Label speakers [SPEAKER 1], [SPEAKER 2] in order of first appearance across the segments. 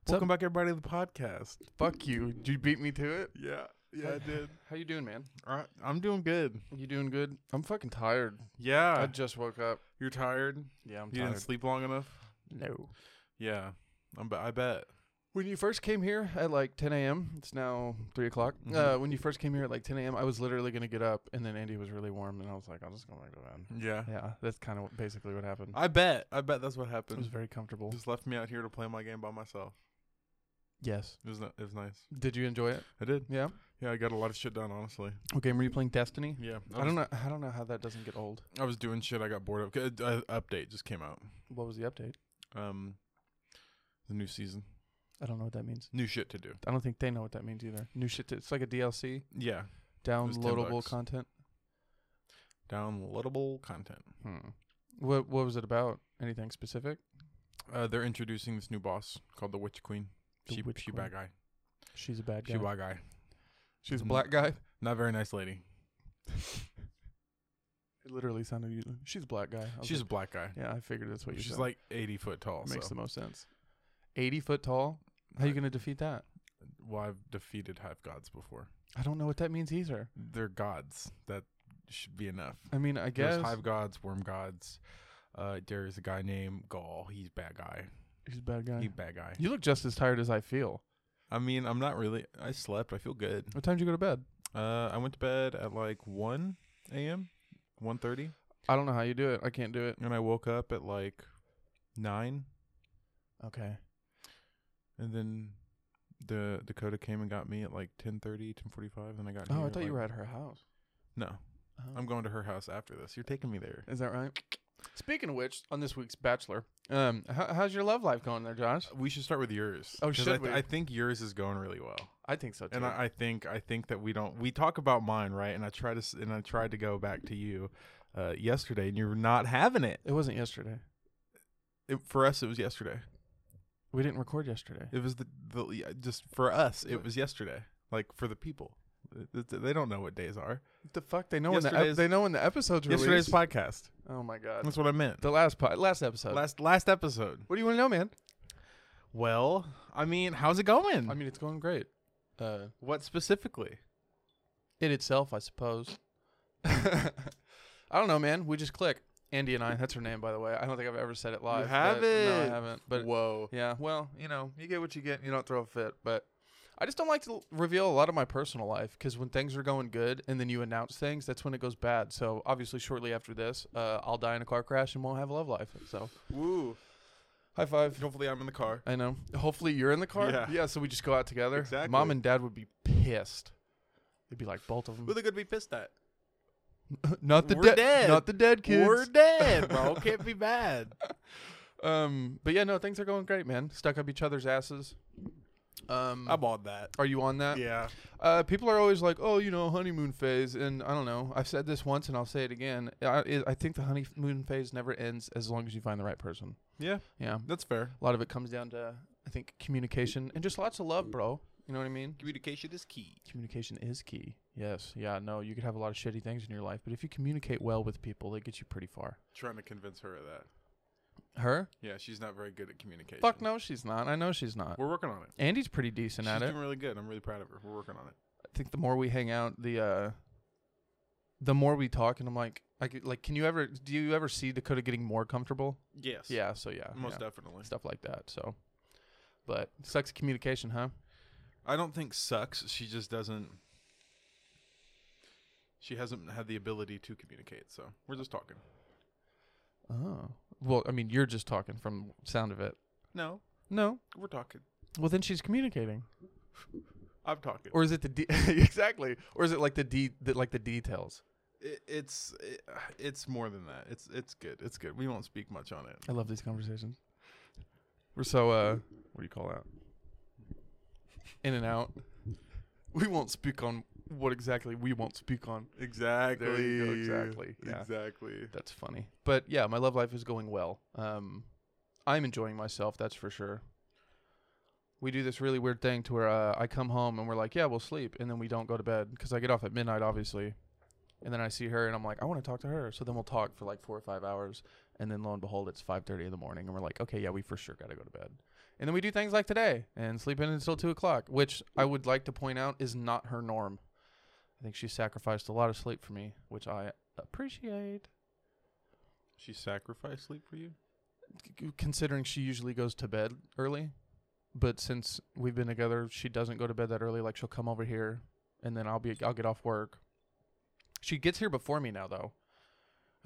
[SPEAKER 1] What's
[SPEAKER 2] Welcome
[SPEAKER 1] up?
[SPEAKER 2] back, everybody, to the podcast.
[SPEAKER 1] Fuck you. Did you beat me to it?
[SPEAKER 2] Yeah, yeah, I did.
[SPEAKER 1] How you doing, man?
[SPEAKER 2] All right, I'm doing good.
[SPEAKER 1] You doing good? I'm fucking tired. I
[SPEAKER 2] Yeah,
[SPEAKER 1] just woke up.
[SPEAKER 2] you're tired.
[SPEAKER 1] Yeah, I'm
[SPEAKER 2] You didn't sleep long enough.
[SPEAKER 1] No.
[SPEAKER 2] Yeah, I'm. Be- I bet.
[SPEAKER 1] When you first came here at like 10 a.m., it's now 3 o'clock. Uh, when you first came here at like 10 a.m., I was literally going to get up, and then Andy was really warm, and I was like, I'll just go back to bed.
[SPEAKER 2] Yeah,
[SPEAKER 1] Yeah, that's kind of basically what happened.
[SPEAKER 2] I bet. I bet that's what
[SPEAKER 1] It was
[SPEAKER 2] happened.
[SPEAKER 1] very comfortable.
[SPEAKER 2] Just left me out here to play my game by myself.
[SPEAKER 1] Yes.
[SPEAKER 2] It was. Not, it was nice.
[SPEAKER 1] Did you enjoy it?
[SPEAKER 2] I did.
[SPEAKER 1] Yeah.
[SPEAKER 2] Yeah, I got a lot of shit done, honestly.
[SPEAKER 1] What game were you playing? Destiny.
[SPEAKER 2] Yeah,
[SPEAKER 1] I don't know. I don't know how that doesn't get old.
[SPEAKER 2] I was doing shit. I got bored of. 'cause, Uh, update just came out.
[SPEAKER 1] What was the update?
[SPEAKER 2] Um, the new season,
[SPEAKER 1] I don't know what that means.
[SPEAKER 2] new shit to do.
[SPEAKER 1] I don't think they know what that means either. New shit. it's like a DLC,
[SPEAKER 2] Yeah, was 10
[SPEAKER 1] downloadable
[SPEAKER 2] bucks.
[SPEAKER 1] content.
[SPEAKER 2] downloadable content.
[SPEAKER 1] Hmm. What What was it about? Anything specific?
[SPEAKER 2] Uh, they're introducing this new boss called the Witch Queen.
[SPEAKER 1] The
[SPEAKER 2] she,
[SPEAKER 1] Witch
[SPEAKER 2] she
[SPEAKER 1] Queen.
[SPEAKER 2] bad guy.
[SPEAKER 1] She's a bad guy.
[SPEAKER 2] She bad guy.
[SPEAKER 1] She's a
[SPEAKER 2] Mm.
[SPEAKER 1] black guy.
[SPEAKER 2] Not very nice lady.
[SPEAKER 1] It literally sounded. You, she's a black guy. I was
[SPEAKER 2] She's a
[SPEAKER 1] like,
[SPEAKER 2] black guy.
[SPEAKER 1] yeah. I figured that's what you.
[SPEAKER 2] She's
[SPEAKER 1] said.
[SPEAKER 2] like 80 foot tall.
[SPEAKER 1] makes
[SPEAKER 2] so.
[SPEAKER 1] the most sense. Eighty foot tall. How you gonna defeat that?
[SPEAKER 2] Well, I've defeated half gods before.
[SPEAKER 1] I don't know what that means either.
[SPEAKER 2] They're gods. That should be enough.
[SPEAKER 1] I mean, I guess
[SPEAKER 2] There's hive gods, worm gods. Uh, there's a guy named Gaul. He's bad guy.
[SPEAKER 1] she's a bad guy.
[SPEAKER 2] He bad guy.
[SPEAKER 1] You look just as tired as I feel.
[SPEAKER 2] I mean, I'm not really. I slept. I feel good.
[SPEAKER 1] What time did you go to bed?
[SPEAKER 2] Uh, I went to bed at like 1 a.m., 1.30,
[SPEAKER 1] I don't know how you do it. I can't do it.
[SPEAKER 2] and I woke up at like 9.
[SPEAKER 1] Okay.
[SPEAKER 2] And then the Dakota came and got me at like 10:30, 10:45. Then I got.
[SPEAKER 1] Oh,
[SPEAKER 2] here
[SPEAKER 1] I thought
[SPEAKER 2] like-
[SPEAKER 1] you were at her house. Oh.
[SPEAKER 2] No, I'm going to her house after this. You're taking me there.
[SPEAKER 1] Is that right? Speaking of which, on this week's Bachelor, um, how, how's your love life going there, Josh?
[SPEAKER 2] We should start with yours.
[SPEAKER 1] Oh,
[SPEAKER 2] 'cause
[SPEAKER 1] should
[SPEAKER 2] I, th-
[SPEAKER 1] we?
[SPEAKER 2] I think yours is going really well,
[SPEAKER 1] I think so too.
[SPEAKER 2] and I, I think I think that we don't we talk about mine right, and I try to s- and I tried to go back to you uh, yesterday, and you're not having it.
[SPEAKER 1] it wasn't yesterday.
[SPEAKER 2] it. For us, it was yesterday.
[SPEAKER 1] We didn't record yesterday.
[SPEAKER 2] It was the the yeah, just for us, it was yesterday. Like for the people, Th- th- they don't know what days are.
[SPEAKER 1] What the fuck? They know when the ep-
[SPEAKER 2] Yesterday's-
[SPEAKER 1] they know when the episodes released.
[SPEAKER 2] Yesterday's podcast.
[SPEAKER 1] oh my god.
[SPEAKER 2] That's what I meant.
[SPEAKER 1] The last po- last episode.
[SPEAKER 2] Last last episode.
[SPEAKER 1] what do you want to know, man?
[SPEAKER 2] Well, I mean, how's it going?
[SPEAKER 1] I mean, it's going great. Uh,
[SPEAKER 2] what specifically?
[SPEAKER 1] in itself, I suppose. I don't know, man. We just click. Andy and I. That's her name, by the way. I don't think I've ever said it live. but- No, I
[SPEAKER 2] haven't.
[SPEAKER 1] haven't. But
[SPEAKER 2] Whoa.
[SPEAKER 1] Yeah, well, you know, you get what you get. And you don't throw a fit, but I just don't like to l- reveal a lot of my personal life because when things are going good and then you announce things, that's when it goes bad. So obviously, shortly after this, uh, I'll die in a car crash and won't have a love life. So
[SPEAKER 2] Woo.
[SPEAKER 1] high five.
[SPEAKER 2] Hopefully, I'm in the car.
[SPEAKER 1] I know. Hopefully, you're in the car.
[SPEAKER 2] Yeah.
[SPEAKER 1] so we just go out together.
[SPEAKER 2] Exactly.
[SPEAKER 1] Mom and Dad would be pissed. They'd be like both of them.
[SPEAKER 2] they're gonna be pissed at.
[SPEAKER 1] not the
[SPEAKER 2] we're
[SPEAKER 1] dead.
[SPEAKER 2] dead.
[SPEAKER 1] Not the dead kids.
[SPEAKER 2] We're dead, bro. Can't be bad.
[SPEAKER 1] um, but yeah, no, things are going great, man. Stuck up each other's asses. Um,
[SPEAKER 2] on that.
[SPEAKER 1] are you on that?
[SPEAKER 2] Mm. Yeah.
[SPEAKER 1] Uh, people are always like, "Oh, you know, honeymoon phase," and I don't know. I've said this once, and I'll say it again. I, I- I think the honeymoon phase never ends as long as you find the right person.
[SPEAKER 2] Yeah.
[SPEAKER 1] Yeah,
[SPEAKER 2] That's fair.
[SPEAKER 1] a lot of it comes down to I think communication and just lots of love, bro. You know what I mean?
[SPEAKER 2] Communication is key.
[SPEAKER 1] Communication is key. Yes. Yeah. No. You could have a lot of shitty things in your life, but if you communicate well with people, it gets you pretty far.
[SPEAKER 2] Trying to convince her of that.
[SPEAKER 1] Her?
[SPEAKER 2] Yeah, she's not very good at communication.
[SPEAKER 1] Fuck no, she's not. I know she's not.
[SPEAKER 2] We're working on it.
[SPEAKER 1] Andy's pretty decent
[SPEAKER 2] she's
[SPEAKER 1] at it.
[SPEAKER 2] doing really good. I'm really proud of her. We're working on it.
[SPEAKER 1] I think the more we hang out, the uh, the more we talk, and I'm like, I could, like, can you ever do you ever see Dakota getting more comfortable?
[SPEAKER 2] Yes.
[SPEAKER 1] Yeah, so yeah,
[SPEAKER 2] Most
[SPEAKER 1] yeah.
[SPEAKER 2] definitely.
[SPEAKER 1] stuff like that. So, but sex communication, huh?
[SPEAKER 2] I don't think sucks. She just doesn't. She hasn't had the ability to communicate, so we're just talking.
[SPEAKER 1] Oh, well, I mean, you're just talking from sound of it.
[SPEAKER 2] No,
[SPEAKER 1] No,
[SPEAKER 2] we're talking.
[SPEAKER 1] well then she's communicating,
[SPEAKER 2] I'm talking.
[SPEAKER 1] or is it the de- exactly, or is it like the de- the, like the details?
[SPEAKER 2] It, it's it, it's more than that. It's it's good. It's good. We won't speak much on it.
[SPEAKER 1] I love these conversations. We're so uh, what do you call that? In and out. We won't speak on what exactly we won't speak on.
[SPEAKER 2] Exactly.
[SPEAKER 1] exactly, yeah.
[SPEAKER 2] Exactly.
[SPEAKER 1] That's funny. But yeah, my love life is going well. Um, I'm enjoying myself, that's for sure. We do this really weird thing to where uh, I come home and we're like, yeah, we'll sleep. And then we don't go to bed because I get off at midnight, obviously. And then I see her and I'm like, I want to talk to her. So then we'll talk for like four or five hours. And then lo and behold, it's 5.30 in the morning. And we're like, okay, yeah, we for sure got to go to bed. And then we do things like today and sleep in until two o'clock, which I would like to point out is not her norm. I think she sacrificed a lot of sleep for me, which I appreciate.
[SPEAKER 2] She sacrificed sleep for you?
[SPEAKER 1] c- Considering she usually goes to bed early, but since we've been together, she doesn't go to bed that early. Like she'll come over here, and then I'll be I'll get off work. She gets here before me now, though.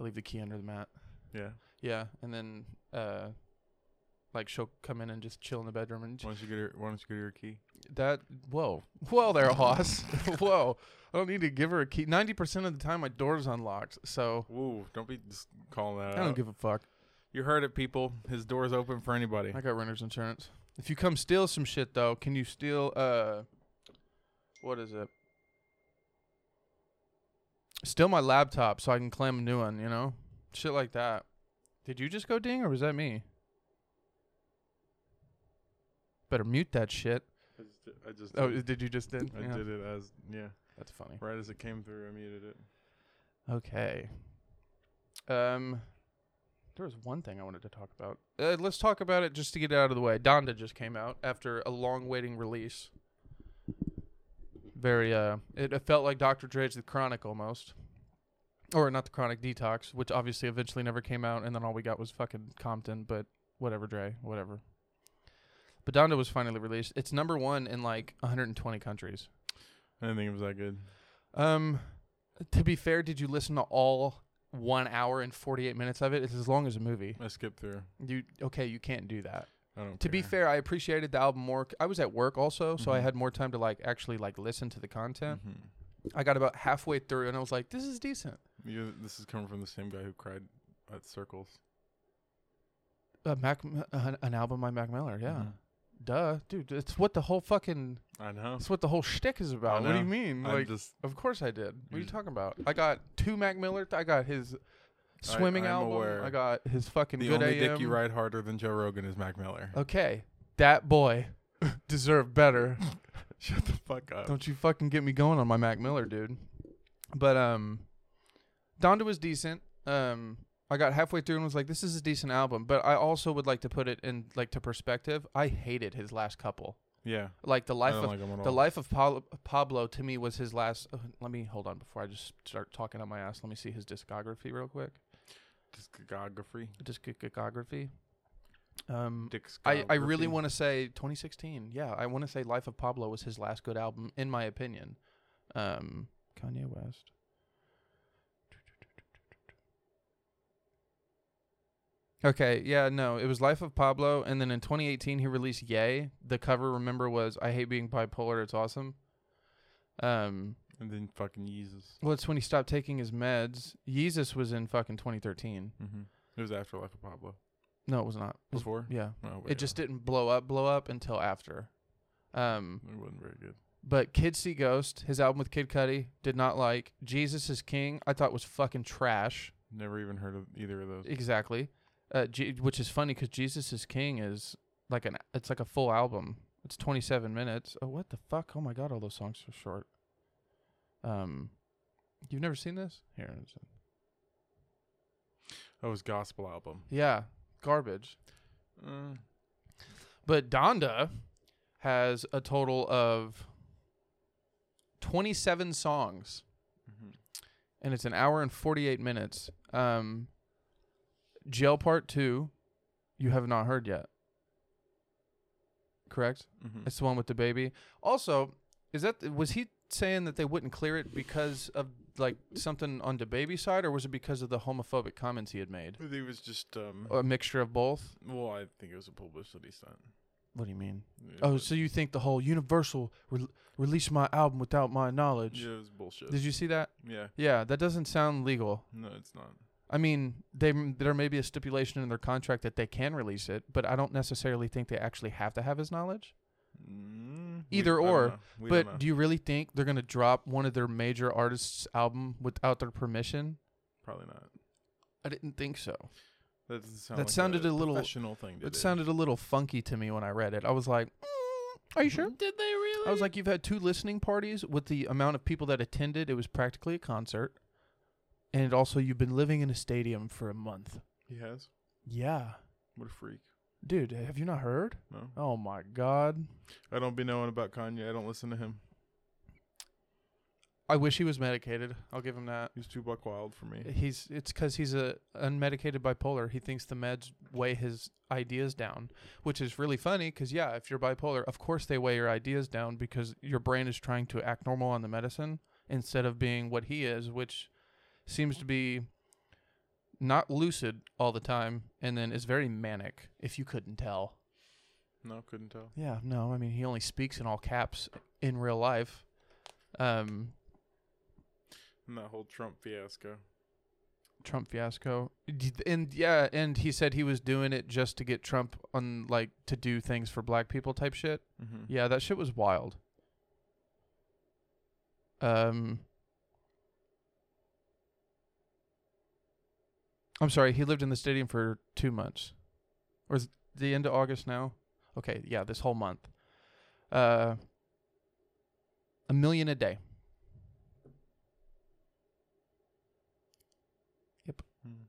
[SPEAKER 1] I leave the key under the mat.
[SPEAKER 2] Yeah.
[SPEAKER 1] Yeah, and then uh, like she'll come in and just chill in the bedroom and j-
[SPEAKER 2] Why don't you get her why don't you get her a key?
[SPEAKER 1] that. Whoa, whoa there, Hoss. whoa, I don't need to give her a key. Ninety percent of the time, my door's unlocked, so
[SPEAKER 2] Woo, don't be just calling that
[SPEAKER 1] I
[SPEAKER 2] out.
[SPEAKER 1] don't give a fuck.
[SPEAKER 2] you heard it, people. His door's open for anybody.
[SPEAKER 1] I got renter's insurance. If you come steal some shit though, can you steal uh what is it? Steal my laptop so I can claim a new one, you know? Shit like that. Did you just go ding or was that me? Better mute that shit.
[SPEAKER 2] I just, I just
[SPEAKER 1] Oh, did you just did?
[SPEAKER 2] I
[SPEAKER 1] Yeah.
[SPEAKER 2] did it as yeah.
[SPEAKER 1] That's funny.
[SPEAKER 2] Right as it came through, I muted it.
[SPEAKER 1] Okay. Um, there was one thing I wanted to talk about. Uh, let's talk about it just to get it out of the way. Donda just came out after a long waiting release. Very uh, it, it felt like Dr. Dre's The Chronic almost, or not The Chronic Detox, which obviously eventually never came out, and then all we got was fucking Compton. But whatever, Dre, whatever. But Donda was finally released. It's number one in like 120 countries.
[SPEAKER 2] I didn't think it was that good.
[SPEAKER 1] Um, to be fair, did you listen to all one hour and forty eight minutes of it? It's as long as a movie.
[SPEAKER 2] I skipped through.
[SPEAKER 1] You okay? You can't do that.
[SPEAKER 2] I don't
[SPEAKER 1] To be
[SPEAKER 2] care.
[SPEAKER 1] fair, I appreciated the album more. c- I was at work also, so I
[SPEAKER 2] Mhm.
[SPEAKER 1] had more time to like actually like listen to the content.
[SPEAKER 2] Mhm.
[SPEAKER 1] I got about halfway through and I was like, "This is decent."
[SPEAKER 2] You, this is coming from the same guy who cried at circles.
[SPEAKER 1] Uh, Mac, uh, an album by Mac Miller. Yeah,
[SPEAKER 2] Mhm.
[SPEAKER 1] duh, dude. It's what the whole fucking.
[SPEAKER 2] Mm-hmm. I know.
[SPEAKER 1] It's what the whole shtick is about. What do you
[SPEAKER 2] know.
[SPEAKER 1] mean?
[SPEAKER 2] I'm
[SPEAKER 1] Like,
[SPEAKER 2] just
[SPEAKER 1] of course I did. What are you
[SPEAKER 2] Mm.
[SPEAKER 1] talking about? I got two Mac Miller. I got his swimming
[SPEAKER 2] I'm
[SPEAKER 1] album.
[SPEAKER 2] aware.
[SPEAKER 1] I got his fucking
[SPEAKER 2] the
[SPEAKER 1] good
[SPEAKER 2] only
[SPEAKER 1] AM.
[SPEAKER 2] dick you ride harder than Joe Rogan is Mac Miller.
[SPEAKER 1] Okay, that boy deserved better.
[SPEAKER 2] Shut the fuck up.
[SPEAKER 1] Don't you fucking get me going on my Mac Miller, dude. But um, Donda was decent. Um, I got halfway through and was like, "This is a decent album." But I also would like to put it in like to perspective. I hated his last couple.
[SPEAKER 2] yeah,
[SPEAKER 1] Like the life
[SPEAKER 2] I
[SPEAKER 1] of
[SPEAKER 2] don't like him at all.
[SPEAKER 1] the life of Pablo, Pablo to me was his last. Uh, let me hold on before I just start talking on my ass. Let me see his discography real quick.
[SPEAKER 2] discography.
[SPEAKER 1] Discography. Um,
[SPEAKER 2] Discography.
[SPEAKER 1] I, I really want to say 2016. Yeah, I want to say Life of Pablo was his last good album, in my opinion. Um, Kanye West. Okay, yeah, no, it was Life of Pablo, and then in 2018 he released Yay. The cover, remember, was I hate being bipolar. It's awesome. Um,
[SPEAKER 2] And then fucking Yeezus.
[SPEAKER 1] well, it's when he stopped taking his meds. Yeezus was in fucking 2013.
[SPEAKER 2] Mm-hmm. It was after Life of Pablo.
[SPEAKER 1] No, it was not. It was-
[SPEAKER 2] Before?
[SPEAKER 1] yeah,
[SPEAKER 2] Oh, wait,
[SPEAKER 1] it just didn't blow up, blow up until after. Um,
[SPEAKER 2] It wasn't very good.
[SPEAKER 1] But Kid See Ghost, his album with Kid Cudi, did not like. Jesus is King, I thought was fucking trash.
[SPEAKER 2] Never even heard of either of those.
[SPEAKER 1] Exactly. Uh, G- which is funny because Jesus is King is like an it's like a full album. It's 27 minutes. Oh what the fuck? Oh my god, all those songs are short. Um, you've never seen this? Here. it's-
[SPEAKER 2] Oh, it was gospel album.
[SPEAKER 1] Yeah, garbage.
[SPEAKER 2] Mm.
[SPEAKER 1] But Donda has a total of 27 songs.
[SPEAKER 2] Mhm.
[SPEAKER 1] and it's an hour and 48 minutes. Um, Jail Part 2, you have not heard yet. Correct?
[SPEAKER 2] Mhm.
[SPEAKER 1] It's the one with the baby. Also, is that was he saying that they wouldn't clear it because of like something on the baby side or was it because of the homophobic comments he had made?
[SPEAKER 2] I think it was just um.
[SPEAKER 1] A mixture of both?
[SPEAKER 2] well, I think it was a publicity stunt.
[SPEAKER 1] What do you mean?
[SPEAKER 2] It
[SPEAKER 1] Oh,
[SPEAKER 2] was-
[SPEAKER 1] so you think the whole Universal re- released my album without my knowledge?
[SPEAKER 2] yeah, it was bullshit.
[SPEAKER 1] Did you see that?
[SPEAKER 2] yeah,
[SPEAKER 1] Yeah, that doesn't sound legal.
[SPEAKER 2] no, it's not.
[SPEAKER 1] I mean, they m- there may be a stipulation in their contract that they can release it, but I don't necessarily think they actually have to have his knowledge.
[SPEAKER 2] Mm,
[SPEAKER 1] Either
[SPEAKER 2] I don't
[SPEAKER 1] or,
[SPEAKER 2] know. We don't know.
[SPEAKER 1] but do you really think they're gonna drop one of their major artists' album without their permission?
[SPEAKER 2] probably not.
[SPEAKER 1] I didn't think so.
[SPEAKER 2] That, doesn't sound
[SPEAKER 1] That
[SPEAKER 2] like
[SPEAKER 1] sounded
[SPEAKER 2] a,
[SPEAKER 1] a little-
[SPEAKER 2] professional thing. To
[SPEAKER 1] It
[SPEAKER 2] do.
[SPEAKER 1] sounded a little funky to me when I read it. I was like, mm, "Are you sure?"
[SPEAKER 2] Did they really?
[SPEAKER 1] I was like, "You've had two listening parties with the amount of people that attended. It was practically a concert, and also you've been living in a stadium for a month."
[SPEAKER 2] he has.
[SPEAKER 1] Yeah.
[SPEAKER 2] What a freak.
[SPEAKER 1] Dude, have you not heard?
[SPEAKER 2] No,
[SPEAKER 1] Oh my god.
[SPEAKER 2] I don't be knowing about Kanye. I don't listen to him.
[SPEAKER 1] I wish he was medicated. I'll give him that.
[SPEAKER 2] He's too buck wild for me.
[SPEAKER 1] He's it's 'cause he's a unmedicated bipolar. He thinks the meds weigh his ideas down, which is really funny 'cause yeah, if you're bipolar, of course they weigh your ideas down because your brain is trying to act normal on the medicine instead of being what he is, which seems to be not lucid all the time and then is very manic if you couldn't tell.
[SPEAKER 2] No, couldn't tell.
[SPEAKER 1] Yeah, no, I mean he only speaks in all caps in real life. Um
[SPEAKER 2] And that whole Trump fiasco.
[SPEAKER 1] Trump fiasco. D- And yeah, and he said he was doing it just to get Trump on like to do things for black people type shit.
[SPEAKER 2] Mm-hmm.
[SPEAKER 1] Yeah, that shit was wild. Um I'm sorry, he lived in the stadium for 2 months. Or is it the end of August now? Okay, yeah, this whole month. Uh a million a day.
[SPEAKER 2] Mm-hmm.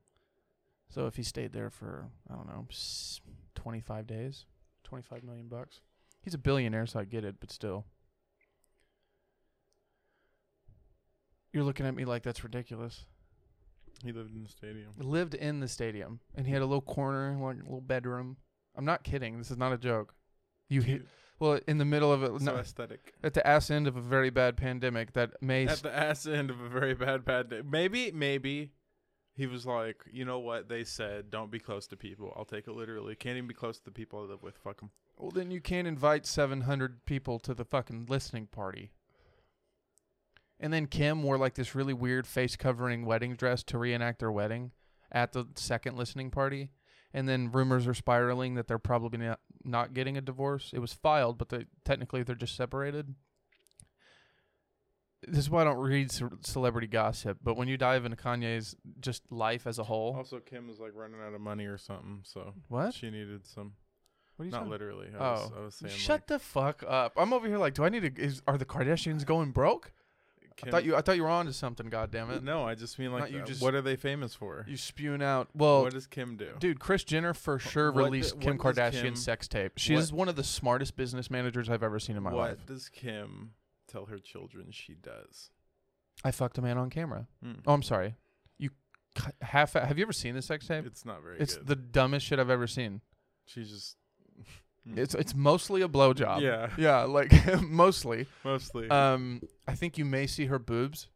[SPEAKER 1] So if he stayed there for I don't know, s- 25 days, 25 million bucks. He's a billionaire, so I get it, but still. You're looking at me like that's ridiculous.
[SPEAKER 2] He lived in the stadium.
[SPEAKER 1] Lived in the stadium, and he had a little corner, like a little bedroom. I'm not kidding. This is not a joke. You hit
[SPEAKER 2] Cute.
[SPEAKER 1] well in the middle of it,
[SPEAKER 2] so
[SPEAKER 1] no,
[SPEAKER 2] aesthetic.
[SPEAKER 1] at the ass end of a very bad pandemic that may
[SPEAKER 2] At the ass end of a very bad, bad day. Maybe, maybe he was like, you know what? They said, don't be close to people. I'll take it literally. Can't even be close to the people I live with. Fuck them.
[SPEAKER 1] Well, then you can't invite 700 people to the fucking listening party. And then Kim wore like this really weird face covering wedding dress to reenact their wedding at the second listening party. And then rumors are spiraling that they're probably not, not getting a divorce. It was filed, but they, technically they're just separated. This is why I don't read ce- celebrity gossip. But when you dive into Kanye's just life as a whole,
[SPEAKER 2] Also, Kim was like running out of money or something, so
[SPEAKER 1] Oh. what?
[SPEAKER 2] she needed some.
[SPEAKER 1] What are you
[SPEAKER 2] Not
[SPEAKER 1] talking-
[SPEAKER 2] literally. I was,
[SPEAKER 1] Oh.
[SPEAKER 2] I was saying.
[SPEAKER 1] Shut the fuck up! I'm over here like, do I need to? Is, are the Kardashians going broke?
[SPEAKER 2] like,
[SPEAKER 1] I
[SPEAKER 2] Kim-
[SPEAKER 1] thought you. I thought you were onto something. God damn it!
[SPEAKER 2] No, I just mean like,
[SPEAKER 1] Not you
[SPEAKER 2] uh,
[SPEAKER 1] just-
[SPEAKER 2] what are they famous for?
[SPEAKER 1] You spewing out. Well,
[SPEAKER 2] what does Kim do?
[SPEAKER 1] dude, Chris Jenner for sure
[SPEAKER 2] what
[SPEAKER 1] released
[SPEAKER 2] the-
[SPEAKER 1] Kim
[SPEAKER 2] what does
[SPEAKER 1] Kardashian's
[SPEAKER 2] Kim-
[SPEAKER 1] sex tape. She's one of the smartest business managers I've ever seen in my
[SPEAKER 2] what
[SPEAKER 1] life.
[SPEAKER 2] does Kim tell her children she does?
[SPEAKER 1] I fucked a man on camera.
[SPEAKER 2] Mm.
[SPEAKER 1] Oh, I'm sorry. You c- half. Have you ever seen this sex tape?
[SPEAKER 2] It's not very
[SPEAKER 1] It's
[SPEAKER 2] good.
[SPEAKER 1] the dumbest shit I've ever seen.
[SPEAKER 2] She's just. Mm.
[SPEAKER 1] It's it's mostly a blowjob.
[SPEAKER 2] yeah,
[SPEAKER 1] Yeah, like mostly.
[SPEAKER 2] mostly
[SPEAKER 1] Um, I think you may see her boobs.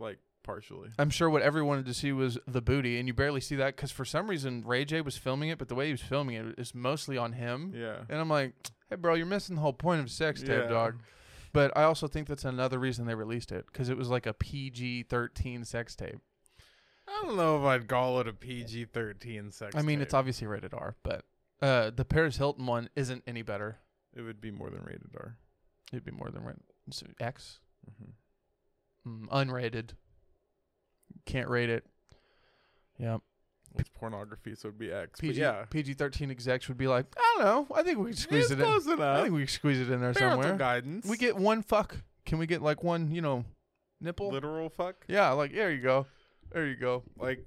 [SPEAKER 2] like partially.
[SPEAKER 1] I'm sure what everyone wanted to see was the booty, and you barely see that because for some reason Ray J was filming it, but the way he was filming it is mostly on him.
[SPEAKER 2] Yeah.
[SPEAKER 1] And I'm like, hey, bro, you're missing the whole point of sex tape,
[SPEAKER 2] Yeah.
[SPEAKER 1] dog. But I also think that's another reason they released it because it was like a PG 13 sex tape.
[SPEAKER 2] I don't know if I'd call it a PG thirteen sex.
[SPEAKER 1] I mean,
[SPEAKER 2] tape.
[SPEAKER 1] it's obviously rated R, but uh, the Paris Hilton one isn't any better.
[SPEAKER 2] it would be more than rated R.
[SPEAKER 1] It'd be more than right. so X,
[SPEAKER 2] Mm-hmm.
[SPEAKER 1] mm, unrated. Can't rate it. Yeah.
[SPEAKER 2] It's pornography, so it'd be X.
[SPEAKER 1] PG
[SPEAKER 2] but yeah,
[SPEAKER 1] PG 13 execs would be like, I don't know. I think we can squeeze
[SPEAKER 2] it's
[SPEAKER 1] it in.
[SPEAKER 2] close
[SPEAKER 1] I
[SPEAKER 2] enough.
[SPEAKER 1] think we can squeeze it in there
[SPEAKER 2] Parental
[SPEAKER 1] somewhere.
[SPEAKER 2] guidance.
[SPEAKER 1] We get one fuck. Can we get like one, you know, nipple?
[SPEAKER 2] literal fuck.
[SPEAKER 1] Yeah, like there you go. There you go.
[SPEAKER 2] Like,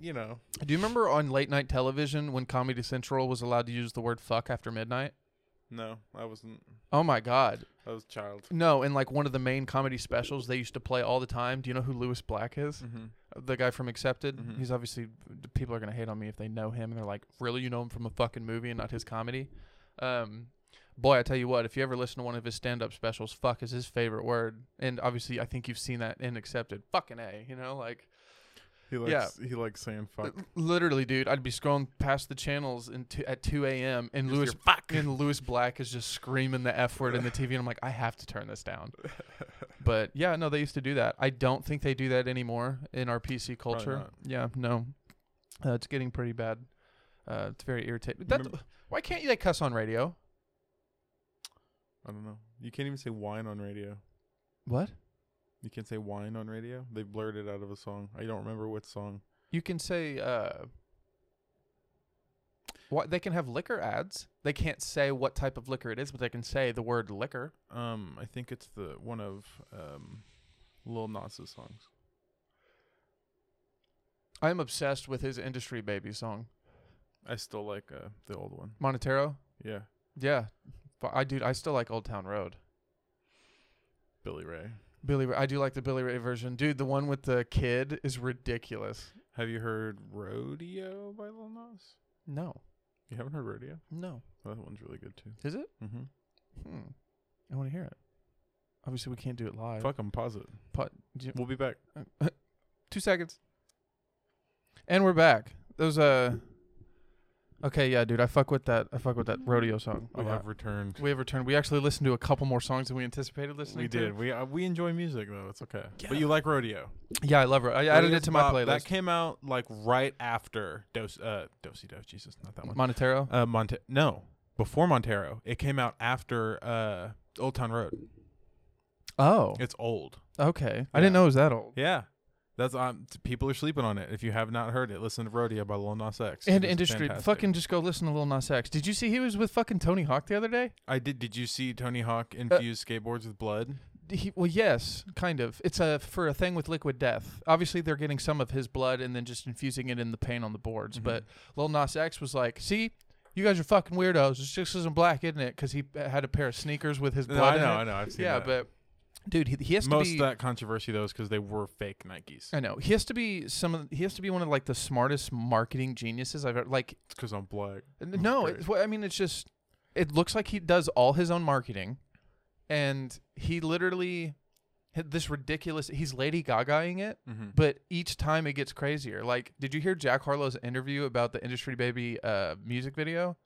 [SPEAKER 2] you know,
[SPEAKER 1] Do you remember on late night television when Comedy Central was allowed to use the word fuck after midnight?
[SPEAKER 2] no, I wasn't.
[SPEAKER 1] Oh my god.
[SPEAKER 2] I was a child.
[SPEAKER 1] No, and like one of the main comedy specials they used to play all the time. Do you know who Lewis Black is?
[SPEAKER 2] Mm-hmm.
[SPEAKER 1] The guy from Accepted.
[SPEAKER 2] Mhm.
[SPEAKER 1] He's obviously people are going to hate on me if they know him and they're like, "Really? You know him from a fucking movie and not his comedy?" Um Boy, I tell you what, if you ever listen to one of his stand up specials, fuck is his favorite word. And obviously, I think you've seen that in Accepted. Fucking A, you know? Like,
[SPEAKER 2] He
[SPEAKER 1] Yeah.
[SPEAKER 2] likes. He likes saying fuck.
[SPEAKER 1] L- Literally, dude, I'd be scrolling past the channels in t- at 2 a.m. and
[SPEAKER 2] Just
[SPEAKER 1] Lewis
[SPEAKER 2] hear fuck.
[SPEAKER 1] and Lewis Black is just screaming the f word in the TV, and I'm like, I have to turn this down. But yeah, no, they used to do that. I don't think they do that anymore in our PC culture.
[SPEAKER 2] not.
[SPEAKER 1] Yeah, no, uh, it's getting pretty bad. Uh, it's very irritating. That,
[SPEAKER 2] Remem-
[SPEAKER 1] why can't you like cuss on radio?
[SPEAKER 2] I don't know. You can't even say wine on radio.
[SPEAKER 1] What?
[SPEAKER 2] You can't say wine on radio. They blurred it out of a song. I don't remember what song.
[SPEAKER 1] You can say uh, what they can have liquor ads. They can't say what type of liquor it is, but they can say the word liquor.
[SPEAKER 2] Um, I think it's the one of um, Lil Nas's songs.
[SPEAKER 1] I'm obsessed with his industry baby song.
[SPEAKER 2] I still like uh, the old one.
[SPEAKER 1] Monetero.
[SPEAKER 2] Yeah,
[SPEAKER 1] Yeah, but I dude, I still like Old Town Road.
[SPEAKER 2] Billy Ray.
[SPEAKER 1] Billy, Ray- I do like the Billy Ray version, dude. The one with the kid is ridiculous.
[SPEAKER 2] Have you heard Rodeo by Lil Nas?
[SPEAKER 1] No,
[SPEAKER 2] You haven't heard Rodeo?
[SPEAKER 1] no,
[SPEAKER 2] That one's really good too.
[SPEAKER 1] is it?
[SPEAKER 2] Mm-hmm.
[SPEAKER 1] Hmm. I want to hear it. Obviously, we can't do it live.
[SPEAKER 2] Fuck 'em, pause it.
[SPEAKER 1] But do you-
[SPEAKER 2] We'll be back.
[SPEAKER 1] two seconds, and we're back. Those uh. Okay, yeah, dude, I fuck with that. I fuck with that rodeo song. a
[SPEAKER 2] We
[SPEAKER 1] lot.
[SPEAKER 2] have returned.
[SPEAKER 1] We have returned. We actually listened to a couple more songs than we anticipated listening
[SPEAKER 2] We
[SPEAKER 1] to.
[SPEAKER 2] did. We uh, we enjoy music though. It's okay.
[SPEAKER 1] Yeah.
[SPEAKER 2] But you like Rodeo.
[SPEAKER 1] Yeah, I love it. I added
[SPEAKER 2] Rodeo's
[SPEAKER 1] it to my
[SPEAKER 2] Bop,
[SPEAKER 1] playlist.
[SPEAKER 2] That came out like right after Dos uh Dosey Do. Jesus, not that one.
[SPEAKER 1] Monetero.
[SPEAKER 2] uh Monte no, before Montero. It came out after uh Old Town Road.
[SPEAKER 1] Oh,
[SPEAKER 2] It's old.
[SPEAKER 1] okay. I didn't
[SPEAKER 2] yeah.
[SPEAKER 1] know it was that old.
[SPEAKER 2] Yeah. That's um t- people are sleeping on it. If you have not heard it, listen to Rodeo by Lil Nas X.
[SPEAKER 1] And
[SPEAKER 2] It is
[SPEAKER 1] industry,
[SPEAKER 2] fantastic.
[SPEAKER 1] fucking just go listen to Lil Nas X. Did you see he was with fucking Tony Hawk the other day?
[SPEAKER 2] I did did you see Tony
[SPEAKER 1] Uh,
[SPEAKER 2] Hawk infuse skateboards with blood?
[SPEAKER 1] He, well, yes, kind of. It's a for a thing with Liquid Death. Obviously, they're getting some of his blood and then just infusing it in the paint on the boards.
[SPEAKER 2] Mhm.
[SPEAKER 1] But Lil Nas X was like, "See, you guys are fucking weirdos. It's just isn't black, isn't it?" Because he uh, had a pair of sneakers with his blood.
[SPEAKER 2] No, I know,
[SPEAKER 1] in it.
[SPEAKER 2] I know, I've seen
[SPEAKER 1] yeah,
[SPEAKER 2] that.
[SPEAKER 1] but dude, he, he has
[SPEAKER 2] most
[SPEAKER 1] to be.
[SPEAKER 2] of that controversy though is because they were fake Nikes.
[SPEAKER 1] I know he has to be some. Of, he has to be one of like the smartest marketing geniuses I've ever. Like,
[SPEAKER 2] It's because I'm black.
[SPEAKER 1] n-
[SPEAKER 2] That's
[SPEAKER 1] no,
[SPEAKER 2] great.
[SPEAKER 1] it's, well, I mean it's just. It looks like he does all his own marketing, and he literally had this ridiculous. He's Lady Gagaing it,
[SPEAKER 2] Mm-hmm.
[SPEAKER 1] but each time it gets crazier. Like, did you hear Jack Harlow's interview about the Industry Baby uh, music video?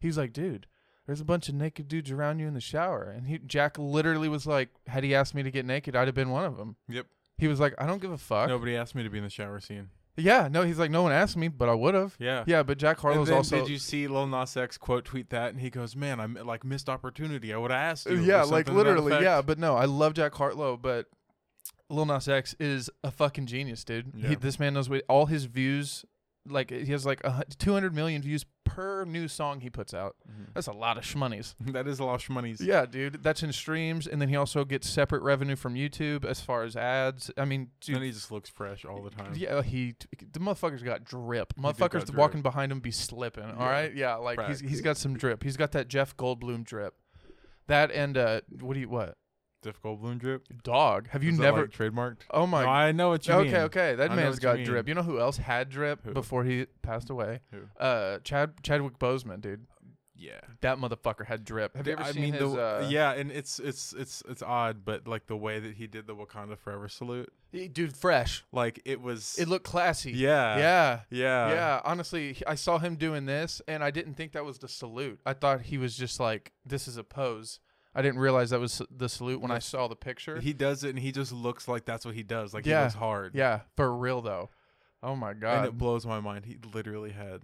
[SPEAKER 1] He was like, dude. There's a bunch of naked dudes around you in the shower, and he Jack literally was like, "Had he asked me to get naked, I'd have been one of them."
[SPEAKER 2] Yep.
[SPEAKER 1] He was like, "I don't give a fuck."
[SPEAKER 2] Nobody asked me to be in the shower scene.
[SPEAKER 1] Yeah, no, he's like, no one asked me, but I would have.
[SPEAKER 2] Yeah.
[SPEAKER 1] Yeah, but Jack
[SPEAKER 2] And
[SPEAKER 1] Harlow's
[SPEAKER 2] then
[SPEAKER 1] also.
[SPEAKER 2] did you see Lil Nas X quote tweet that? And he goes, "Man, I mi- like missed opportunity. I would have asked
[SPEAKER 1] Uh,
[SPEAKER 2] you." or
[SPEAKER 1] yeah, like
[SPEAKER 2] something to that
[SPEAKER 1] literally,
[SPEAKER 2] effect.
[SPEAKER 1] yeah, but no, I love Jack Harlow, but Lil Nas X is a fucking genius, dude. He,
[SPEAKER 2] Yeah.
[SPEAKER 1] this man knows what all his views. Like he has like a, hun- 200 million views per new song he puts out. That's a lot of shmoneys.
[SPEAKER 2] that is a lot of money.
[SPEAKER 1] Yeah, dude, that's in streams, and then he also gets separate revenue from YouTube as far as ads. I mean, dude,
[SPEAKER 2] and he just looks fresh all the time.
[SPEAKER 1] Yeah, he the motherfucker's got drip.
[SPEAKER 2] got
[SPEAKER 1] Motherfuckers
[SPEAKER 2] drip.
[SPEAKER 1] walking behind him be slipping. All
[SPEAKER 2] Yeah.
[SPEAKER 1] right, yeah, like he's
[SPEAKER 2] Facts.
[SPEAKER 1] he's got some drip. He's got that Jeff Goldblum drip. That and uh, what do you what
[SPEAKER 2] Difficult bloom drip.
[SPEAKER 1] dog? Have you
[SPEAKER 2] Is that,
[SPEAKER 1] never?
[SPEAKER 2] like, trademarked?
[SPEAKER 1] oh
[SPEAKER 2] No,
[SPEAKER 1] my.
[SPEAKER 2] I know what you
[SPEAKER 1] okay,
[SPEAKER 2] mean.
[SPEAKER 1] okay. That
[SPEAKER 2] I know
[SPEAKER 1] man's
[SPEAKER 2] what you
[SPEAKER 1] got drip.
[SPEAKER 2] mean.
[SPEAKER 1] You know who else had drip
[SPEAKER 2] Who?
[SPEAKER 1] before he passed away?
[SPEAKER 2] Who?
[SPEAKER 1] Uh, Chad Chadwick Boseman, dude.
[SPEAKER 2] Yeah.
[SPEAKER 1] That motherfucker had drip. Have you ever
[SPEAKER 2] I
[SPEAKER 1] seen
[SPEAKER 2] mean,
[SPEAKER 1] his?
[SPEAKER 2] the,
[SPEAKER 1] uh,
[SPEAKER 2] yeah, and it's it's it's it's odd, but like the way that he did the Wakanda Forever salute,
[SPEAKER 1] he- dude, fresh.
[SPEAKER 2] like it was.
[SPEAKER 1] It looked classy.
[SPEAKER 2] yeah.
[SPEAKER 1] Yeah.
[SPEAKER 2] Yeah.
[SPEAKER 1] yeah, honestly, he- I saw him doing this, and I didn't think that was the salute. I thought he was just like, "This is a pose." I didn't realize that was s- the salute when I
[SPEAKER 2] Yes.
[SPEAKER 1] saw the picture.
[SPEAKER 2] He does it, and he just looks like that's what he does. Like
[SPEAKER 1] Yeah.
[SPEAKER 2] he looks hard.
[SPEAKER 1] yeah, for real though. Oh my
[SPEAKER 2] and
[SPEAKER 1] god.
[SPEAKER 2] it blows my mind. He literally had,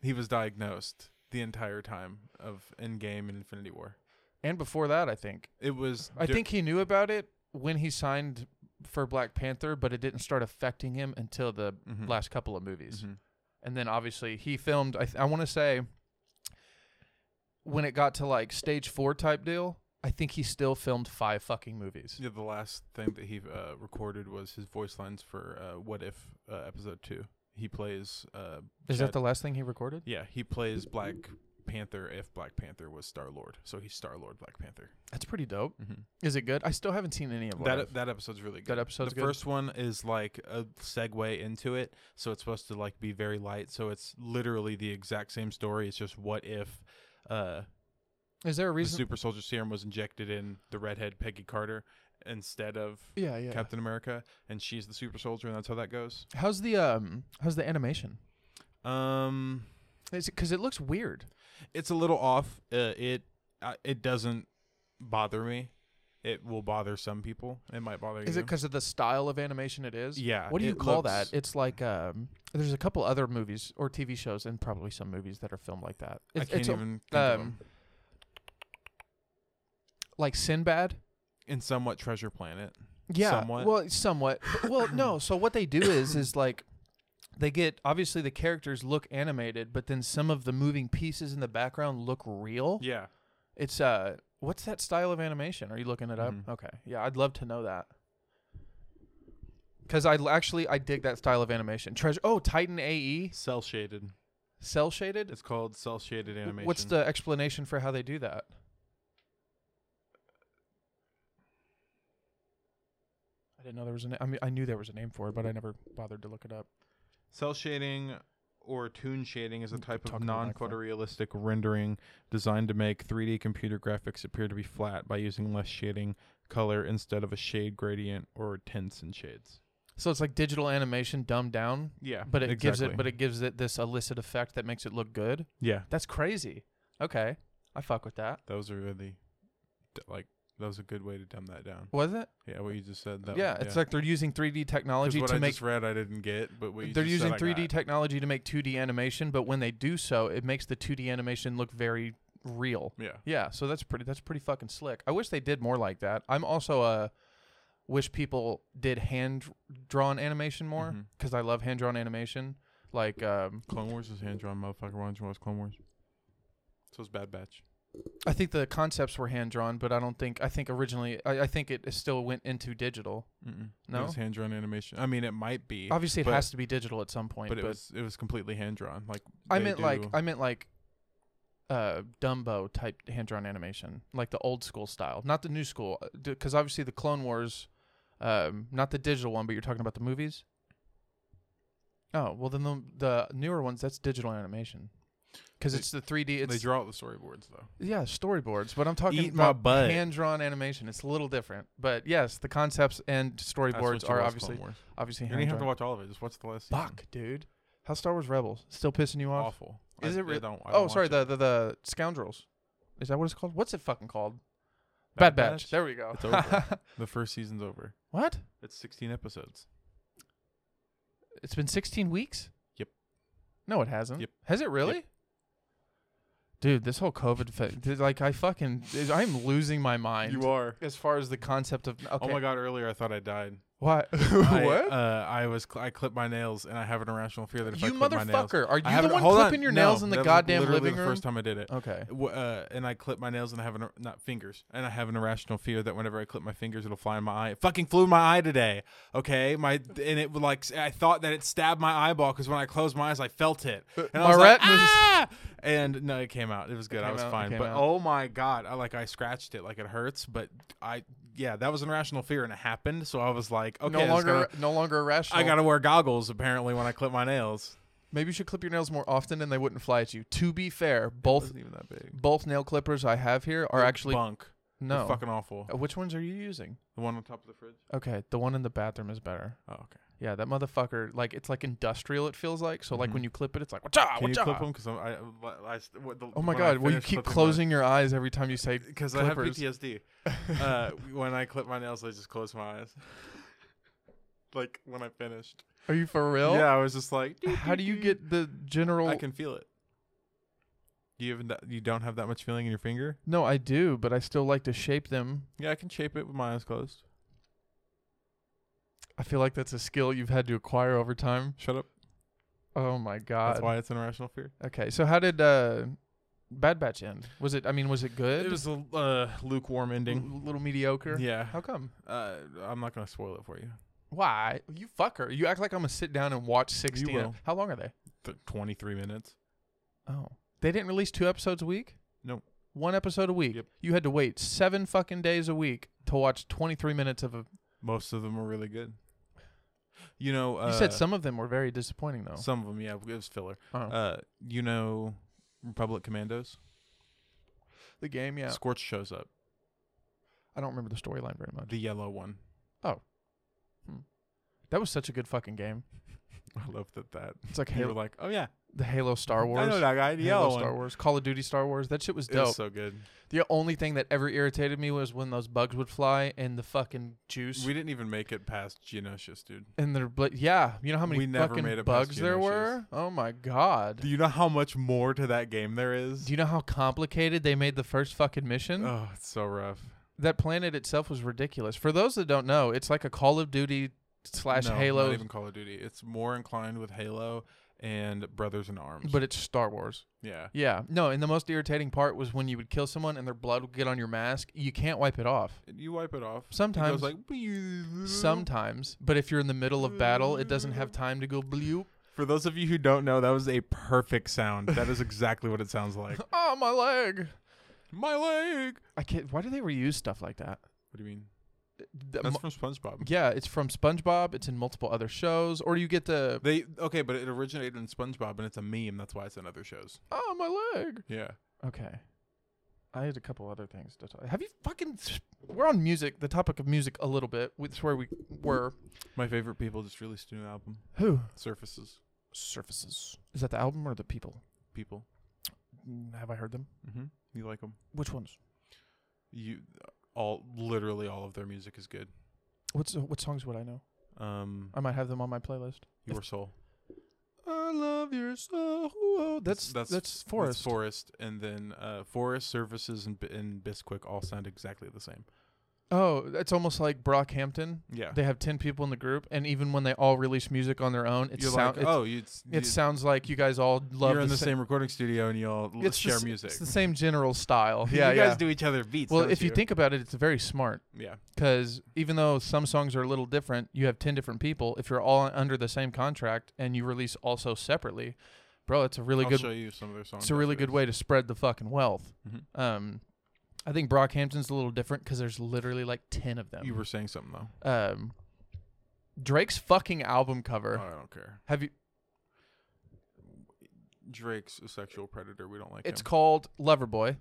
[SPEAKER 2] he was diagnosed the entire time of Endgame and Infinity War.
[SPEAKER 1] and before that, I think
[SPEAKER 2] It was.
[SPEAKER 1] I
[SPEAKER 2] dur-
[SPEAKER 1] think he knew about it when he signed for Black Panther, but it didn't start affecting him until the
[SPEAKER 2] Mhm.
[SPEAKER 1] last couple of movies.
[SPEAKER 2] Mhm.
[SPEAKER 1] and then obviously he filmed i, th- I want to say when it got to like stage four type deal i think he still filmed five fucking movies
[SPEAKER 2] Yeah, the last thing that he uh, recorded was his voice lines for uh, "What If" uh, episode two. He plays. Uh,
[SPEAKER 1] is that
[SPEAKER 2] Chad-
[SPEAKER 1] the last thing he recorded
[SPEAKER 2] Yeah, he plays Black Panther if Black Panther was Star Lord. So he's Star Lord Black Panther.
[SPEAKER 1] that's pretty dope
[SPEAKER 2] Mm-hmm.
[SPEAKER 1] is it good i still haven't seen any of them
[SPEAKER 2] That that episode's really good.
[SPEAKER 1] That episode's
[SPEAKER 2] the
[SPEAKER 1] good?
[SPEAKER 2] first one is like a segue into it, so it's supposed to like be very light. So it's literally the exact same story. It's just what if uh,
[SPEAKER 1] is there a
[SPEAKER 2] the
[SPEAKER 1] reason
[SPEAKER 2] super soldier serum was injected in the redhead Peggy Carter instead of
[SPEAKER 1] yeah yeah
[SPEAKER 2] Captain America, and she's the super soldier, and that's how that goes.
[SPEAKER 1] how's the um how's the animation
[SPEAKER 2] Um,
[SPEAKER 1] is it because it looks weird
[SPEAKER 2] it's a little off. Uh, it uh, it doesn't bother me. It will bother some people. It might bother
[SPEAKER 1] is
[SPEAKER 2] you.
[SPEAKER 1] it because of the style of animation Uh, it is
[SPEAKER 2] yeah.
[SPEAKER 1] what do you
[SPEAKER 2] it
[SPEAKER 1] call
[SPEAKER 2] looks-
[SPEAKER 1] that it's like um there's a couple other movies or tv shows and probably some movies that are filmed like that
[SPEAKER 2] I
[SPEAKER 1] it's,
[SPEAKER 2] can't
[SPEAKER 1] it's a-
[SPEAKER 2] even think of
[SPEAKER 1] um,
[SPEAKER 2] 'em.
[SPEAKER 1] like sinbad
[SPEAKER 2] in somewhat treasure planet.
[SPEAKER 1] Yeah.
[SPEAKER 2] somewhat.
[SPEAKER 1] Well, somewhat. well, no. So what they do is is like they get obviously the characters look animated, but then some of the moving pieces in the background look real.
[SPEAKER 2] Yeah.
[SPEAKER 1] It's uh what's that style of animation? Are you looking it up?
[SPEAKER 2] Mhm.
[SPEAKER 1] Okay. Yeah, I'd love to know that. Cuz I l- actually I dig that style of animation. Treasure Oh, Titan AE.
[SPEAKER 2] Cell shaded.
[SPEAKER 1] Cell shaded?
[SPEAKER 2] It's called cell shaded animation.
[SPEAKER 1] What's the explanation for how they do that? I didn't know there was a na- I mean, I knew there was a name for it, but I never bothered to look it up.
[SPEAKER 2] Cell shading or toon shading is a
[SPEAKER 1] Mm,
[SPEAKER 2] type
[SPEAKER 1] talk
[SPEAKER 2] of
[SPEAKER 1] to the microphone.
[SPEAKER 2] non-photorealistic rendering designed to make 3D computer graphics appear to be flat by using less shading color instead of a shade gradient or tints and shades.
[SPEAKER 1] So it's like digital animation dumbed down,
[SPEAKER 2] Yeah,
[SPEAKER 1] but it gives it but it gives it this illicit effect that makes it look good.
[SPEAKER 2] yeah,
[SPEAKER 1] That's crazy. Okay, I fuck with that.
[SPEAKER 2] those are really d- like that was a good way to dumb that down.
[SPEAKER 1] Was it?
[SPEAKER 2] Yeah, what you just said. That
[SPEAKER 1] yeah, it's like they're using 3D technology
[SPEAKER 2] what
[SPEAKER 1] to
[SPEAKER 2] I
[SPEAKER 1] make
[SPEAKER 2] just read I didn't get, but what you
[SPEAKER 1] they're
[SPEAKER 2] just
[SPEAKER 1] using
[SPEAKER 2] said, I
[SPEAKER 1] 3D
[SPEAKER 2] got.
[SPEAKER 1] technology to make 2D animation, but when they do so, it makes the 2D animation look very real.
[SPEAKER 2] yeah,
[SPEAKER 1] Yeah, so that's pretty that's pretty fucking slick. I wish they did more like that. I'm also a wish people did hand drawn animation more
[SPEAKER 2] Mhm.
[SPEAKER 1] because I love hand drawn animation. Like um,
[SPEAKER 2] Clone Wars is hand drawn, motherfucker. Why don't you watch Clone Wars? So it's Bad Batch.
[SPEAKER 1] I think the concepts were hand drawn, but I don't think I think originally I, I think it still went into digital.
[SPEAKER 2] Mm-mm. it
[SPEAKER 1] No?
[SPEAKER 2] was hand drawn animation. I mean, it might be,
[SPEAKER 1] Obviously, it
[SPEAKER 2] But-
[SPEAKER 1] has to be digital at some point.
[SPEAKER 2] but it was it was completely hand drawn. Like
[SPEAKER 1] I
[SPEAKER 2] they
[SPEAKER 1] meant like
[SPEAKER 2] do-
[SPEAKER 1] I meant like uh Dumbo type hand drawn animation, like the old school style, not the new school. Because obviously the Clone Wars, um, not the digital one, but you're talking about the movies. Oh well, then the, the newer ones that's digital animation, because
[SPEAKER 2] They-
[SPEAKER 1] it's the 3D.
[SPEAKER 2] they
[SPEAKER 1] It's
[SPEAKER 2] draw out the storyboards though.
[SPEAKER 1] yeah storyboards, but I'm talking
[SPEAKER 2] Eat my
[SPEAKER 1] about
[SPEAKER 2] butt.
[SPEAKER 1] hand drawn animation. It's a little different, but yes, the concepts and
[SPEAKER 2] That's what
[SPEAKER 1] storyboards
[SPEAKER 2] you
[SPEAKER 1] are
[SPEAKER 2] watch
[SPEAKER 1] obviously
[SPEAKER 2] Clone Wars.
[SPEAKER 1] obviously
[SPEAKER 2] You didn't
[SPEAKER 1] hand
[SPEAKER 2] have to
[SPEAKER 1] drawn.
[SPEAKER 2] watch all of it. Just watch the last season.
[SPEAKER 1] Fuck, dude, how's Star Wars Rebels still pissing you off?
[SPEAKER 2] awful. I-
[SPEAKER 1] Is it
[SPEAKER 2] I
[SPEAKER 1] re-
[SPEAKER 2] don't- I
[SPEAKER 1] Oh,
[SPEAKER 2] don't
[SPEAKER 1] sorry,
[SPEAKER 2] watch
[SPEAKER 1] the,
[SPEAKER 2] it.
[SPEAKER 1] the the scoundrels. Is that what it's called? What's it fucking called? Bad, Batch. There we go.
[SPEAKER 2] It's over. The first season's over.
[SPEAKER 1] what?
[SPEAKER 2] It's 16 episodes.
[SPEAKER 1] It's been 16 weeks.
[SPEAKER 2] Yep.
[SPEAKER 1] No, it hasn't.
[SPEAKER 2] Yep.
[SPEAKER 1] Has it really? Dude, this whole COVID thing, like I fucking, I'm losing my mind.
[SPEAKER 2] You are.
[SPEAKER 1] as far as the concept of okay,
[SPEAKER 2] Oh my god! Earlier, I thought I died.
[SPEAKER 1] what?
[SPEAKER 2] I,
[SPEAKER 1] what?
[SPEAKER 2] uh, I was cl- I clipped my nails, and I have an irrational fear that if I
[SPEAKER 1] you
[SPEAKER 2] clip my nails,
[SPEAKER 1] motherfucker! Are
[SPEAKER 2] I
[SPEAKER 1] you
[SPEAKER 2] have
[SPEAKER 1] the
[SPEAKER 2] an-
[SPEAKER 1] one
[SPEAKER 2] hold on,
[SPEAKER 1] clipping your
[SPEAKER 2] no,
[SPEAKER 1] nails in
[SPEAKER 2] that
[SPEAKER 1] the
[SPEAKER 2] was
[SPEAKER 1] goddamn
[SPEAKER 2] literally
[SPEAKER 1] living
[SPEAKER 2] the
[SPEAKER 1] room?
[SPEAKER 2] First time I did it.
[SPEAKER 1] Okay.
[SPEAKER 2] W- uh, and I clip my nails and I have an ir- not fingers and I have an irrational fear that whenever I clip my fingers it'll fly in my eye. It fucking flew in my eye today. Okay, my and it would like s- I thought that it stabbed my eyeball because when I closed my eyes I felt it.
[SPEAKER 1] Uh,
[SPEAKER 2] And I was like,
[SPEAKER 1] Marat was-
[SPEAKER 2] ah! And no, it came out. It was good. I
[SPEAKER 1] came
[SPEAKER 2] was
[SPEAKER 1] out, it
[SPEAKER 2] fine.
[SPEAKER 1] came
[SPEAKER 2] But
[SPEAKER 1] out.
[SPEAKER 2] oh my god, I like I scratched it like it hurts. But I yeah, that was an irrational fear and it happened. So I was like, okay,
[SPEAKER 1] no
[SPEAKER 2] I just
[SPEAKER 1] longer,
[SPEAKER 2] gotta-
[SPEAKER 1] no longer irrational.
[SPEAKER 2] I gotta wear goggles apparently when I clip my nails.
[SPEAKER 1] Maybe you should clip your nails more often, and they wouldn't fly at you. To be fair, both
[SPEAKER 2] wasn't even that big.
[SPEAKER 1] both nail clippers I have here are
[SPEAKER 2] They're
[SPEAKER 1] actually
[SPEAKER 2] bunk. They're
[SPEAKER 1] no.
[SPEAKER 2] fucking awful.
[SPEAKER 1] Uh, Which ones are you using?
[SPEAKER 2] The one on top of the fridge.
[SPEAKER 1] Okay, the one in the bathroom is better.
[SPEAKER 2] Oh okay.
[SPEAKER 1] Yeah, that motherfucker, like it's like industrial. It feels like so. Like
[SPEAKER 2] Mhm.
[SPEAKER 1] when you clip it, it's like wacha
[SPEAKER 2] Can you
[SPEAKER 1] wacha.
[SPEAKER 2] clip them? Because I, I, what the,
[SPEAKER 1] Ah, Oh my god! Well, you keep closing your eyes every time you say
[SPEAKER 2] Because I have
[SPEAKER 1] clippers.
[SPEAKER 2] PTSD. uh, when I clip my nails, I just close my eyes. like when I finished.
[SPEAKER 1] "Are you for real?"
[SPEAKER 2] Yeah, I was just like, "Doo,
[SPEAKER 1] How
[SPEAKER 2] doo,
[SPEAKER 1] do you
[SPEAKER 2] doo."
[SPEAKER 1] get the general?
[SPEAKER 2] I can feel it. Do you even th- you don't have that much feeling in your finger?
[SPEAKER 1] No, I do, but I still like to shape them.
[SPEAKER 2] Yeah, I can shape it with my eyes closed.
[SPEAKER 1] I feel like that's a skill you've had to acquire over time.
[SPEAKER 2] Shut up.
[SPEAKER 1] Oh my god!
[SPEAKER 2] That's why it's an irrational fear.
[SPEAKER 1] Okay, so how did uh, Bad Batch end? Was it? I mean, was it good?
[SPEAKER 2] It was a uh, lukewarm ending.
[SPEAKER 1] L- little mediocre.
[SPEAKER 2] Yeah.
[SPEAKER 1] How come?
[SPEAKER 2] Uh, I'm not gonna spoil it for you.
[SPEAKER 1] Why? You fucker. You act like I'm gonna sit down and watch sixteen.
[SPEAKER 2] will.
[SPEAKER 1] How long are they?
[SPEAKER 2] Th- 23 minutes.
[SPEAKER 1] Oh. They didn't release two episodes a week?
[SPEAKER 2] No.
[SPEAKER 1] One episode a week.
[SPEAKER 2] Yep.
[SPEAKER 1] You had to wait seven fucking days a week to watch twenty three minutes of a
[SPEAKER 2] Most of them are really good. You know, uh,
[SPEAKER 1] You said some of them were very disappointing though.
[SPEAKER 2] Some of them, yeah, it was filler.
[SPEAKER 1] Oh.
[SPEAKER 2] Uh, you know, Republic Commandos.
[SPEAKER 1] the game, yeah.
[SPEAKER 2] Scorch shows up,
[SPEAKER 1] I don't remember the storyline very much.
[SPEAKER 2] the yellow one.
[SPEAKER 1] That was such a good fucking game.
[SPEAKER 2] I love that. That
[SPEAKER 1] It's like
[SPEAKER 2] you were
[SPEAKER 1] Halo,
[SPEAKER 2] like, oh yeah,
[SPEAKER 1] the Halo Star
[SPEAKER 2] I
[SPEAKER 1] Wars.
[SPEAKER 2] know that guy, the
[SPEAKER 1] Halo
[SPEAKER 2] yellow
[SPEAKER 1] Star
[SPEAKER 2] one.
[SPEAKER 1] Wars, Call of Duty Star Wars. That shit was
[SPEAKER 2] It was
[SPEAKER 1] dope.
[SPEAKER 2] so good.
[SPEAKER 1] the only thing that ever irritated me was when those bugs would fly and the fucking juice
[SPEAKER 2] We didn't even make it past Geonosius, dude.
[SPEAKER 1] and their bl- yeah, you know how many
[SPEAKER 2] We never
[SPEAKER 1] fucking
[SPEAKER 2] made it past
[SPEAKER 1] bugs there
[SPEAKER 2] Geonosis.
[SPEAKER 1] were? Oh my god.
[SPEAKER 2] Do you know how much more to that game there is?
[SPEAKER 1] Do you know how complicated they made the first fucking mission?
[SPEAKER 2] oh, it's so rough.
[SPEAKER 1] that planet itself was ridiculous. For those that don't know, it's like a Call of Duty slash
[SPEAKER 2] no,
[SPEAKER 1] Halo,
[SPEAKER 2] Not even Call of Duty. It's more inclined with Halo and Brothers in Arms.
[SPEAKER 1] but it's Star Wars.
[SPEAKER 2] yeah,
[SPEAKER 1] Yeah. No, and the most irritating part was when you would kill someone and their blood would get on your mask. You can't wipe it off.
[SPEAKER 2] you wipe it off.
[SPEAKER 1] Sometimes-
[SPEAKER 2] it goes like
[SPEAKER 1] Sometimes, but if you're in the middle of battle, it doesn't have time to go bloop.
[SPEAKER 2] For those of you who don't know, that was a perfect sound. That is exactly what it sounds like.
[SPEAKER 1] oh, my leg.
[SPEAKER 2] My leg.
[SPEAKER 1] I can't. Why do they reuse stuff like that?
[SPEAKER 2] What do you mean?
[SPEAKER 1] The
[SPEAKER 2] That's
[SPEAKER 1] mu-
[SPEAKER 2] from SpongeBob.
[SPEAKER 1] yeah, it's from SpongeBob. It's in multiple other shows, or you get the
[SPEAKER 2] They okay, but it originated in SpongeBob and it's a meme. That's why it's in other shows.
[SPEAKER 1] oh my leg.
[SPEAKER 2] Yeah.
[SPEAKER 1] Okay, I had a couple other things to talk. Have you fucking? We're on music. The topic of music a little bit. That's where we were.
[SPEAKER 2] My favorite people just released a new album.
[SPEAKER 1] Who
[SPEAKER 2] Surfaces.
[SPEAKER 1] surfaces? Is that the album or the people?
[SPEAKER 2] People.
[SPEAKER 1] Mm, Have I heard them?
[SPEAKER 2] Mm-hmm. You like them?
[SPEAKER 1] Which ones?
[SPEAKER 2] You all literally all of their music is good.
[SPEAKER 1] What's uh, what songs would I know?
[SPEAKER 2] Um,
[SPEAKER 1] I might have them on my playlist.
[SPEAKER 2] your soul.
[SPEAKER 1] I love your soul. That's that's, that's Forest.
[SPEAKER 2] Forest, and then uh, Forest Surfaces and B- and Bisquick all sound exactly the same.
[SPEAKER 1] oh, that's almost like Brockhampton.
[SPEAKER 2] Yeah.
[SPEAKER 1] They have ten people in the group, and even when they all release music on their own, it
[SPEAKER 2] You're
[SPEAKER 1] sound
[SPEAKER 2] like,
[SPEAKER 1] it,
[SPEAKER 2] oh, you, it's,
[SPEAKER 1] it sounds like you guys all
[SPEAKER 2] you,
[SPEAKER 1] love
[SPEAKER 2] are in the
[SPEAKER 1] sa-
[SPEAKER 2] same recording studio and you all l-
[SPEAKER 1] it's the
[SPEAKER 2] share
[SPEAKER 1] s-
[SPEAKER 2] music.
[SPEAKER 1] It's the same general style. Yeah,
[SPEAKER 2] you
[SPEAKER 1] yeah.
[SPEAKER 2] guys do each other beats.
[SPEAKER 1] well,
[SPEAKER 2] don't
[SPEAKER 1] if you think about it, it's very smart
[SPEAKER 2] yeah,
[SPEAKER 1] because even though some songs are a little different, you have ten different people. If you're all under the same contract and you release also separately, bro, it's a really
[SPEAKER 2] I'll
[SPEAKER 1] good.
[SPEAKER 2] show you some of their songs.
[SPEAKER 1] It's a really good way to spread the fucking wealth.
[SPEAKER 2] Mhm.
[SPEAKER 1] Um, I think Brockhampton's a little different because there's literally like ten of them.
[SPEAKER 2] You were saying something though.
[SPEAKER 1] um, Drake's fucking album cover.
[SPEAKER 2] Oh, I don't care.
[SPEAKER 1] Have you?
[SPEAKER 2] Drake's a sexual predator. We don't like
[SPEAKER 1] It's
[SPEAKER 2] him.
[SPEAKER 1] called Loverboy.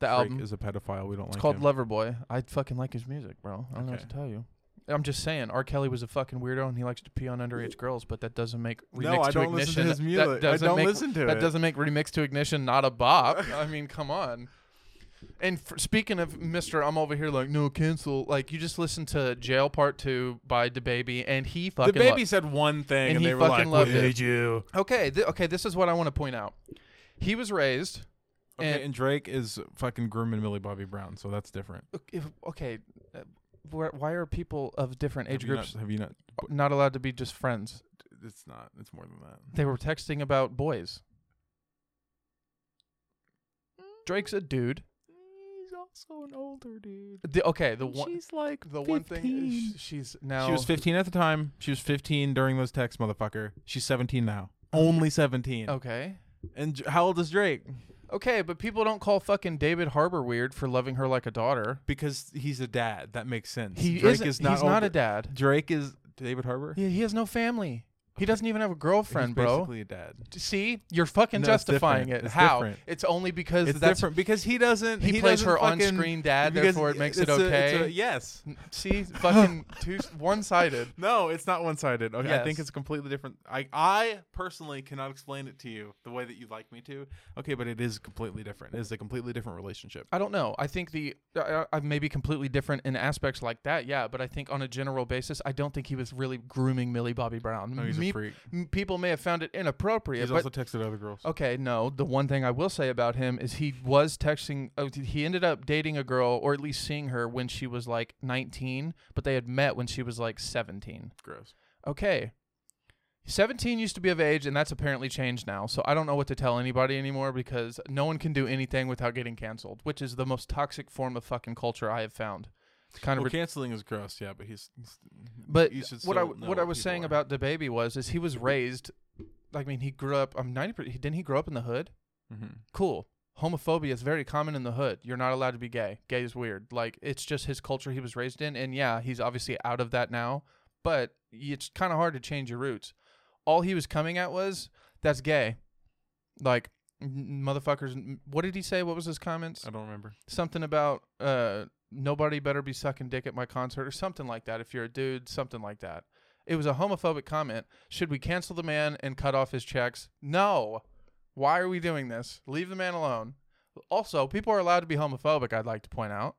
[SPEAKER 1] The
[SPEAKER 2] Drake
[SPEAKER 1] album.
[SPEAKER 2] is a pedophile. We don't
[SPEAKER 1] it's
[SPEAKER 2] like
[SPEAKER 1] called
[SPEAKER 2] him.
[SPEAKER 1] Loverboy. I fucking like his music, bro. I don't know what to
[SPEAKER 2] Okay.
[SPEAKER 1] tell you. I'm just saying, R. Kelly was a fucking weirdo, and he likes to pee on underage girls, but that doesn't make remix
[SPEAKER 2] No, I
[SPEAKER 1] to
[SPEAKER 2] don't listen
[SPEAKER 1] ignition.
[SPEAKER 2] to his
[SPEAKER 1] that
[SPEAKER 2] music. I
[SPEAKER 1] doesn't
[SPEAKER 2] don't
[SPEAKER 1] make-
[SPEAKER 2] listen to
[SPEAKER 1] that
[SPEAKER 2] it.
[SPEAKER 1] doesn't make remix to ignition not a bop. I mean, come on. And f speaking of Mister, I'm over here like no cancel. Like you just listened to Jail Part Two by DaBaby, and he
[SPEAKER 2] The
[SPEAKER 1] fucking lo-
[SPEAKER 2] baby said one thing,
[SPEAKER 1] And
[SPEAKER 2] and,
[SPEAKER 1] he
[SPEAKER 2] they were like,
[SPEAKER 1] fucking loved
[SPEAKER 2] "We
[SPEAKER 1] it.
[SPEAKER 2] hate you."
[SPEAKER 1] okay, th- okay, this is what I want to point out. He was raised
[SPEAKER 2] Okay,
[SPEAKER 1] And-
[SPEAKER 2] and, Drake is fucking grooming Millie Bobby Brown, so that's different.
[SPEAKER 1] Ok- if- okay uh, where- why are people of different
[SPEAKER 2] have
[SPEAKER 1] age
[SPEAKER 2] you not-
[SPEAKER 1] groups
[SPEAKER 2] have you not?
[SPEAKER 1] not, allowed to be just friends
[SPEAKER 2] It's not. It's more than that.
[SPEAKER 1] they were texting about boys drake's a dude
[SPEAKER 2] He's also an older dude.
[SPEAKER 1] the, okay the one
[SPEAKER 2] she's like
[SPEAKER 1] the one thing is sh- she's now
[SPEAKER 2] She was 15 at the time. She was 15 during those texts, motherfucker. She's 17 now. Only 17.
[SPEAKER 1] okay
[SPEAKER 2] And J- how old is Drake?
[SPEAKER 1] okay but people don't call fucking david harbor weird for loving her like a daughter
[SPEAKER 2] Because he's a dad. That makes sense.
[SPEAKER 1] he
[SPEAKER 2] Drake
[SPEAKER 1] isn't,
[SPEAKER 2] is not.
[SPEAKER 1] he's not
[SPEAKER 2] older-
[SPEAKER 1] a dad
[SPEAKER 2] Drake is David Harbor.
[SPEAKER 1] he, he has no family he doesn't even have a
[SPEAKER 2] He's
[SPEAKER 1] girlfriend bro
[SPEAKER 2] basically a dad.
[SPEAKER 1] see you're fucking
[SPEAKER 2] No, it's
[SPEAKER 1] justifying
[SPEAKER 2] different.
[SPEAKER 1] it
[SPEAKER 2] It's
[SPEAKER 1] how
[SPEAKER 2] different.
[SPEAKER 1] it's only because
[SPEAKER 2] It's
[SPEAKER 1] that's
[SPEAKER 2] different because he doesn't.
[SPEAKER 1] he, plays
[SPEAKER 2] doesn't
[SPEAKER 1] her
[SPEAKER 2] fucking-
[SPEAKER 1] on-screen dad,
[SPEAKER 2] because
[SPEAKER 1] therefore it makes
[SPEAKER 2] it's
[SPEAKER 1] it
[SPEAKER 2] a- it's
[SPEAKER 1] okay.
[SPEAKER 2] a- yes.
[SPEAKER 1] N- See, fucking two, one-sided.
[SPEAKER 2] No, it's not one-sided. Okay, I
[SPEAKER 1] Yes.
[SPEAKER 2] think it's completely different. I I personally cannot explain it to you the way that you'd like me to. Okay, but it is completely different. It is a completely different relationship.
[SPEAKER 1] I don't know. I think the I, I may be completely different in aspects like that. Yeah, but I think on a general basis, I don't think he was really grooming Millie Bobby Brown.
[SPEAKER 2] No, Oh, he's
[SPEAKER 1] Me-
[SPEAKER 2] a freak.
[SPEAKER 1] m- People may have found it inappropriate,
[SPEAKER 2] He's
[SPEAKER 1] but
[SPEAKER 2] also texted other girls.
[SPEAKER 1] Okay, no. The one thing I will say about him is he was texting. Oh, he ended up dating a girl, or at least seeing her when she was like 19, but they had met when she was like 17.
[SPEAKER 2] Gross.
[SPEAKER 1] okay. 17 used to be of age, and that's apparently changed now. So I don't know what to tell anybody anymore because no one can do anything without getting canceled, which is the most toxic form of fucking culture I have found. It's kind of
[SPEAKER 2] Well,
[SPEAKER 1] rid-
[SPEAKER 2] canceling is gross. Yeah, but he's. he's-
[SPEAKER 1] but
[SPEAKER 2] you should
[SPEAKER 1] what I
[SPEAKER 2] still know
[SPEAKER 1] what I
[SPEAKER 2] what
[SPEAKER 1] was
[SPEAKER 2] people
[SPEAKER 1] saying
[SPEAKER 2] are.
[SPEAKER 1] about the baby was is he was raised. I mean, he grew up. I'm 90. per- Didn't he grow up in the hood?
[SPEAKER 2] Mhm.
[SPEAKER 1] Cool. Homophobia is very common in the hood. You're not allowed to be gay. Gay is weird. Like it's just his culture he was raised in, and yeah, he's obviously out of that now. But it's kind of hard to change your roots. All he was coming at was that's gay. Like m- motherfuckers. m- What did he say? What was his comments?
[SPEAKER 2] I don't remember.
[SPEAKER 1] something about uh nobody better be sucking dick at my concert or something like that if you're a dude something like that it was a homophobic comment should we cancel the man and cut off his checks no why are we doing this leave the man alone also people are allowed to be homophobic i'd like to point out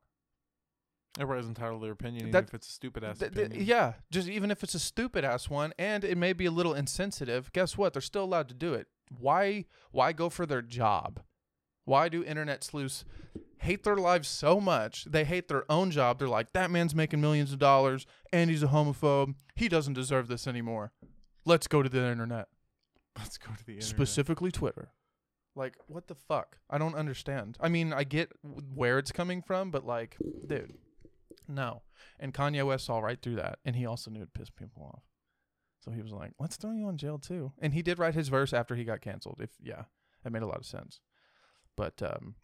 [SPEAKER 2] Everybody's entitled to their opinion, even
[SPEAKER 1] That-
[SPEAKER 2] if it's a stupid ass
[SPEAKER 1] Th- th-
[SPEAKER 2] opinion.
[SPEAKER 1] yeah just even if it's a stupid ass one and it may be a little insensitive guess what they're still allowed to do it why why go for their job why do internet sleuths hate their lives so much they hate their own job they're like that man's making millions of dollars and he's a homophobe he doesn't deserve this anymore let's go to the internet,
[SPEAKER 2] Let's go to the internet.
[SPEAKER 1] specifically twitter like what the fuck i don't understand i mean i get w- where it's coming from but like dude no and kanye west saw right through that and he also knew it pissed people off So he was like, "Let's throw you on jail too." And he did write his verse after he got canceled. If yeah, that made a lot of sense. But um,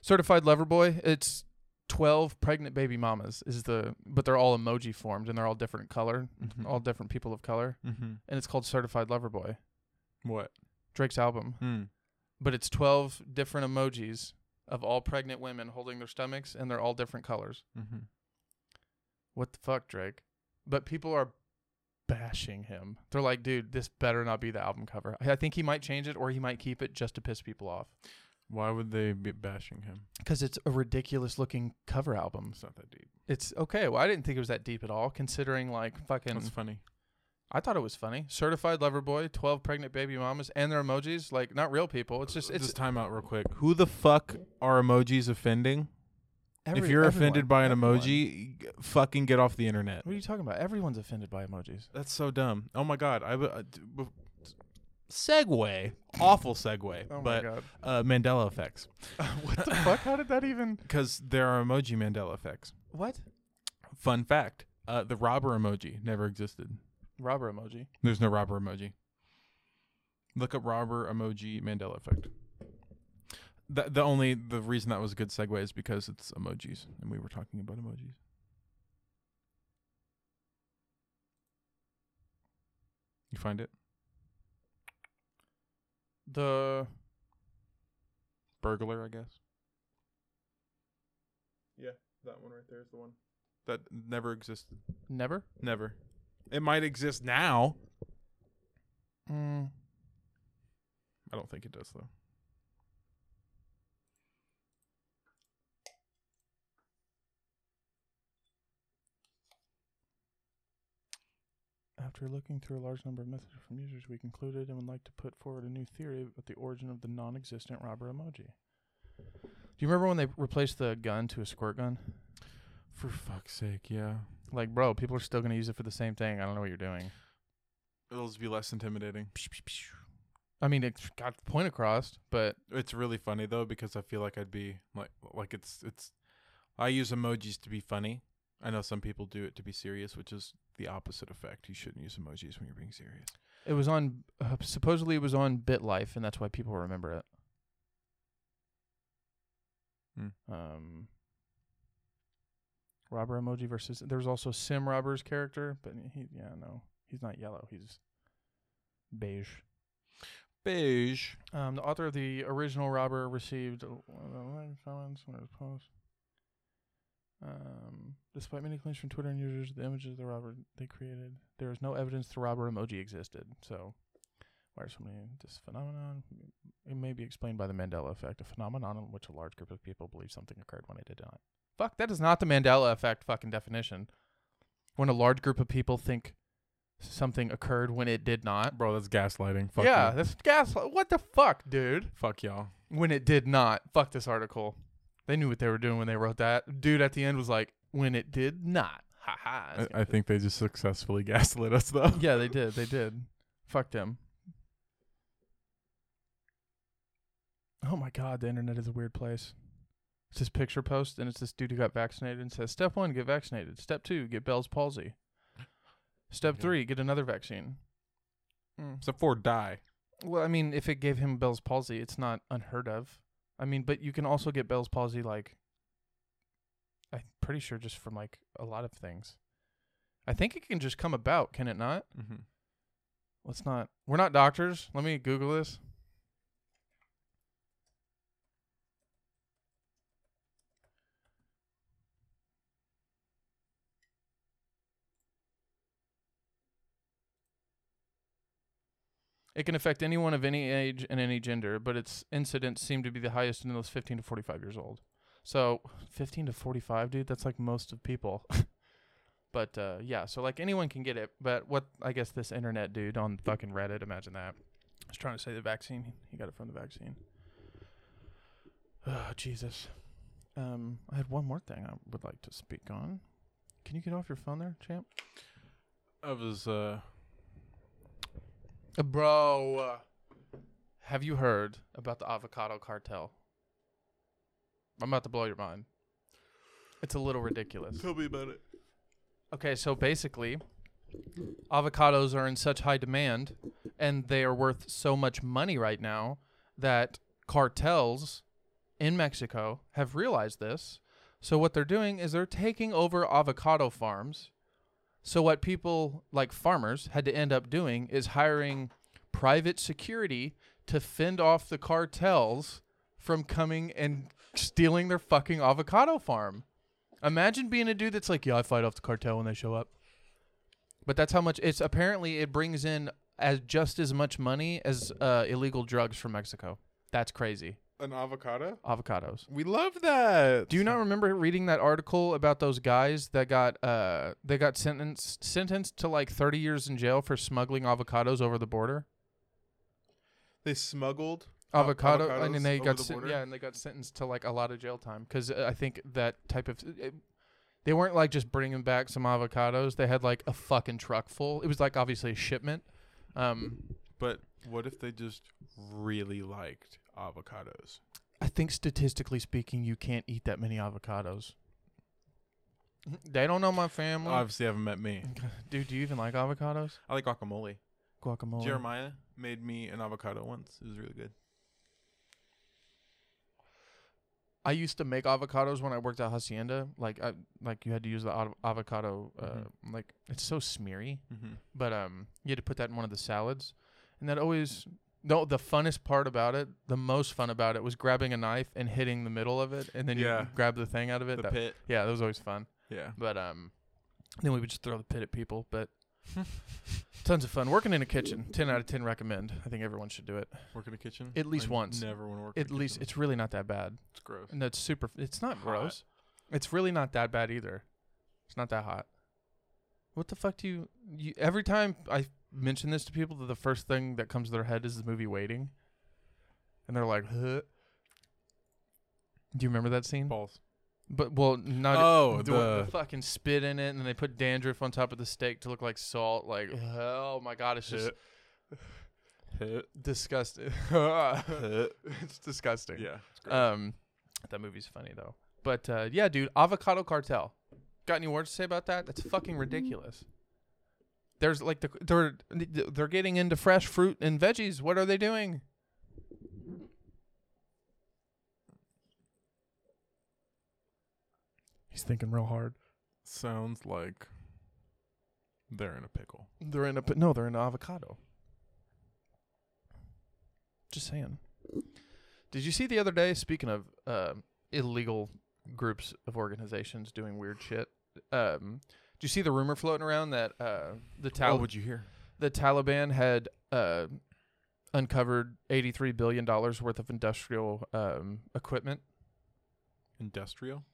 [SPEAKER 1] certified lover boy, it's twelve pregnant baby mamas is the, but they're all emoji formed and they're all different color,
[SPEAKER 2] Mhm.
[SPEAKER 1] all different people of color,
[SPEAKER 2] Mm-hmm.
[SPEAKER 1] and it's called Certified Lover Boy,
[SPEAKER 2] What?
[SPEAKER 1] Drake's album.
[SPEAKER 2] Mm.
[SPEAKER 1] But it's twelve different emojis of all pregnant women holding their stomachs, and they're all different colors.
[SPEAKER 2] Mm-hmm.
[SPEAKER 1] what the fuck, Drake? But people are bashing him. They're like, dude, this better not be the album cover. I I think he might change it or he might keep it just to piss people off.
[SPEAKER 2] Why would they be bashing him?
[SPEAKER 1] Because it's a ridiculous looking cover album.
[SPEAKER 2] It's not that deep.
[SPEAKER 1] It's okay. Well, I didn't think it was that deep at all, considering like fucking.
[SPEAKER 2] That's funny.
[SPEAKER 1] I thought it was funny. Certified lover boy, 12 pregnant baby mamas, and their emojis. Like, not real people. It's just, it's
[SPEAKER 2] just time out real quick. Who the fuck are emojis offending? if
[SPEAKER 1] every-
[SPEAKER 2] you're
[SPEAKER 1] everyone-
[SPEAKER 2] offended by an
[SPEAKER 1] everyone.
[SPEAKER 2] emoji, g- fucking get off the internet.
[SPEAKER 1] What are you talking about? Everyone's offended by emojis.
[SPEAKER 2] That's so dumb. Oh my god. I w- uh, d- b- segue. Awful segue.
[SPEAKER 1] Oh
[SPEAKER 2] but
[SPEAKER 1] my God.
[SPEAKER 2] uh, Mandela effects.
[SPEAKER 1] what the fuck? How did that even.
[SPEAKER 2] Because there are emoji Mandela effects.
[SPEAKER 1] What?
[SPEAKER 2] Fun fact: uh, the robber emoji never existed.
[SPEAKER 1] Robber emoji.
[SPEAKER 2] There's no robber emoji. Look up robber emoji Mandela effect. The, the only the reason that was a good segue is because it's emojis, and we were talking about emojis. You find it?
[SPEAKER 1] The.
[SPEAKER 2] Burglar, I guess. Yeah, that one right there is the one that never existed.
[SPEAKER 1] Never?
[SPEAKER 2] Never. It might exist now.
[SPEAKER 1] Mm.
[SPEAKER 2] I don't think it does though.
[SPEAKER 1] After looking through a large number of messages from users, we concluded and would like to put forward a new theory about the origin of the non existent robber emoji. Do you remember when they replaced the gun to a squirt gun?
[SPEAKER 2] For fuck's sake, yeah.
[SPEAKER 1] Like, bro, people are still going to use it for the same thing. I don't know what you're doing.
[SPEAKER 2] It'll just be less intimidating.
[SPEAKER 1] I mean, it got the point across, but
[SPEAKER 2] It's really funny though because I feel like I'd be like like it's it's I use emojis to be funny. I know some people do it to be serious, which is the opposite effect. You shouldn't use emojis when you're being serious.
[SPEAKER 1] it was on, uh, supposedly, it was on BitLife, and that's why people remember it.
[SPEAKER 2] Hmm.
[SPEAKER 1] Um, robber emoji versus there was also Sim Robber's character, but he yeah no he's not yellow he's beige.
[SPEAKER 2] Beige.
[SPEAKER 1] Um, the author of the original robber received a- uh, comments on his post. Um, despite many claims from Twitter and users, the images of the robber they created, there is no evidence the robber emoji existed. So, why are so many this phenomenon? It may be explained by the Mandela effect, a phenomenon in which a large group of people believe something occurred when it did not. Fuck, that is not the Mandela effect fucking definition. When a large group of people think something occurred when it did not.
[SPEAKER 2] Uh, Bro, that's gaslighting. Fuck
[SPEAKER 1] yeah,
[SPEAKER 2] you.
[SPEAKER 1] that's gaslight. What the fuck, dude?
[SPEAKER 2] Fuck y'all.
[SPEAKER 1] when it did not. Fuck this article. They knew what they were doing when they wrote that. Dude at the end was like, when it did not. Ha ha. It's
[SPEAKER 2] I, I think they just successfully gaslit us though.
[SPEAKER 1] gonna- yeah, they did. They did. Fuck them. Oh my God, the internet is a weird place. It's this picture post, and it's this dude who got vaccinated and says, Step one, get vaccinated. Step two, get Bell's palsy. Step
[SPEAKER 2] Okay.
[SPEAKER 1] three, get another vaccine. Mm.
[SPEAKER 2] Except for die.
[SPEAKER 1] Well, I mean, if it gave him Bell's palsy, it's not unheard of. I mean, but you can also get Bell's palsy like I'm pretty sure just from like a lot of things. I think it can just come about, can it not?
[SPEAKER 2] Mm-hmm.
[SPEAKER 1] Let's not. We're not doctors. Let me Google this. It can affect anyone of any age and any gender, but its incidents seem to be the highest in those 15 to 45 years old. So, 15 to 45, dude, that's like most of people. But uh, yeah, so like anyone can get it. But what I guess this internet dude on fucking Reddit, imagine that, was trying to say the vaccine. He got it from the vaccine. Oh, Jesus. Um, I had one more thing I would like to speak on. Can you get off your phone there, champ?
[SPEAKER 2] I was uh
[SPEAKER 1] Uh, bro, have you heard about the avocado cartel? I'm about to blow your mind. It's a little ridiculous.
[SPEAKER 2] Tell me about it.
[SPEAKER 1] Okay, so basically, avocados are in such high demand and they are worth so much money right now that cartels in Mexico have realized this. So what they're doing is they're taking over avocado farms. So what people like farmers had to end up doing is hiring private security to fend off the cartels from coming and stealing their fucking avocado farm. Imagine being a dude that's like, yeah, I fight off the cartel when they show up. But that's how much it's apparently it brings in as just as much money as uh, illegal drugs from Mexico. That's crazy.
[SPEAKER 2] An avocado?
[SPEAKER 1] Avocados.
[SPEAKER 2] We love that.
[SPEAKER 1] Do you not remember reading that article about those guys that got uh they got sentenced sentenced to like 30 years in jail for smuggling avocados over the border?
[SPEAKER 2] They smuggled Av-
[SPEAKER 1] Avocado and
[SPEAKER 2] avocados
[SPEAKER 1] then they
[SPEAKER 2] over
[SPEAKER 1] got
[SPEAKER 2] the
[SPEAKER 1] sen-
[SPEAKER 2] border?
[SPEAKER 1] yeah, and they got sentenced to like a lot of jail time cuz uh, I think that type of uh, it- they weren't like just bringing back some avocados. They had like a fucking truck full. It was like obviously a shipment. Um
[SPEAKER 2] But what if they just really liked avocados?
[SPEAKER 1] I think statistically speaking, you can't eat that many avocados. They don't know my family.
[SPEAKER 2] Obviously, haven't met me.
[SPEAKER 1] Dude, do you even like avocados?
[SPEAKER 2] I like guacamole.
[SPEAKER 1] Guacamole.
[SPEAKER 2] Jeremiah made me an avocado once. It was really good.
[SPEAKER 1] I used to make avocados when I worked at Hacienda. Like, I like you had to use the av- avocado. Uh, Like, it's so smeary,
[SPEAKER 2] Mm-hmm.
[SPEAKER 1] but um, you had to put that in one of the salads, and that always. No, the funnest part about it, the most fun about it, was grabbing a knife and hitting the middle of it, and then
[SPEAKER 2] Yeah.
[SPEAKER 1] you grab the thing out of it.
[SPEAKER 2] The
[SPEAKER 1] That-
[SPEAKER 2] pit.
[SPEAKER 1] Yeah, that was always fun.
[SPEAKER 2] Yeah.
[SPEAKER 1] But um, then we would just throw the pit at people. But tons of fun working in a kitchen. Ten out of ten recommend. I think everyone should do it.
[SPEAKER 2] Work in a kitchen.
[SPEAKER 1] At least
[SPEAKER 2] I
[SPEAKER 1] once.
[SPEAKER 2] Never want to work.
[SPEAKER 1] At least
[SPEAKER 2] it's,
[SPEAKER 1] it's really not that bad.
[SPEAKER 2] it's gross.
[SPEAKER 1] And that's super. It's not
[SPEAKER 2] Hot.
[SPEAKER 1] gross. It's really not that bad either. It's not that hot. What the fuck do you, you? Every time I mention this to people, the first thing that comes to their head is the movie Waiting, and they're like, "Huh." Do you remember that scene?
[SPEAKER 2] Balls.
[SPEAKER 1] But well, not e-,
[SPEAKER 2] Oh,
[SPEAKER 1] the, the
[SPEAKER 2] the-
[SPEAKER 1] fucking spit in it, and then they put dandruff on top of the steak to look like salt. Like, oh my god, it's just disgusting. it's disgusting.
[SPEAKER 2] Yeah. Uh, It's gross.
[SPEAKER 1] Um, that movie's funny though. But uh, yeah, dude, Avocado Cartel. Got any words to say about that? That's fucking ridiculous. There's like the they're they're getting into fresh fruit and veggies. What are they doing? He's thinking real hard.
[SPEAKER 2] Sounds like they're in a pickle.
[SPEAKER 1] They're in a no, they're in avocado. Just saying. Did you see the other day? Speaking of um illegal groups of organizations doing weird shit, um, do you see the rumor floating around that uh, the
[SPEAKER 2] How
[SPEAKER 1] Taliban
[SPEAKER 2] would you hear?
[SPEAKER 1] the Taliban had uh, uncovered eighty three billion dollars worth of industrial um, equipment,
[SPEAKER 2] Industrial.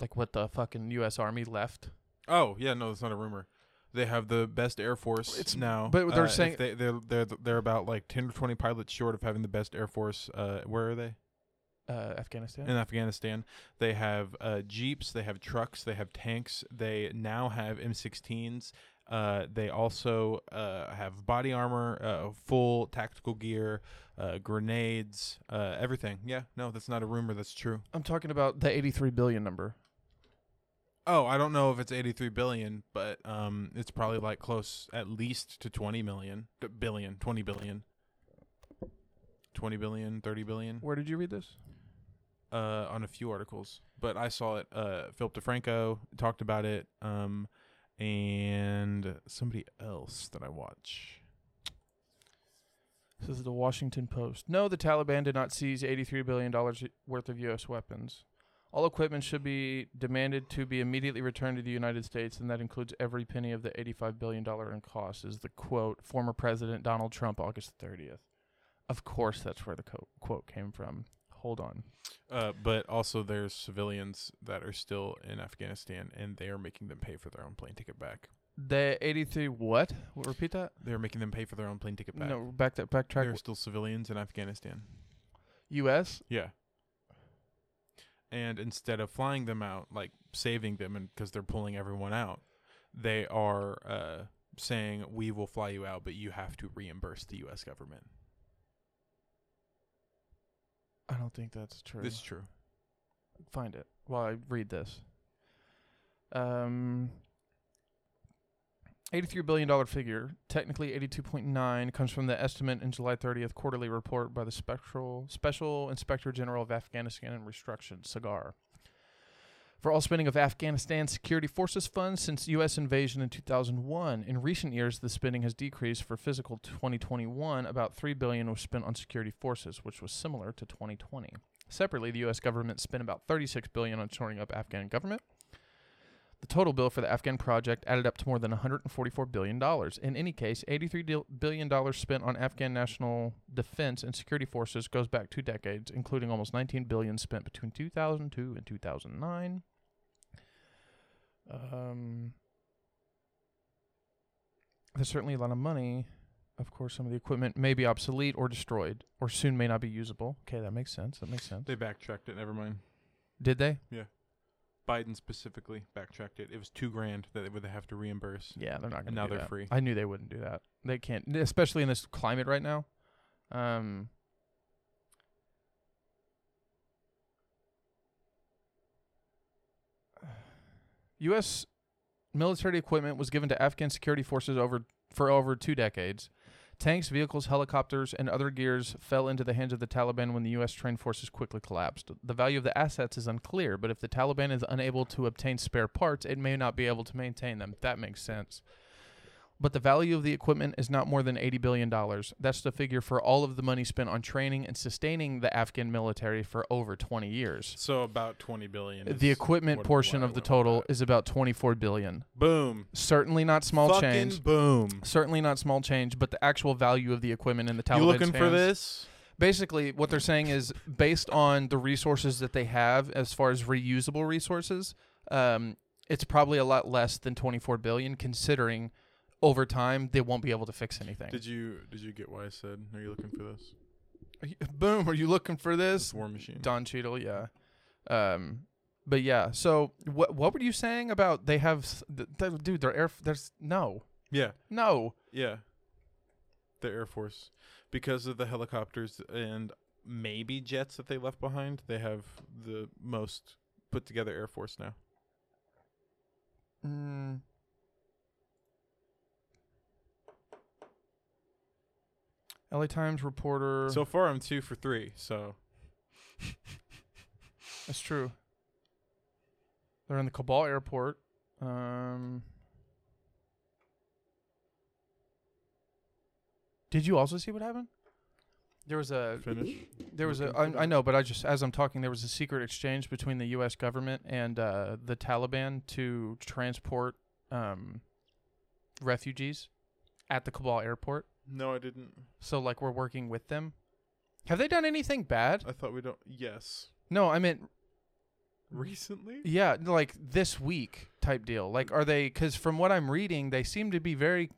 [SPEAKER 1] like what the fucking U.S. Army left?
[SPEAKER 2] Oh yeah, no, that's not a rumor. They have the best air force
[SPEAKER 1] It's-
[SPEAKER 2] now,
[SPEAKER 1] but they're
[SPEAKER 2] uh, if
[SPEAKER 1] saying-
[SPEAKER 2] they, they're they're they're about like ten or twenty pilots short of having the best air force. Uh, where are they?
[SPEAKER 1] Uh, Afghanistan.
[SPEAKER 2] In Afghanistan, they have uh, jeeps, they have trucks, they have tanks. They now have M16s. Uh, they also uh, have body armor, uh, full tactical gear, uh, grenades, uh, everything. Yeah, no, that's not a rumor. That's true.
[SPEAKER 1] I'm talking about the eighty three billion number.
[SPEAKER 2] Oh, I don't know if it's 83 billion, but um, it's probably like close at least to 20 million, d- billion, 20 billion, 20 billion, 30 billion.
[SPEAKER 1] Where did you read this?
[SPEAKER 2] Uh, on a few articles, but I saw it. Uh, Philip DeFranco talked about it. Um, and somebody else that I watch.
[SPEAKER 1] This is the Washington Post. No, the Taliban did not seize $83 billion worth of U.S. weapons. All equipment should be demanded to be immediately returned to the United States, and that includes every penny of the $85 billion in costs, is the quote, former President Donald Trump, August 30th. Of course, that's where the co- quote came from. Hold on.
[SPEAKER 2] Uh, but also there's civilians that are still in Afghanistan, and they are making them pay for their own plane ticket back.
[SPEAKER 1] The 83 what? Repeat that?
[SPEAKER 2] They're making them pay for their own plane ticket back.
[SPEAKER 1] No, back that backtrack.
[SPEAKER 2] there are still civilians in Afghanistan.
[SPEAKER 1] U.S.
[SPEAKER 2] Yeah. And instead of flying them out, like saving them, and because they're pulling everyone out, they are uh, saying we will fly you out, but you have to reimburse the U.S. government.
[SPEAKER 1] I don't think that's true.
[SPEAKER 2] This is true.
[SPEAKER 1] find it while I read this. Um, Eighty-three billion dollar figure, technically eighty-two point nine, comes from the estimate in July thirtieth quarterly report by the Spectral Special Inspector General of Afghanistan and Reconstruction (SAGAR) for all spending of Afghanistan security forces funds since U.S. invasion in 2001. In recent years, the spending has decreased. For fiscal 2021, about three billion was spent on security forces, which was similar to 2020. Separately, the U.S. government spent about 36 billion on shoring up Afghan government. The total bill for the Afghan project added up to more than 144 billion dollars. In any case, 83 dil- billion dollars spent on Afghan national defense and security forces goes back two decades, including almost 19 billion spent between 2002 and 2009. Um, there's certainly a lot of money. Of course, some of the equipment may be obsolete or destroyed, or soon may not be usable. Okay, that makes sense. That makes sense.
[SPEAKER 2] They backtracked it. Never mind.
[SPEAKER 1] Did they?
[SPEAKER 2] Biden specifically backtracked it. It was two grand that they would have to reimburse.
[SPEAKER 1] Yeah, they're not going
[SPEAKER 2] And
[SPEAKER 1] to.
[SPEAKER 2] now
[SPEAKER 1] do
[SPEAKER 2] they're
[SPEAKER 1] that.
[SPEAKER 2] free.
[SPEAKER 1] I knew they wouldn't do that. They can't, especially in this climate right now. Um, U.S. military equipment was given to Afghan security forces over for over two decades. Tanks, vehicles, helicopters, and other gears fell into the hands of the Taliban when the U.S. trained forces quickly collapsed. The value of the assets is unclear, but if the Taliban is unable to obtain spare parts, it may not be able to maintain them. That makes sense. But the value of the equipment is not more than $80 billion. That's the figure for all of the money spent on training and sustaining the Afghan military for over 20 years.
[SPEAKER 2] So about twenty billion. is
[SPEAKER 1] The equipment
[SPEAKER 2] what-
[SPEAKER 1] portion
[SPEAKER 2] why I
[SPEAKER 1] of the
[SPEAKER 2] went with
[SPEAKER 1] total
[SPEAKER 2] that.
[SPEAKER 1] is about 24 billion.
[SPEAKER 2] boom.
[SPEAKER 1] Certainly not small
[SPEAKER 2] Fucking
[SPEAKER 1] change.
[SPEAKER 2] boom.
[SPEAKER 1] Certainly not small change, but the actual value of the equipment in the Taliban's
[SPEAKER 2] you looking for
[SPEAKER 1] hands-
[SPEAKER 2] this?
[SPEAKER 1] Basically, what they're saying is based on the resources that they have, as far as reusable resources, um, it's probably a lot less than 24 billion, considering over time they won't be able to fix anything.
[SPEAKER 2] Did you did you get what I said? Are you looking for this?
[SPEAKER 1] Are you- Boom! Are you looking for this?
[SPEAKER 2] This war machine.
[SPEAKER 1] Don Cheadle, yeah. Um, but yeah. So what what were you saying about they have s- th- th- dude? Their air. There's no,
[SPEAKER 2] Yeah.
[SPEAKER 1] no.
[SPEAKER 2] Yeah. The Air Force. Because of the helicopters and maybe jets that they left behind, they have the most put together Air Force now.
[SPEAKER 1] Mm. LA Times reporter.
[SPEAKER 2] So far, I'm two for three. So
[SPEAKER 1] That's true. They're in the Kabul airport. Um, did you also see what happened? There was a
[SPEAKER 2] finish.
[SPEAKER 1] there was a
[SPEAKER 2] Looking for
[SPEAKER 1] I, I
[SPEAKER 2] that.
[SPEAKER 1] know, but I just as I'm talking, there was a secret exchange between the U.S. government and uh, the Taliban to transport um, refugees at the Kabul airport.
[SPEAKER 2] No, I didn't.
[SPEAKER 1] So like we're working with them. Have they done anything bad?
[SPEAKER 2] I thought we don't. Yes.
[SPEAKER 1] No, I meant
[SPEAKER 2] Recently?
[SPEAKER 1] Yeah, like this week type deal. Like, are they? Because from what I'm reading, they seem to be very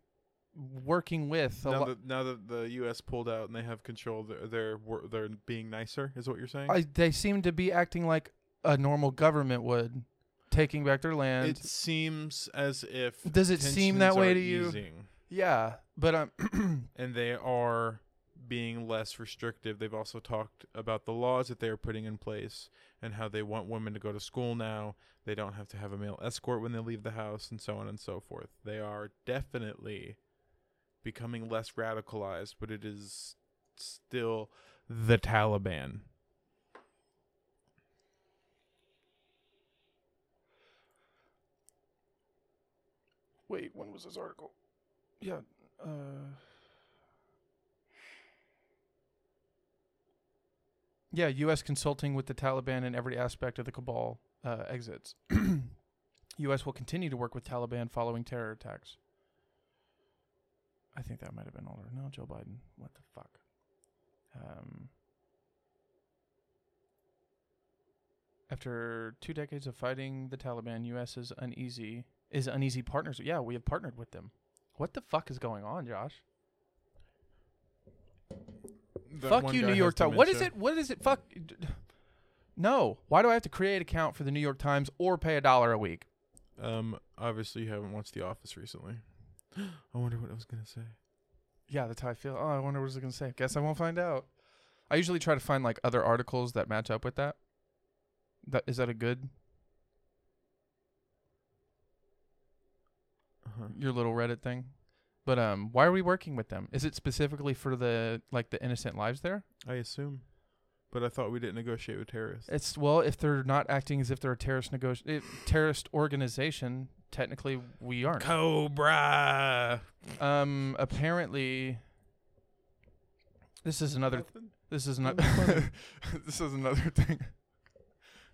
[SPEAKER 1] working with a
[SPEAKER 2] now,
[SPEAKER 1] lot.
[SPEAKER 2] that, now that the U.S. pulled out and they have control, they're they're, wor- they're being nicer, is what you're saying?
[SPEAKER 1] I, they seem to be acting like a normal government would, taking back their land.
[SPEAKER 2] it seems as if.
[SPEAKER 1] Does it seem that
[SPEAKER 2] tensions
[SPEAKER 1] way
[SPEAKER 2] are
[SPEAKER 1] to you?
[SPEAKER 2] easing
[SPEAKER 1] yeah, but um,
[SPEAKER 2] And they are being less restrictive. They've also talked about the laws that they are putting in place and how they want women to go to school now. They don't have to have a male escort when they leave the house, and so on and so forth. They are definitely becoming less radicalized, but it is still the Taliban.
[SPEAKER 1] wait, when was this article? Yeah. Uh, yeah, U.S. consulting with the Taliban in every aspect of the Kabul uh, exits. U.S. will continue to work with Taliban following terror attacks. I think that might have been older. No, Joe Biden. What the fuck? Um, after two decades of fighting the Taliban, U.S. is uneasy. Is uneasy partners? Yeah, we have partnered with them. What the fuck is going on, Josh?
[SPEAKER 2] That
[SPEAKER 1] fuck
[SPEAKER 2] one
[SPEAKER 1] you,
[SPEAKER 2] guy
[SPEAKER 1] New
[SPEAKER 2] has
[SPEAKER 1] York Times. What is
[SPEAKER 2] dementia.
[SPEAKER 1] it? What is it? Fuck. No. Why do I have to create an account for the New York Times or pay a dollar a week?
[SPEAKER 2] Um, obviously you haven't watched The Office recently. I wonder what I was gonna say.
[SPEAKER 1] Yeah, that's how I feel. Oh, I wonder what it's gonna say. Guess I won't find out. I usually try to find like other articles that match up with that. That is that a good?
[SPEAKER 2] Uh Uh-huh.
[SPEAKER 1] your little Reddit thing. But um, why are we working with them? Is it specifically for the like the innocent lives there?
[SPEAKER 2] I assume. But I thought we didn't negotiate with terrorists.
[SPEAKER 1] It's well, if they're not acting as if they're a terrorist negoti- eh, terrorist organization, technically we aren't.
[SPEAKER 2] Cobra.
[SPEAKER 1] Um, apparently, this is another. This is not. this is another thing.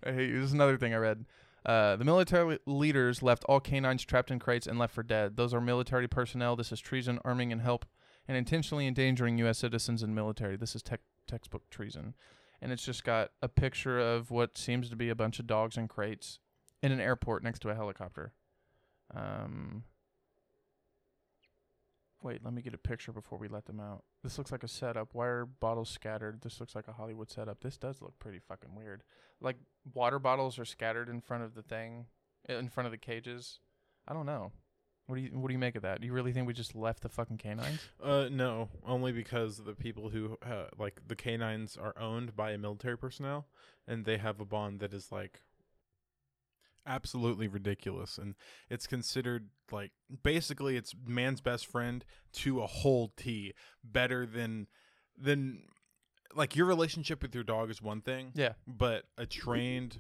[SPEAKER 1] I hate you. This is another thing I read. Uh, the military leaders left all canines trapped in crates and left for dead. Those are military personnel. This is treason, arming and help, and intentionally endangering U.S. citizens and military. This is tec- textbook treason. And it's just got a picture of what seems to be a bunch of dogs in crates in an airport next to a helicopter. Um, Wait, let me get a picture before we let them out. This looks like a setup. Why are bottles scattered? This looks like a Hollywood setup. This does look pretty fucking weird. Like water bottles are scattered in front of the thing, i- in front of the cages. I don't know. What do you What do you make of that? Do you really think we just left the fucking canines?
[SPEAKER 2] Uh, no, only because the people who uh, like the canines are owned by a military personnel, and they have a bond that is like absolutely ridiculous, and it's considered like basically it's man's best friend to a whole T, better than than like your relationship with your dog is one thing,
[SPEAKER 1] Yeah,
[SPEAKER 2] but a trained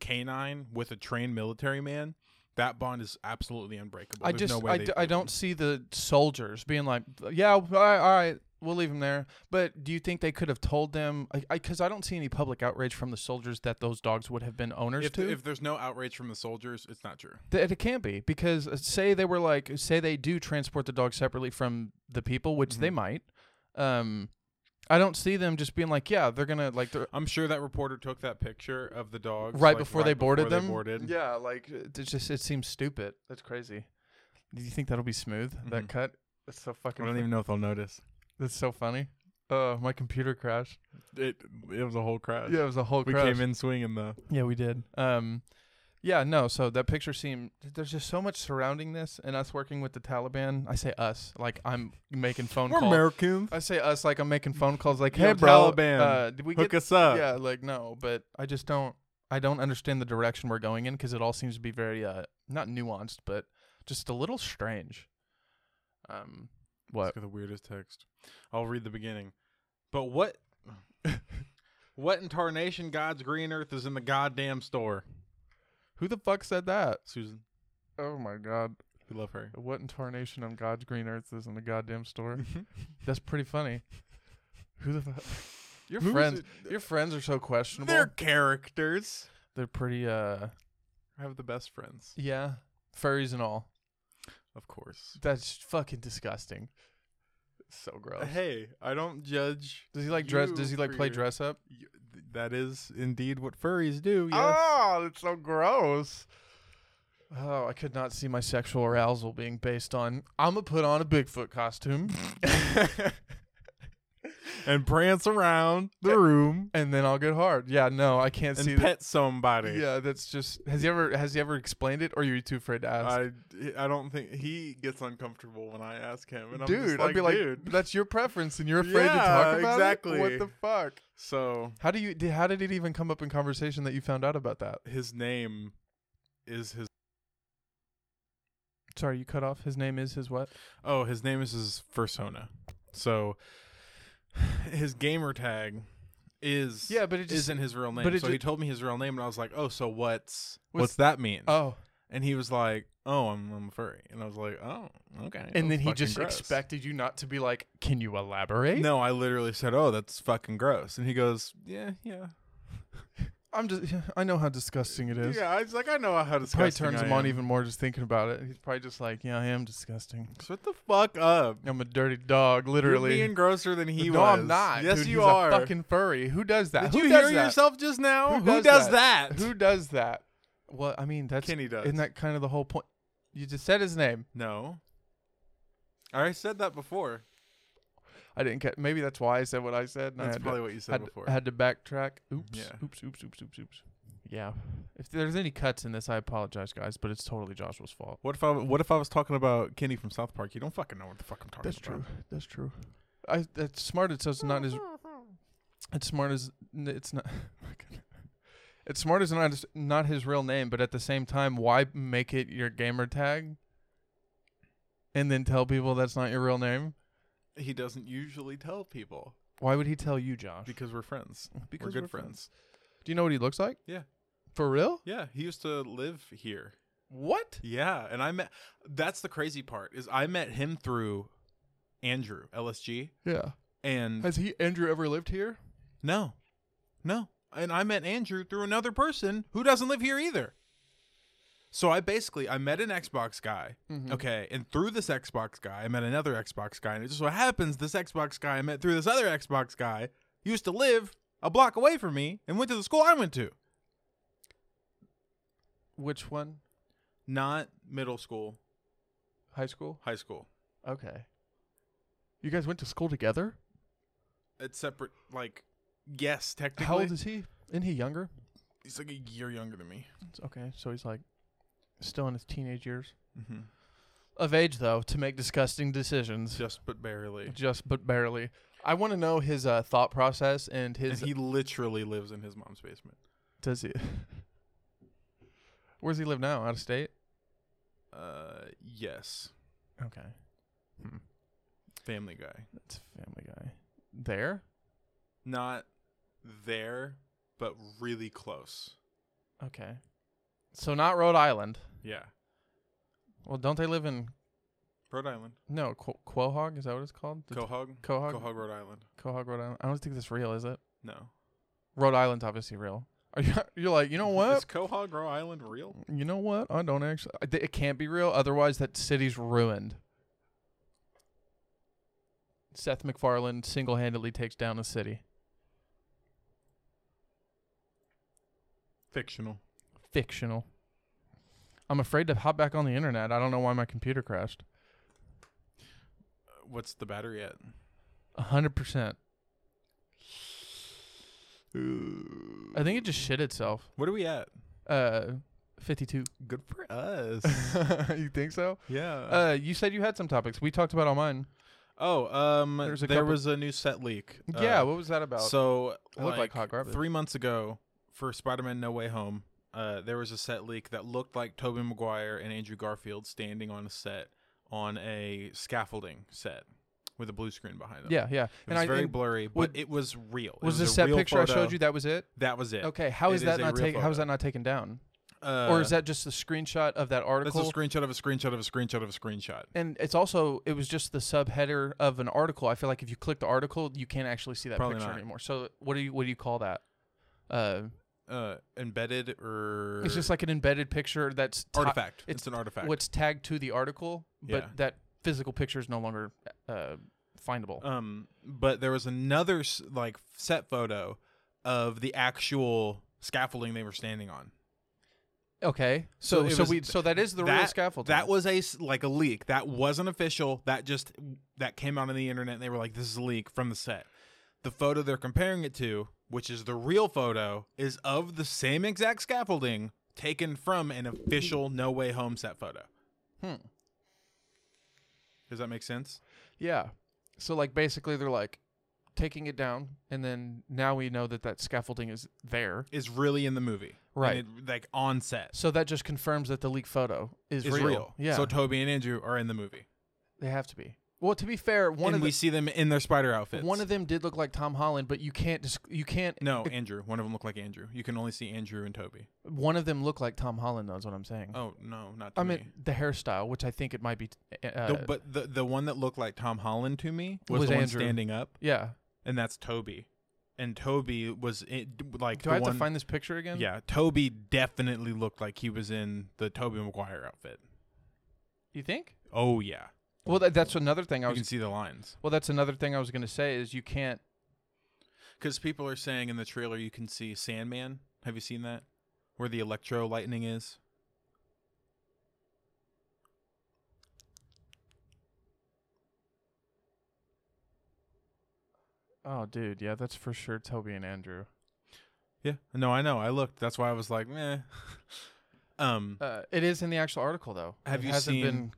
[SPEAKER 2] canine with a trained military man. That bond is absolutely unbreakable.
[SPEAKER 1] I
[SPEAKER 2] There's
[SPEAKER 1] just
[SPEAKER 2] no way
[SPEAKER 1] I,
[SPEAKER 2] they
[SPEAKER 1] d- I
[SPEAKER 2] do it.
[SPEAKER 1] don't see the soldiers being like, yeah, all right, all right, we'll leave them there. But do you think they could have told them? Because I, 'cause I don't see any public outrage from the soldiers that those dogs would have been owners
[SPEAKER 2] If,
[SPEAKER 1] to.
[SPEAKER 2] if there's no outrage from the soldiers, it's not true.
[SPEAKER 1] Th- It can't be because uh, say they were like say they do transport the dog separately from the people, which they
[SPEAKER 2] Mhm.
[SPEAKER 1] might. Um, I don't see them just being like, yeah, they're gonna like they're
[SPEAKER 2] I'm sure that reporter took that picture of the dogs
[SPEAKER 1] right
[SPEAKER 2] like,
[SPEAKER 1] before they boarded
[SPEAKER 2] before
[SPEAKER 1] them.
[SPEAKER 2] boarded.
[SPEAKER 1] Yeah, like
[SPEAKER 2] uh,
[SPEAKER 1] it it's just it seems stupid. That's crazy. Do you think that'll be smooth? That
[SPEAKER 2] Mhm.
[SPEAKER 1] cut? That's so fucking.
[SPEAKER 2] I don't
[SPEAKER 1] fu-
[SPEAKER 2] even know if they'll notice.
[SPEAKER 1] That's so funny. Oh, my computer crashed.
[SPEAKER 2] It it was a whole crash.
[SPEAKER 1] Yeah, it was a whole
[SPEAKER 2] we
[SPEAKER 1] crash.
[SPEAKER 2] came in swinging though.
[SPEAKER 1] Yeah, we did. Um, yeah, no. So that picture seemed. th- There's just so much surrounding this, and us working with the Taliban. I say us, like I'm making phone
[SPEAKER 2] We're
[SPEAKER 1] calls.
[SPEAKER 2] Americans.
[SPEAKER 1] I say us, like I'm making phone calls. Like,
[SPEAKER 2] Yo,
[SPEAKER 1] hey, bro,
[SPEAKER 2] Taliban,
[SPEAKER 1] uh, did we
[SPEAKER 2] Hook
[SPEAKER 1] get?
[SPEAKER 2] us up.
[SPEAKER 1] Yeah, like no, but I just don't. I don't understand the direction we're going in because it all seems to be very uh, not nuanced, but just a little strange. Um,
[SPEAKER 2] Let's
[SPEAKER 1] what?
[SPEAKER 2] get the weirdest text. I'll read the beginning. But what what in tarnation God's green earth is in the goddamn store?
[SPEAKER 1] Who the fuck said that?
[SPEAKER 2] Susan,
[SPEAKER 1] Oh my god!
[SPEAKER 2] we love her.
[SPEAKER 1] What incarnation on God's green earth is in the goddamn store?
[SPEAKER 2] Mm-hmm.
[SPEAKER 1] That's pretty funny. Who the fuck? Your
[SPEAKER 2] Who's
[SPEAKER 1] friends,
[SPEAKER 2] it?
[SPEAKER 1] your friends are so questionable.
[SPEAKER 2] They're
[SPEAKER 1] They're,
[SPEAKER 2] characters.
[SPEAKER 1] pretty, uh,
[SPEAKER 2] I have the best friends,
[SPEAKER 1] yeah, furries and all.
[SPEAKER 2] of course.
[SPEAKER 1] That's fucking disgusting. So gross.
[SPEAKER 2] Uh, Hey, I don't judge
[SPEAKER 1] Does he like dress?
[SPEAKER 2] you
[SPEAKER 1] Does he like
[SPEAKER 2] for
[SPEAKER 1] play
[SPEAKER 2] your-
[SPEAKER 1] dress up?
[SPEAKER 2] Y- th- That is indeed what furries do. Yes. Ah,
[SPEAKER 1] Oh, that's so gross. Oh, I could not see my sexual arousal being based on. I'm gonna put on a Bigfoot costume,
[SPEAKER 2] and prance around the room
[SPEAKER 1] and then I'll get hard. Yeah, no, I can't
[SPEAKER 2] and
[SPEAKER 1] see that.
[SPEAKER 2] pet somebody.
[SPEAKER 1] Yeah, that's just. Has he ever? Has he ever explained it, or are you too afraid to ask?
[SPEAKER 2] I, I don't think he gets uncomfortable when I ask him, and I'm
[SPEAKER 1] dude,
[SPEAKER 2] just like,
[SPEAKER 1] I'd be like,
[SPEAKER 2] dude.
[SPEAKER 1] that's your preference, and you're afraid to
[SPEAKER 2] Yeah,
[SPEAKER 1] talk about
[SPEAKER 2] exactly.
[SPEAKER 1] it. What the fuck?
[SPEAKER 2] So
[SPEAKER 1] How do you? Did, how did it even come up in conversation that you found out about that?
[SPEAKER 2] his name is his.
[SPEAKER 1] Sorry, you cut off. His name is his what?
[SPEAKER 2] Oh, his name is his fursona. So his gamer tag is
[SPEAKER 1] Yeah, but it just.
[SPEAKER 2] isn't his real name.
[SPEAKER 1] but it
[SPEAKER 2] so
[SPEAKER 1] ju-
[SPEAKER 2] he told me his real name, and I was like, oh, so what's
[SPEAKER 1] What's-
[SPEAKER 2] what's that mean?
[SPEAKER 1] oh,
[SPEAKER 2] And he was like, "Oh, I'm, I'm a furry," and I was like, "Oh, okay." that's
[SPEAKER 1] and then he
[SPEAKER 2] fucking
[SPEAKER 1] just
[SPEAKER 2] gross."
[SPEAKER 1] expected you not to be like, "Can you elaborate?"
[SPEAKER 2] No, I literally said, "Oh, that's fucking gross," and he goes, "Yeah, yeah,
[SPEAKER 1] I'm just. I know how disgusting it is.
[SPEAKER 2] yeah." I was like, "I know how to."
[SPEAKER 1] Probably turns him on even more just thinking about it. He's probably just like, "Yeah, I am disgusting.
[SPEAKER 2] Shut the fuck up!
[SPEAKER 1] I'm a dirty dog, literally."
[SPEAKER 2] You're being grosser than he
[SPEAKER 1] no,
[SPEAKER 2] was.
[SPEAKER 1] I'm not.
[SPEAKER 2] Yes,
[SPEAKER 1] dude.
[SPEAKER 2] you
[SPEAKER 1] He's
[SPEAKER 2] are.
[SPEAKER 1] A fucking furry. Who does that?
[SPEAKER 2] Did
[SPEAKER 1] Who
[SPEAKER 2] you
[SPEAKER 1] does
[SPEAKER 2] hear
[SPEAKER 1] that?
[SPEAKER 2] yourself just now?
[SPEAKER 1] Who does
[SPEAKER 2] that?
[SPEAKER 1] Who does that? Well, I mean, that's
[SPEAKER 2] Kenny does.
[SPEAKER 1] Isn't that kind of the whole point? You just said his name.
[SPEAKER 2] No. I already said that before.
[SPEAKER 1] I didn't get. Maybe that's why I said what I said. and I
[SPEAKER 2] That's
[SPEAKER 1] had
[SPEAKER 2] probably
[SPEAKER 1] to,
[SPEAKER 2] what you said
[SPEAKER 1] had,
[SPEAKER 2] before.
[SPEAKER 1] had to backtrack. Oops.
[SPEAKER 2] Yeah.
[SPEAKER 1] Oops. Oops. Oops. Oops. Oops. Yeah. If there's any cuts in this, I apologize, guys. But it's totally Joshua's fault.
[SPEAKER 2] what if I What if I was talking about Kenny from South Park? You don't fucking know what the fuck I'm talking
[SPEAKER 1] That's
[SPEAKER 2] about.
[SPEAKER 1] true. That's true. I. That's smart. It's just not as. It's smart as. n- It's not. oh my God. It's smart as not as- not his real name, but at the same time, why make it your gamer tag? and then tell people that's not your real name?
[SPEAKER 2] He doesn't usually tell people
[SPEAKER 1] Why would he tell you, Josh?
[SPEAKER 2] because we're friends.
[SPEAKER 1] Because
[SPEAKER 2] we're good
[SPEAKER 1] we're
[SPEAKER 2] friends.
[SPEAKER 1] Do you know what he looks like?
[SPEAKER 2] Yeah.
[SPEAKER 1] For real?
[SPEAKER 2] Yeah, he used to live here.
[SPEAKER 1] What?
[SPEAKER 2] Yeah, and I met. That's the crazy part is I met him through Andrew LSG,
[SPEAKER 1] Yeah.
[SPEAKER 2] and
[SPEAKER 1] Has he Andrew ever lived here?
[SPEAKER 2] no, no, and I met Andrew through another person who doesn't live here either. So I basically I met an Xbox guy,
[SPEAKER 1] Mm-hmm.
[SPEAKER 2] okay, and through this Xbox guy I met another Xbox guy, and it just so happens this Xbox guy I met through this other Xbox guy used to live a block away from me and went to the school I went to,
[SPEAKER 1] Which one?
[SPEAKER 2] not middle school,
[SPEAKER 1] High school?
[SPEAKER 2] high school.
[SPEAKER 1] Okay. You guys went to school together?
[SPEAKER 2] It's separate, like yes, technically.
[SPEAKER 1] How old is he? Isn't he younger?
[SPEAKER 2] He's like a year younger than me.
[SPEAKER 1] It's okay, so he's like still in his teenage years.
[SPEAKER 2] Mm-hmm.
[SPEAKER 1] Of age though, to make disgusting decisions.
[SPEAKER 2] Just but barely.
[SPEAKER 1] Just but barely. I want to know his uh, thought process
[SPEAKER 2] And
[SPEAKER 1] and his
[SPEAKER 2] he literally lives in his mom's basement.
[SPEAKER 1] does he Where does he live now? Out of state?
[SPEAKER 2] Uh, yes, Hmm.
[SPEAKER 1] Okay.
[SPEAKER 2] Family Guy.
[SPEAKER 1] That's family guy. There?
[SPEAKER 2] Not there, but really close.
[SPEAKER 1] Okay. So not Rhode Island.
[SPEAKER 2] Yeah,
[SPEAKER 1] Well, don't they live in
[SPEAKER 2] Rhode Island,
[SPEAKER 1] no Qu- Quahog? Is that what it's called? The
[SPEAKER 2] Cohog,
[SPEAKER 1] Quahog?
[SPEAKER 2] Cohog, Rhode Island.
[SPEAKER 1] Quahog, Rhode Island. I don't think that's real, is it?
[SPEAKER 2] No,
[SPEAKER 1] Rhode Island's obviously real. Are you? You're like, you know
[SPEAKER 2] Is
[SPEAKER 1] what?
[SPEAKER 2] Cohog, Rhode Island real?
[SPEAKER 1] You know what? I don't actually. I- It can't be real. Otherwise, that city's ruined. Seth MacFarlane single-handedly takes down a city.
[SPEAKER 2] Fictional.
[SPEAKER 1] Fictional. I'm afraid to hop back on the internet. I don't know why my computer crashed.
[SPEAKER 2] Uh, What's the battery at?
[SPEAKER 1] A hundred percent. I think it just shit itself.
[SPEAKER 2] What are we at?
[SPEAKER 1] Uh, fifty-two.
[SPEAKER 2] Good for us.
[SPEAKER 1] you think so?
[SPEAKER 2] yeah.
[SPEAKER 1] Uh, you said you had some topics. We talked about all mine.
[SPEAKER 2] oh, um,
[SPEAKER 1] there's a
[SPEAKER 2] there
[SPEAKER 1] couple-
[SPEAKER 2] was a new set leak. Uh,
[SPEAKER 1] yeah. What was that about?
[SPEAKER 2] So
[SPEAKER 1] I look like hot garbage.
[SPEAKER 2] three months ago for Spider-Man: No Way Home, uh, there was a set leak that looked like Tobey Maguire and Andrew Garfield standing on a set on a scaffolding set with a blue screen behind them.
[SPEAKER 1] yeah, yeah.
[SPEAKER 2] it was very
[SPEAKER 1] and
[SPEAKER 2] blurry, but
[SPEAKER 1] would-
[SPEAKER 2] it was real. It
[SPEAKER 1] was
[SPEAKER 2] a
[SPEAKER 1] this that
[SPEAKER 2] real
[SPEAKER 1] picture I
[SPEAKER 2] photo.
[SPEAKER 1] showed you? That was it.
[SPEAKER 2] That was it.
[SPEAKER 1] Okay. How
[SPEAKER 2] It
[SPEAKER 1] is
[SPEAKER 2] is
[SPEAKER 1] that
[SPEAKER 2] a
[SPEAKER 1] not
[SPEAKER 2] real
[SPEAKER 1] taken? How is
[SPEAKER 2] photo.
[SPEAKER 1] that not taken down?
[SPEAKER 2] Uh,
[SPEAKER 1] or is that just the screenshot of that
[SPEAKER 2] That's a
[SPEAKER 1] article?
[SPEAKER 2] screenshot of a screenshot of a screenshot of a screenshot.
[SPEAKER 1] and it's also it was just the subheader of an article. I feel like if you click the article, you can't actually see that
[SPEAKER 2] Probably
[SPEAKER 1] picture
[SPEAKER 2] not.
[SPEAKER 1] anymore. So what do you what do you call that? Uh,
[SPEAKER 2] Uh, embedded or
[SPEAKER 1] it's just like an embedded picture that's
[SPEAKER 2] Er,
[SPEAKER 1] ti-
[SPEAKER 2] artifact.
[SPEAKER 1] it's
[SPEAKER 2] It's, an artifact.
[SPEAKER 1] what's tagged to the article, but
[SPEAKER 2] Yeah.
[SPEAKER 1] that physical picture is no longer uh, findable.
[SPEAKER 2] Um, but there was another s- like set photo of the actual scaffolding they were standing on.
[SPEAKER 1] okay,
[SPEAKER 2] so
[SPEAKER 1] so
[SPEAKER 2] it
[SPEAKER 1] so,
[SPEAKER 2] was
[SPEAKER 1] we so that is the real
[SPEAKER 2] that-
[SPEAKER 1] scaffolding.
[SPEAKER 2] That was a s- like a leak. That wasn't official. That just that came out on the internet. and They were like, "This is a leak from the set." The photo they're comparing it to, which is the real photo, is of the same exact scaffolding taken from an official No Way Home set photo.
[SPEAKER 1] Hmm.
[SPEAKER 2] Does that make sense?
[SPEAKER 1] yeah. So like basically they're like taking it down, and then now we know that that scaffolding is there.
[SPEAKER 2] Is really in the movie, And
[SPEAKER 1] Right.
[SPEAKER 2] it- like on set.
[SPEAKER 1] So that just confirms that the leak photo is,
[SPEAKER 2] Is real.
[SPEAKER 1] Yeah,
[SPEAKER 2] So Toby and Andrew are in the movie.
[SPEAKER 1] they have to be. Well, to be fair,
[SPEAKER 2] and
[SPEAKER 1] one of
[SPEAKER 2] we
[SPEAKER 1] the,
[SPEAKER 2] see them in their spider outfits.
[SPEAKER 1] one of them did look like Tom Holland, but you can't just you can't.
[SPEAKER 2] no, Andrew. One of them looked like Andrew. You can only see Andrew and Toby.
[SPEAKER 1] One of them looked like Tom Holland. That's what I'm saying.
[SPEAKER 2] Oh no, not. To
[SPEAKER 1] I
[SPEAKER 2] me.
[SPEAKER 1] mean the hairstyle, which I think it might be. t- Uh,
[SPEAKER 2] The, but the the one that looked like Tom Holland to me was,
[SPEAKER 1] Was
[SPEAKER 2] the
[SPEAKER 1] Andrew.
[SPEAKER 2] one standing up,
[SPEAKER 1] yeah.
[SPEAKER 2] and that's Toby. And Toby was in, like
[SPEAKER 1] Do
[SPEAKER 2] the
[SPEAKER 1] I have
[SPEAKER 2] one.
[SPEAKER 1] to find this picture again?
[SPEAKER 2] yeah, Toby definitely looked like he was in the Toby Maguire outfit.
[SPEAKER 1] You think?
[SPEAKER 2] Oh yeah,
[SPEAKER 1] Well, that, that's another thing I
[SPEAKER 2] you
[SPEAKER 1] was.
[SPEAKER 2] can see the lines
[SPEAKER 1] Well, that's another thing I was going to say is you can't.
[SPEAKER 2] because people are saying in the trailer you can see Sandman. Have you seen that? Where the electro lightning is.
[SPEAKER 1] Oh, dude, yeah, that's for sure Toby and Andrew.
[SPEAKER 2] Yeah, no, I know. I looked. That's why I was like, meh. um,
[SPEAKER 1] Uh, it is in the actual article though.
[SPEAKER 2] Have
[SPEAKER 1] It
[SPEAKER 2] you
[SPEAKER 1] hasn't
[SPEAKER 2] seen-
[SPEAKER 1] Been,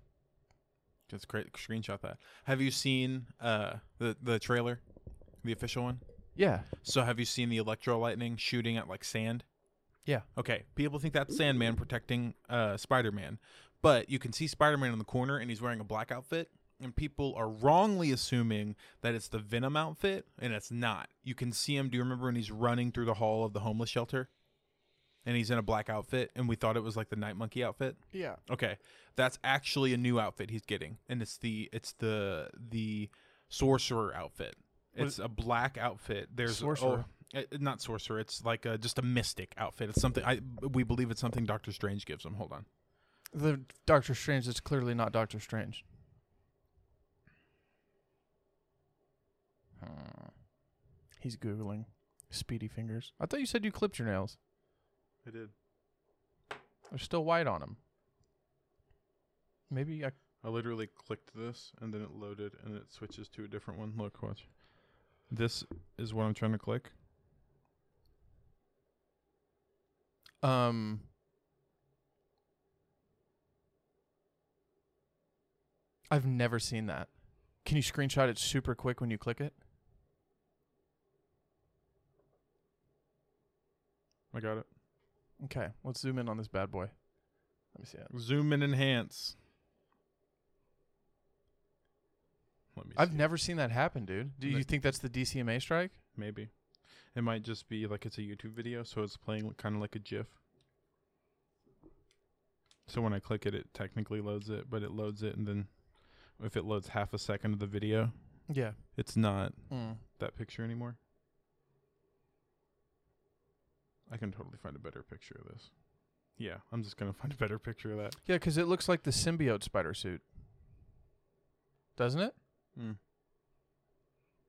[SPEAKER 2] Just great screenshot that. Have you seen uh the the trailer, the official one?
[SPEAKER 1] yeah,
[SPEAKER 2] So have you seen the electro lightning shooting at like sand?
[SPEAKER 1] Yeah.
[SPEAKER 2] Okay. People think that's Sandman protecting uh Spider Man, But you can see Spider Man in the corner and he's wearing a black outfit. And people are wrongly assuming that it's the Venom outfit, and it's not. You can see him. Do you remember when he's running through the hall of the homeless shelter? And he's in a black outfit, and we thought it was like the Night Monkey outfit.
[SPEAKER 1] Yeah.
[SPEAKER 2] Okay, that's actually a new outfit he's getting, and it's the it's the the sorcerer outfit.
[SPEAKER 1] What
[SPEAKER 2] It's a black outfit. There's
[SPEAKER 1] Sorcerer.
[SPEAKER 2] oh, eh, not sorcerer. It's like a, just a mystic outfit. It's something I we believe it's something Doctor Strange gives him. Hold on.
[SPEAKER 1] The Doctor Strange that's clearly not Doctor Strange. Hmm. He's Googling. Speedy fingers. I thought you said you clipped your nails.
[SPEAKER 2] I did.
[SPEAKER 1] They're still white on them. Maybe I.
[SPEAKER 2] I literally clicked this, and then it loaded, and it switches to a different one. Look, watch. This is what I'm trying to click.
[SPEAKER 1] Um. I've never seen that. Can you screenshot it super quick when you click it?
[SPEAKER 2] I got it.
[SPEAKER 1] Okay, let's zoom in on this bad boy. Let me see it.
[SPEAKER 2] Zoom and enhance. Let me.
[SPEAKER 1] I've
[SPEAKER 2] see.
[SPEAKER 1] never seen that happen, dude. Do
[SPEAKER 2] Let-
[SPEAKER 1] you think that's the DCMA strike?
[SPEAKER 2] Maybe. It might just be like it's a YouTube video, so it's playing kind of like a GIF. So when I click it, it technically loads it, but it loads it, and then if it loads half a second of the video,
[SPEAKER 1] Yeah.
[SPEAKER 2] it's not
[SPEAKER 1] Mm.
[SPEAKER 2] that picture anymore. I can totally find a better picture of this. Yeah, I'm just gonna find a better picture of that.
[SPEAKER 1] Yeah, 'cause it looks like the symbiote spider suit, doesn't it?
[SPEAKER 2] Mm.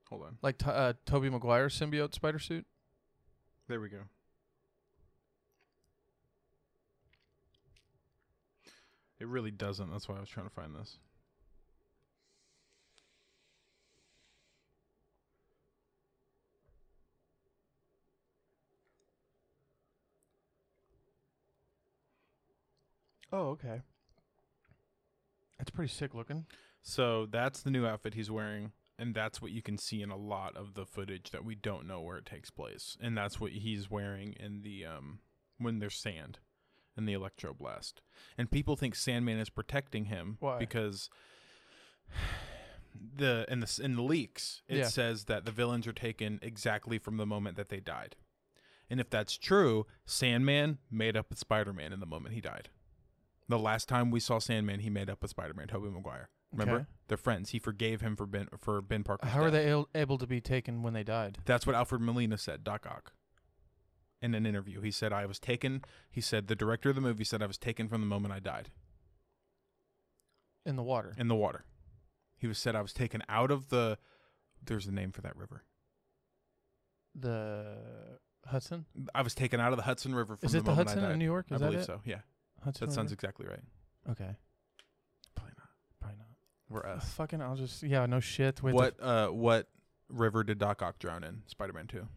[SPEAKER 2] Hold on.
[SPEAKER 1] Like t- uh, Toby Maguire's symbiote spider suit.
[SPEAKER 2] There we go. It really doesn't. That's why I was trying to find this.
[SPEAKER 1] Oh, okay. That's pretty sick looking.
[SPEAKER 2] So that's the new outfit he's wearing, and that's what you can see in a lot of the footage that we don't know where it takes place. And that's what he's wearing in the um when there's sand in the electroblast. And people think Sandman is protecting him
[SPEAKER 1] Why?
[SPEAKER 2] because the in the s- in the leaks it
[SPEAKER 1] Yeah.
[SPEAKER 2] says that the villains are taken exactly from the moment that they died. And if that's true, Sandman made up with Spider-Man in the moment he died. The last time we saw Sandman, he made up with Spider-Man, Tobey Maguire. Remember?
[SPEAKER 1] Okay.
[SPEAKER 2] They're friends. He forgave him for Ben for Ben Parker.
[SPEAKER 1] How are they al- able to be taken when they died?
[SPEAKER 2] That's what Alfred Molina said, Doc Ock. In an interview, he said, "I was taken." He said, "The director of the movie said I was taken from the moment I died
[SPEAKER 1] In the water.
[SPEAKER 2] in the water." He was said, "I was taken out of the." There's a name for that river.
[SPEAKER 1] The Hudson.
[SPEAKER 2] I was taken out of the Hudson River from
[SPEAKER 1] Is
[SPEAKER 2] the
[SPEAKER 1] it the
[SPEAKER 2] moment
[SPEAKER 1] Hudson
[SPEAKER 2] I died.
[SPEAKER 1] in New York? Is
[SPEAKER 2] I
[SPEAKER 1] that
[SPEAKER 2] believe
[SPEAKER 1] it?
[SPEAKER 2] so. Yeah,
[SPEAKER 1] Hudson
[SPEAKER 2] that sounds
[SPEAKER 1] River?
[SPEAKER 2] exactly right.
[SPEAKER 1] okay.
[SPEAKER 2] Probably not.
[SPEAKER 1] Probably not.
[SPEAKER 2] We're
[SPEAKER 1] Uh,
[SPEAKER 2] us.
[SPEAKER 1] fucking, I'll just yeah, no shit. Wait, the
[SPEAKER 2] What uh what river did Doc Ock drown in? Spider-Man 2.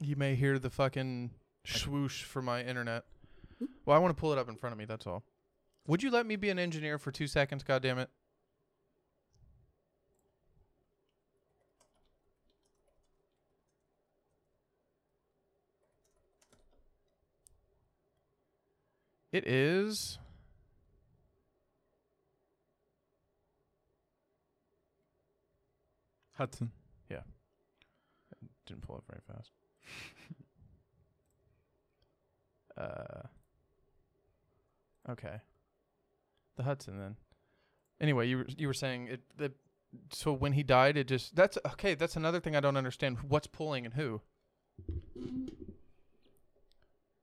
[SPEAKER 1] You may hear the fucking swoosh for my internet. Well, I want to pull it up in front of me. That's all. Would you let me be an engineer for two seconds? God damn it! It is.
[SPEAKER 2] Hudson.
[SPEAKER 1] Didn't pull up very fast. uh. Okay. The Hudson then. Anyway, you were, you were saying it. The, so when he died, it just that's okay. That's another thing I don't understand. What's pulling and who?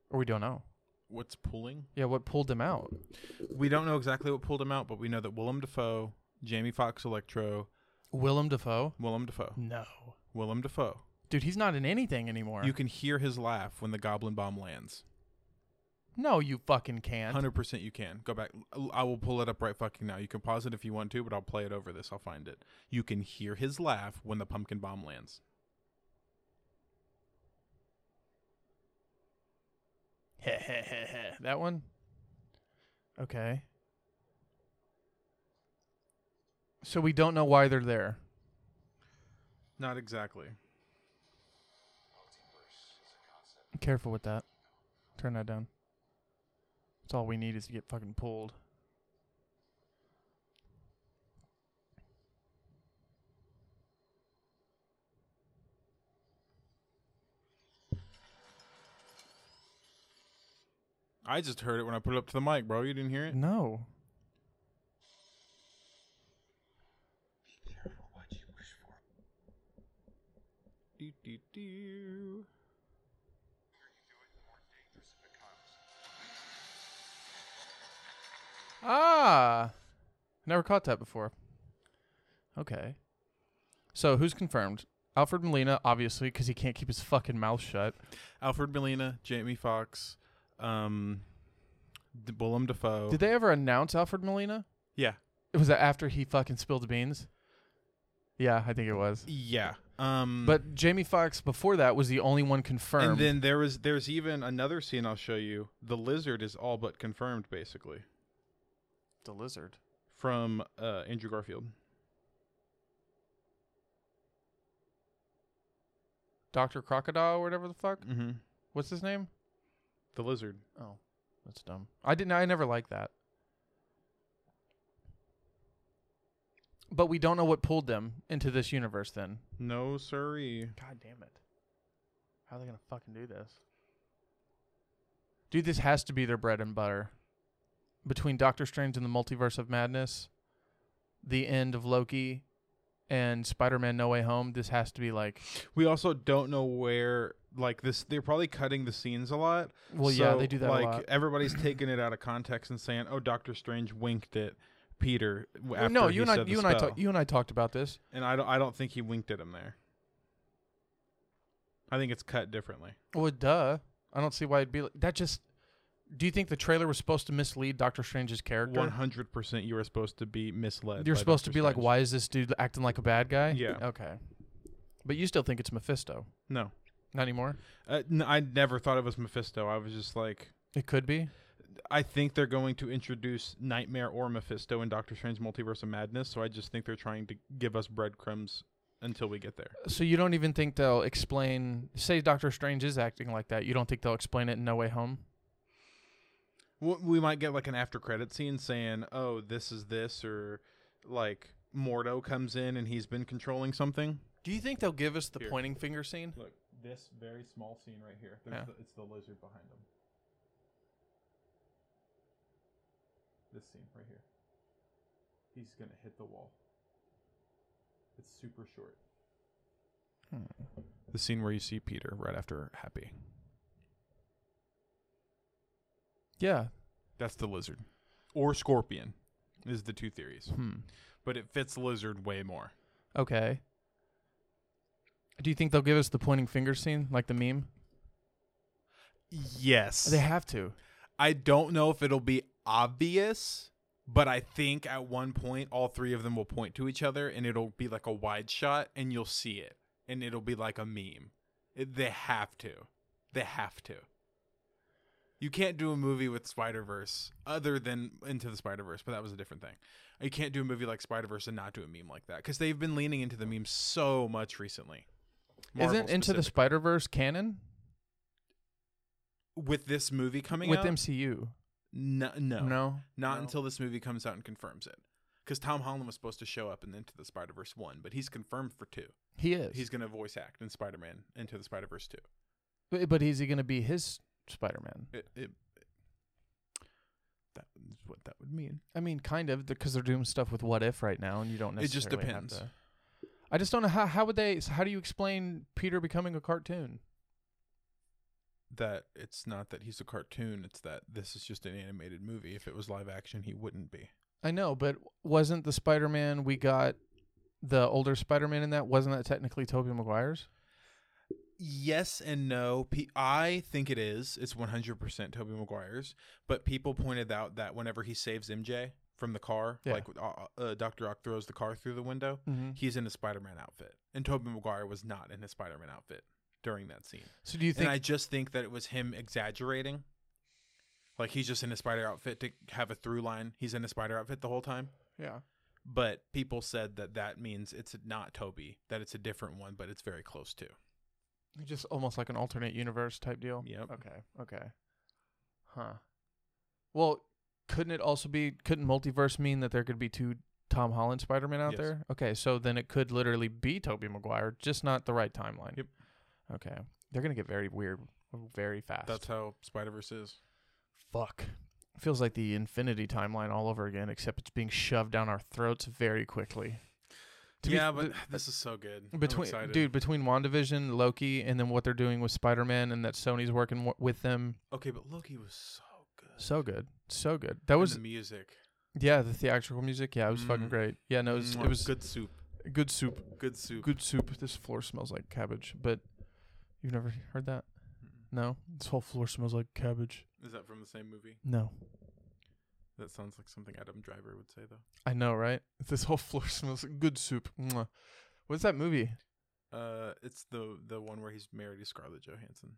[SPEAKER 1] Or we don't know.
[SPEAKER 2] What's pulling?
[SPEAKER 1] Yeah, what pulled him out?
[SPEAKER 2] We don't know exactly what pulled him out, but we know that Willem Dafoe, Jamie Foxx Electro,
[SPEAKER 1] Willem Dafoe?
[SPEAKER 2] Willem Dafoe,
[SPEAKER 1] No,
[SPEAKER 2] Willem Dafoe.
[SPEAKER 1] dude, he's not in anything anymore.
[SPEAKER 2] You can hear his laugh when the goblin bomb lands.
[SPEAKER 1] no, you fucking can't.
[SPEAKER 2] 100% you can. Go back. I will pull it up right fucking now. You can pause it if you want to, but I'll play it over this. I'll find it. You can hear his laugh when the pumpkin bomb lands.
[SPEAKER 1] that one. Okay. So we don't know why they're there.
[SPEAKER 2] Not exactly.
[SPEAKER 1] Careful with that. Turn that down. That's all we need is to get fucking pulled.
[SPEAKER 2] I just heard it when I put it up to the mic, bro. You didn't hear it?
[SPEAKER 1] No.
[SPEAKER 3] Careful what you wish for.
[SPEAKER 2] Do, do, do.
[SPEAKER 1] Ah, never caught that before. Okay. So who's confirmed? Alfred Molina, obviously, because he can't keep his fucking mouth shut.
[SPEAKER 2] Alfred Molina, Jamie Foxx, um, D- Willem Dafoe.
[SPEAKER 1] Did they ever announce Alfred Molina?
[SPEAKER 2] Oh. yeah,
[SPEAKER 1] Was that after he fucking spilled the beans? Yeah, I think it was.
[SPEAKER 2] yeah. Um,
[SPEAKER 1] But Jamie Foxx before that was the only one confirmed.
[SPEAKER 2] and then there was there's even another scene I'll show you. The lizard is all but confirmed, basically,
[SPEAKER 1] the lizard.
[SPEAKER 2] from uh, Andrew Garfield.
[SPEAKER 1] Doctor Crocodile or whatever the fuck.
[SPEAKER 2] Mm-hmm.
[SPEAKER 1] What's his name?
[SPEAKER 2] The lizard.
[SPEAKER 1] Oh, that's dumb. I didn't. I never liked that. But we don't know what pulled them into this universe. Then.
[SPEAKER 2] No siree.
[SPEAKER 1] God damn it! How are they gonna fucking do this? Dude, this has to be their bread and butter. Between Doctor Strange and the Multiverse of Madness, the end of Loki, and Spider-Man: No Way Home, this has to be like.
[SPEAKER 2] We also don't know where like this. They're probably cutting the scenes a lot.
[SPEAKER 1] Well, yeah,
[SPEAKER 2] So,
[SPEAKER 1] they do that
[SPEAKER 2] Like
[SPEAKER 1] a lot.
[SPEAKER 2] everybody's taking it out of context and saying, "Oh, Doctor Strange winked at Peter." w- After
[SPEAKER 1] no,
[SPEAKER 2] he
[SPEAKER 1] you and I,
[SPEAKER 2] said the
[SPEAKER 1] you and I,
[SPEAKER 2] spell."
[SPEAKER 1] talk, you and I talked about this.
[SPEAKER 2] and I don't, I don't think he winked at him there. I think it's cut differently.
[SPEAKER 1] Well, duh. I don't see why it'd be like that. Just do you think the trailer was supposed to mislead Doctor Strange's character?
[SPEAKER 2] One hundred percent, you were supposed to be misled.
[SPEAKER 1] You're
[SPEAKER 2] by
[SPEAKER 1] supposed to
[SPEAKER 2] Dr.
[SPEAKER 1] be like,
[SPEAKER 2] Strange.
[SPEAKER 1] why is this dude acting like a bad guy?
[SPEAKER 2] Yeah.
[SPEAKER 1] Okay. But you still think it's Mephisto?
[SPEAKER 2] No,
[SPEAKER 1] Not anymore.
[SPEAKER 2] uh, n- I never thought it was Mephisto. I was just like,
[SPEAKER 1] It could be.
[SPEAKER 2] I think they're going to introduce Nightmare or Mephisto in Doctor Strange: Multiverse of Madness. So I just think they're trying to give us breadcrumbs until we get there.
[SPEAKER 1] So you don't even think they'll explain? Say Doctor Strange is acting like that. You don't think they'll explain it in No Way Home?
[SPEAKER 2] W- we might get like an after credit scene saying, "Oh, this is this," or like Mordo comes in and he's been controlling something.
[SPEAKER 1] Do you think they'll give us the
[SPEAKER 2] Here.
[SPEAKER 1] pointing finger scene?
[SPEAKER 2] Look, this very small scene right here.
[SPEAKER 1] there's Yeah.
[SPEAKER 2] The, it's the lizard behind him. This scene right here. He's gonna hit the wall. It's super short. Hmm. The scene where you see Peter right after Happy.
[SPEAKER 1] Yeah.
[SPEAKER 2] That's the lizard, or scorpion, is the two theories.
[SPEAKER 1] Hmm.
[SPEAKER 2] But it fits lizard way more.
[SPEAKER 1] Okay. Do you think they'll give us the pointing finger scene, like the meme?
[SPEAKER 2] Yes,
[SPEAKER 1] They have to.
[SPEAKER 2] I don't know if it'll be obvious, but I think at one point all three of them will point to each other and it'll be like a wide shot and you'll see it and it'll be like a meme. It, they have to. They have to. You can't do a movie with Spider Verse other than Into the Spider Verse, but that was a different thing. You can't do a movie like Spider Verse and not do a meme like that because they've been leaning into the meme so much recently. Marvel
[SPEAKER 1] Isn't Into the
[SPEAKER 2] specific.
[SPEAKER 1] Spider Verse canon
[SPEAKER 2] with this movie coming
[SPEAKER 1] with
[SPEAKER 2] out?
[SPEAKER 1] MCU?
[SPEAKER 2] no, no,
[SPEAKER 1] No.
[SPEAKER 2] Not
[SPEAKER 1] No.
[SPEAKER 2] until this movie comes out and confirms it. Because Tom Holland was supposed to show up in Into the Spider Verse 1, but he's confirmed for 2.
[SPEAKER 1] He is.
[SPEAKER 2] He's going to voice act in Spider Man Into the Spider Verse 2.
[SPEAKER 1] But, but is he going to be his Spider Man?
[SPEAKER 2] It, it, that is what that would mean.
[SPEAKER 1] I mean, kind of, because they're doing stuff with What If right now, and you don't
[SPEAKER 2] It just
[SPEAKER 1] necessarily. have
[SPEAKER 2] depends.
[SPEAKER 1] to- I just don't know how. How would they? so How do you explain Peter becoming a cartoon?
[SPEAKER 2] That it's not that he's a cartoon, it's that this is just an animated movie. If it was live action, he wouldn't be.
[SPEAKER 1] I know, but wasn't the Spider Man we got the older Spider Man in that? Wasn't that technically Tobey Maguire's?
[SPEAKER 2] Yes and no. P- I think it is. It's 100% Toby Maguire's. But people pointed out that whenever he saves MJ from the car,
[SPEAKER 1] Yeah.
[SPEAKER 2] like uh, uh, Dr. Ock throws the car through the window,
[SPEAKER 1] Mm-hmm.
[SPEAKER 2] he's in a Spider-Man outfit, and Tobey Maguire was not in his Spider-Man outfit during that scene.
[SPEAKER 1] So do you think?
[SPEAKER 2] and I just think that it was him exaggerating. Like he's just in a spider outfit to have a through line. He's in a spider outfit the whole time.
[SPEAKER 1] yeah.
[SPEAKER 2] But people said that that means it's not Toby, that it's a different one, but it's very close to.
[SPEAKER 1] Oh, Just almost like an alternate universe type deal.
[SPEAKER 2] Yep.
[SPEAKER 1] Okay. Okay. Huh. Well, couldn't it also be couldn't multiverse mean that there could be two Tom Holland Spider Man out
[SPEAKER 2] Yes.
[SPEAKER 1] there? Okay, so then it could literally be Tobey Maguire, just not the right timeline.
[SPEAKER 2] Yep.
[SPEAKER 1] Okay. They're gonna get very weird very fast.
[SPEAKER 2] That's how Spider Verse is.
[SPEAKER 1] Fuck. Feels like the infinity timeline all over again, except it's being shoved down our throats very quickly. To be
[SPEAKER 2] yeah,
[SPEAKER 1] f-
[SPEAKER 2] but
[SPEAKER 1] th-
[SPEAKER 2] this is so good. I'm
[SPEAKER 1] between
[SPEAKER 2] excited.
[SPEAKER 1] dude between WandaVision, Loki, and then what they're doing with Spider-Man, and that Sony's working w- with them,
[SPEAKER 2] Okay, but Loki was so good.
[SPEAKER 1] so good, so good. That
[SPEAKER 2] And
[SPEAKER 1] was
[SPEAKER 2] the music.
[SPEAKER 1] yeah, the theatrical music, yeah, it was fucking
[SPEAKER 2] Mm.
[SPEAKER 1] great. Yeah, no, it was,
[SPEAKER 2] Mwah.
[SPEAKER 1] it was good.
[SPEAKER 2] good soup.
[SPEAKER 1] good soup,
[SPEAKER 2] Good soup.
[SPEAKER 1] good soup. This floor smells like cabbage, but you've never heard that? No, this whole floor smells like cabbage.
[SPEAKER 2] Is that from the same movie?
[SPEAKER 1] No,
[SPEAKER 2] That sounds like something Adam Driver would say though.
[SPEAKER 1] I know, right? This whole floor smells like good soup. Mwah. What's that movie?
[SPEAKER 2] Uh, it's the the one where he's married to Scarlett Johansson.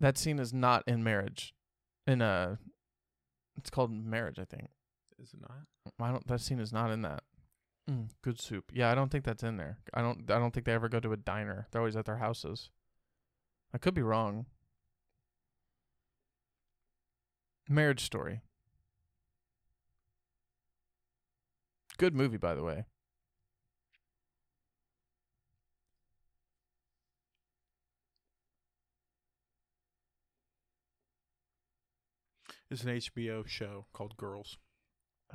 [SPEAKER 1] That scene is not in marriage. In uh, it's called marriage, I think.
[SPEAKER 2] Is it not?
[SPEAKER 1] I don't. That scene is not in that. Mm, good soup. Yeah, I don't think that's in there. I don't. I don't think they ever go to a diner. They're always at their houses. I could be wrong. Marriage Story. Good movie, by the way.
[SPEAKER 2] It's an HBO show called Girls.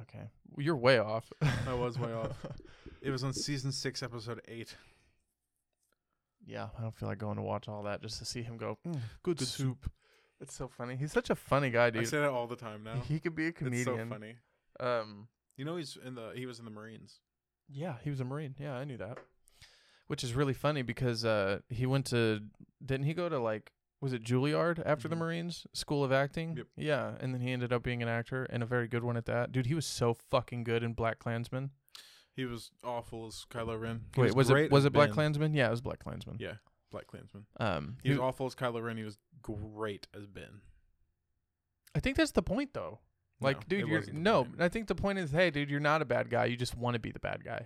[SPEAKER 1] Okay, you're way off.
[SPEAKER 2] I was way off. It was on season six, episode eight.
[SPEAKER 1] yeah, I don't feel like going to watch all that just to see him go. "Mm, good,
[SPEAKER 2] good
[SPEAKER 1] soup. It's so funny. He's such a funny guy,
[SPEAKER 2] I
[SPEAKER 1] dude.
[SPEAKER 2] say that all the time now.
[SPEAKER 1] He could be a
[SPEAKER 2] It's so
[SPEAKER 1] comedian.
[SPEAKER 2] funny.
[SPEAKER 1] Um.
[SPEAKER 2] You know he's in the he was in the Marines.
[SPEAKER 1] Yeah, he was a Marine. Yeah, I knew that. Which is really funny because uh, he went to didn't he go to like was it Juilliard after the
[SPEAKER 2] Mhm.
[SPEAKER 1] Marines School of Acting?
[SPEAKER 2] Yep.
[SPEAKER 1] Yeah, and then he ended up being an actor and a very good one at that. Dude, he was so fucking good in Black Klansman.
[SPEAKER 2] He was awful as Kylo Ren. He
[SPEAKER 1] Wait, was,
[SPEAKER 2] great
[SPEAKER 1] it was
[SPEAKER 2] as
[SPEAKER 1] it Black
[SPEAKER 2] Ben.
[SPEAKER 1] Klansman? Yeah, it was Black Klansman.
[SPEAKER 2] Yeah. Black Klansman.
[SPEAKER 1] Um,
[SPEAKER 2] He was
[SPEAKER 1] he-
[SPEAKER 2] awful as Kylo Ren. He was great as Ben.
[SPEAKER 1] I think that's the point though. Like,
[SPEAKER 2] No,
[SPEAKER 1] dude,
[SPEAKER 2] it
[SPEAKER 1] you're
[SPEAKER 2] wasn't the
[SPEAKER 1] no.
[SPEAKER 2] point.
[SPEAKER 1] I think the point is, hey, dude, you're not a bad guy. You just want to be the bad guy.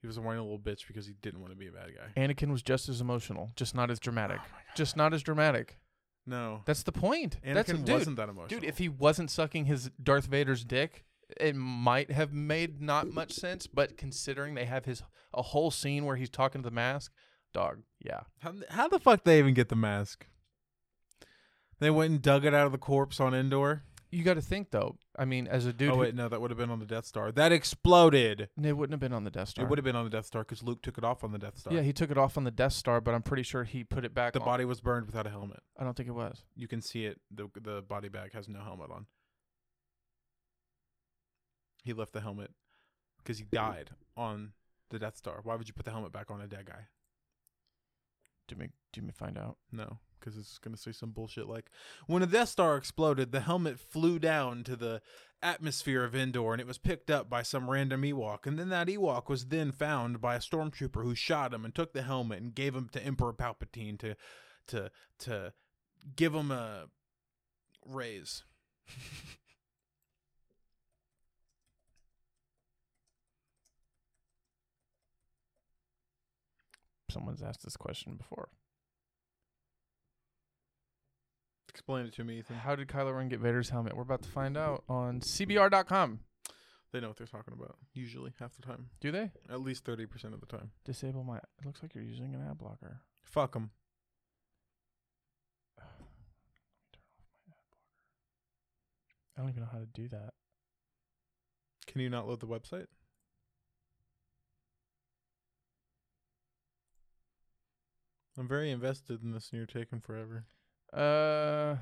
[SPEAKER 2] He was a whiny little bitch because he didn't want to be a bad guy.
[SPEAKER 1] Anakin was just as emotional, just not as dramatic.
[SPEAKER 2] Oh my God.
[SPEAKER 1] just not as dramatic.
[SPEAKER 2] no.
[SPEAKER 1] That's the point.
[SPEAKER 2] Anakin
[SPEAKER 1] that's dude,
[SPEAKER 2] wasn't that emotional.
[SPEAKER 1] Dude, if he wasn't sucking his Darth Vader's dick, it might have made not much sense. But considering they have his a whole scene where he's talking to the mask, dog, yeah,
[SPEAKER 2] how, how the fuck they even get the mask? They went and dug it out of the corpse on Endor.
[SPEAKER 1] you got to think though. I mean, as a dude,
[SPEAKER 2] oh
[SPEAKER 1] who-
[SPEAKER 2] wait, no, that would have been on the Death Star. That exploded.
[SPEAKER 1] it wouldn't have been on the Death Star.
[SPEAKER 2] It would have been on the Death Star because Luke took it off on the Death Star.
[SPEAKER 1] yeah, he took it off on the Death Star, but I'm pretty sure he put it back.
[SPEAKER 2] the
[SPEAKER 1] on-
[SPEAKER 2] body was burned without a helmet.
[SPEAKER 1] I don't think it was.
[SPEAKER 2] You can see it. the The body bag has no helmet on. He left the helmet because he died on the Death Star. Why would you put the helmet back on a dead guy?
[SPEAKER 1] Do me, do me find out.
[SPEAKER 2] No, because it's gonna say some bullshit like, "When the Death Star exploded, the helmet flew down to the atmosphere of Endor, and it was picked up by some random Ewok, and then that Ewok was then found by a stormtrooper who shot him and took the helmet and gave him to Emperor Palpatine to, to, to give him a raise."
[SPEAKER 1] Someone's asked this question before.
[SPEAKER 2] Explain it to me, Ethan.
[SPEAKER 1] How did Kylo Ren get Vader's helmet? We're about to find out on CBR.com.
[SPEAKER 2] They know what they're talking about usually half the time,
[SPEAKER 1] Do they
[SPEAKER 2] at least thirty percent of the time.
[SPEAKER 1] disable my? It looks like you're using an ad blocker.
[SPEAKER 2] Fuck them.
[SPEAKER 1] I don't even know how to do that.
[SPEAKER 2] Can you not load the website? I'm very invested in this and you're taking forever.
[SPEAKER 1] Uh,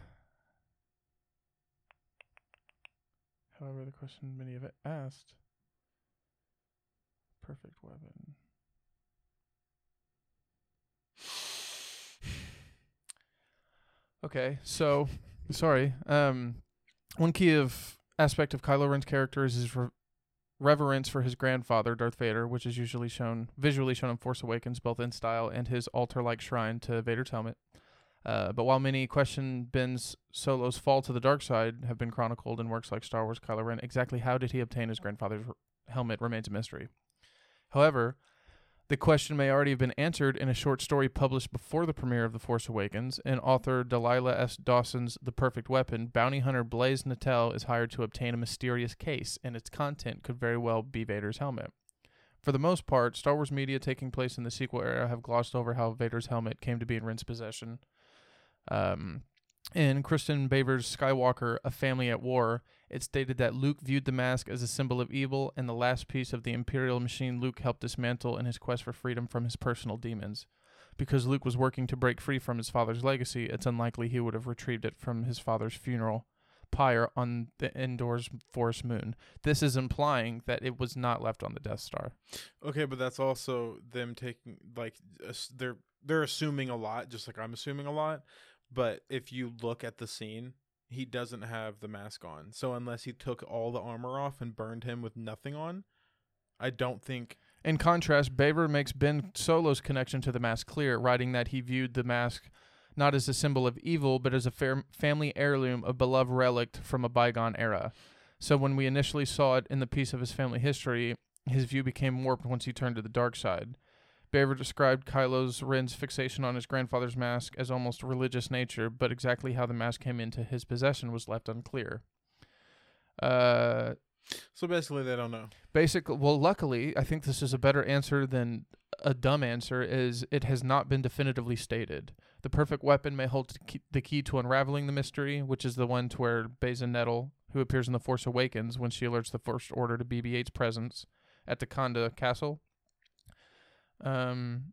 [SPEAKER 1] however, the question many have asked. Perfect weapon. Okay, so sorry. Um, one key of aspect of Kylo Ren's character is his re- reverence for his grandfather, Darth Vader, which is usually shown visually shown in Force Awakens, both in style and his altar-like shrine to Vader's helmet. Uh, but while many question Ben's Solo's fall to the dark side have been chronicled in works like Star Wars Kylo Ren, exactly how did he obtain his grandfather's r- helmet remains a mystery. However, The question may already have been answered in a short story published before the premiere of The Force Awakens, and author Delilah S. Dawson's The Perfect Weapon. Bounty hunter Blaze Natal is hired to obtain a mysterious case, and its content could very well be Vader's helmet. For the most part, Star Wars media taking place in the sequel era have glossed over how Vader's helmet came to be in Ren's possession. Um, in Kristen Baver's Skywalker, A Family at War, it stated that Luke viewed the mask as a symbol of evil and the last piece of the Imperial machine Luke helped dismantle in his quest for freedom from his personal demons. Because Luke was working to break free from his father's legacy, it's unlikely he would have retrieved it from his father's funeral pyre on the Endor's Force Moon. This is implying that it was not left on the Death Star.
[SPEAKER 2] Okay, but that's also them taking like ass- they're they're assuming a lot, just like I'm assuming a lot. But if you look at the scene, he doesn't have the mask on. So unless he took all the armor off and burned him with nothing on, I don't think.
[SPEAKER 1] In contrast, Baver makes Ben Solo's connection to the mask clear, writing that he viewed the mask not as a symbol of evil, but as a fam- family heirloom, a beloved relic from a bygone era. So when we initially saw it in the piece of his family history, his view became warped once he turned to the dark side. Baver described Kylo's Ren's fixation on his grandfather's mask as almost religious nature, but exactly how the mask came into his possession was left unclear. Uh,
[SPEAKER 2] So basically, they don't know.
[SPEAKER 1] Basic. Well, luckily, I think this is a better answer than a dumb answer. Is it has not been definitively stated. The perfect weapon may hold t- key- the key to unraveling the mystery, which is the one to where Basin Nettle, who appears in The Force Awakens when she alerts the First Order to BB-8's presence at the Conda Castle. Um.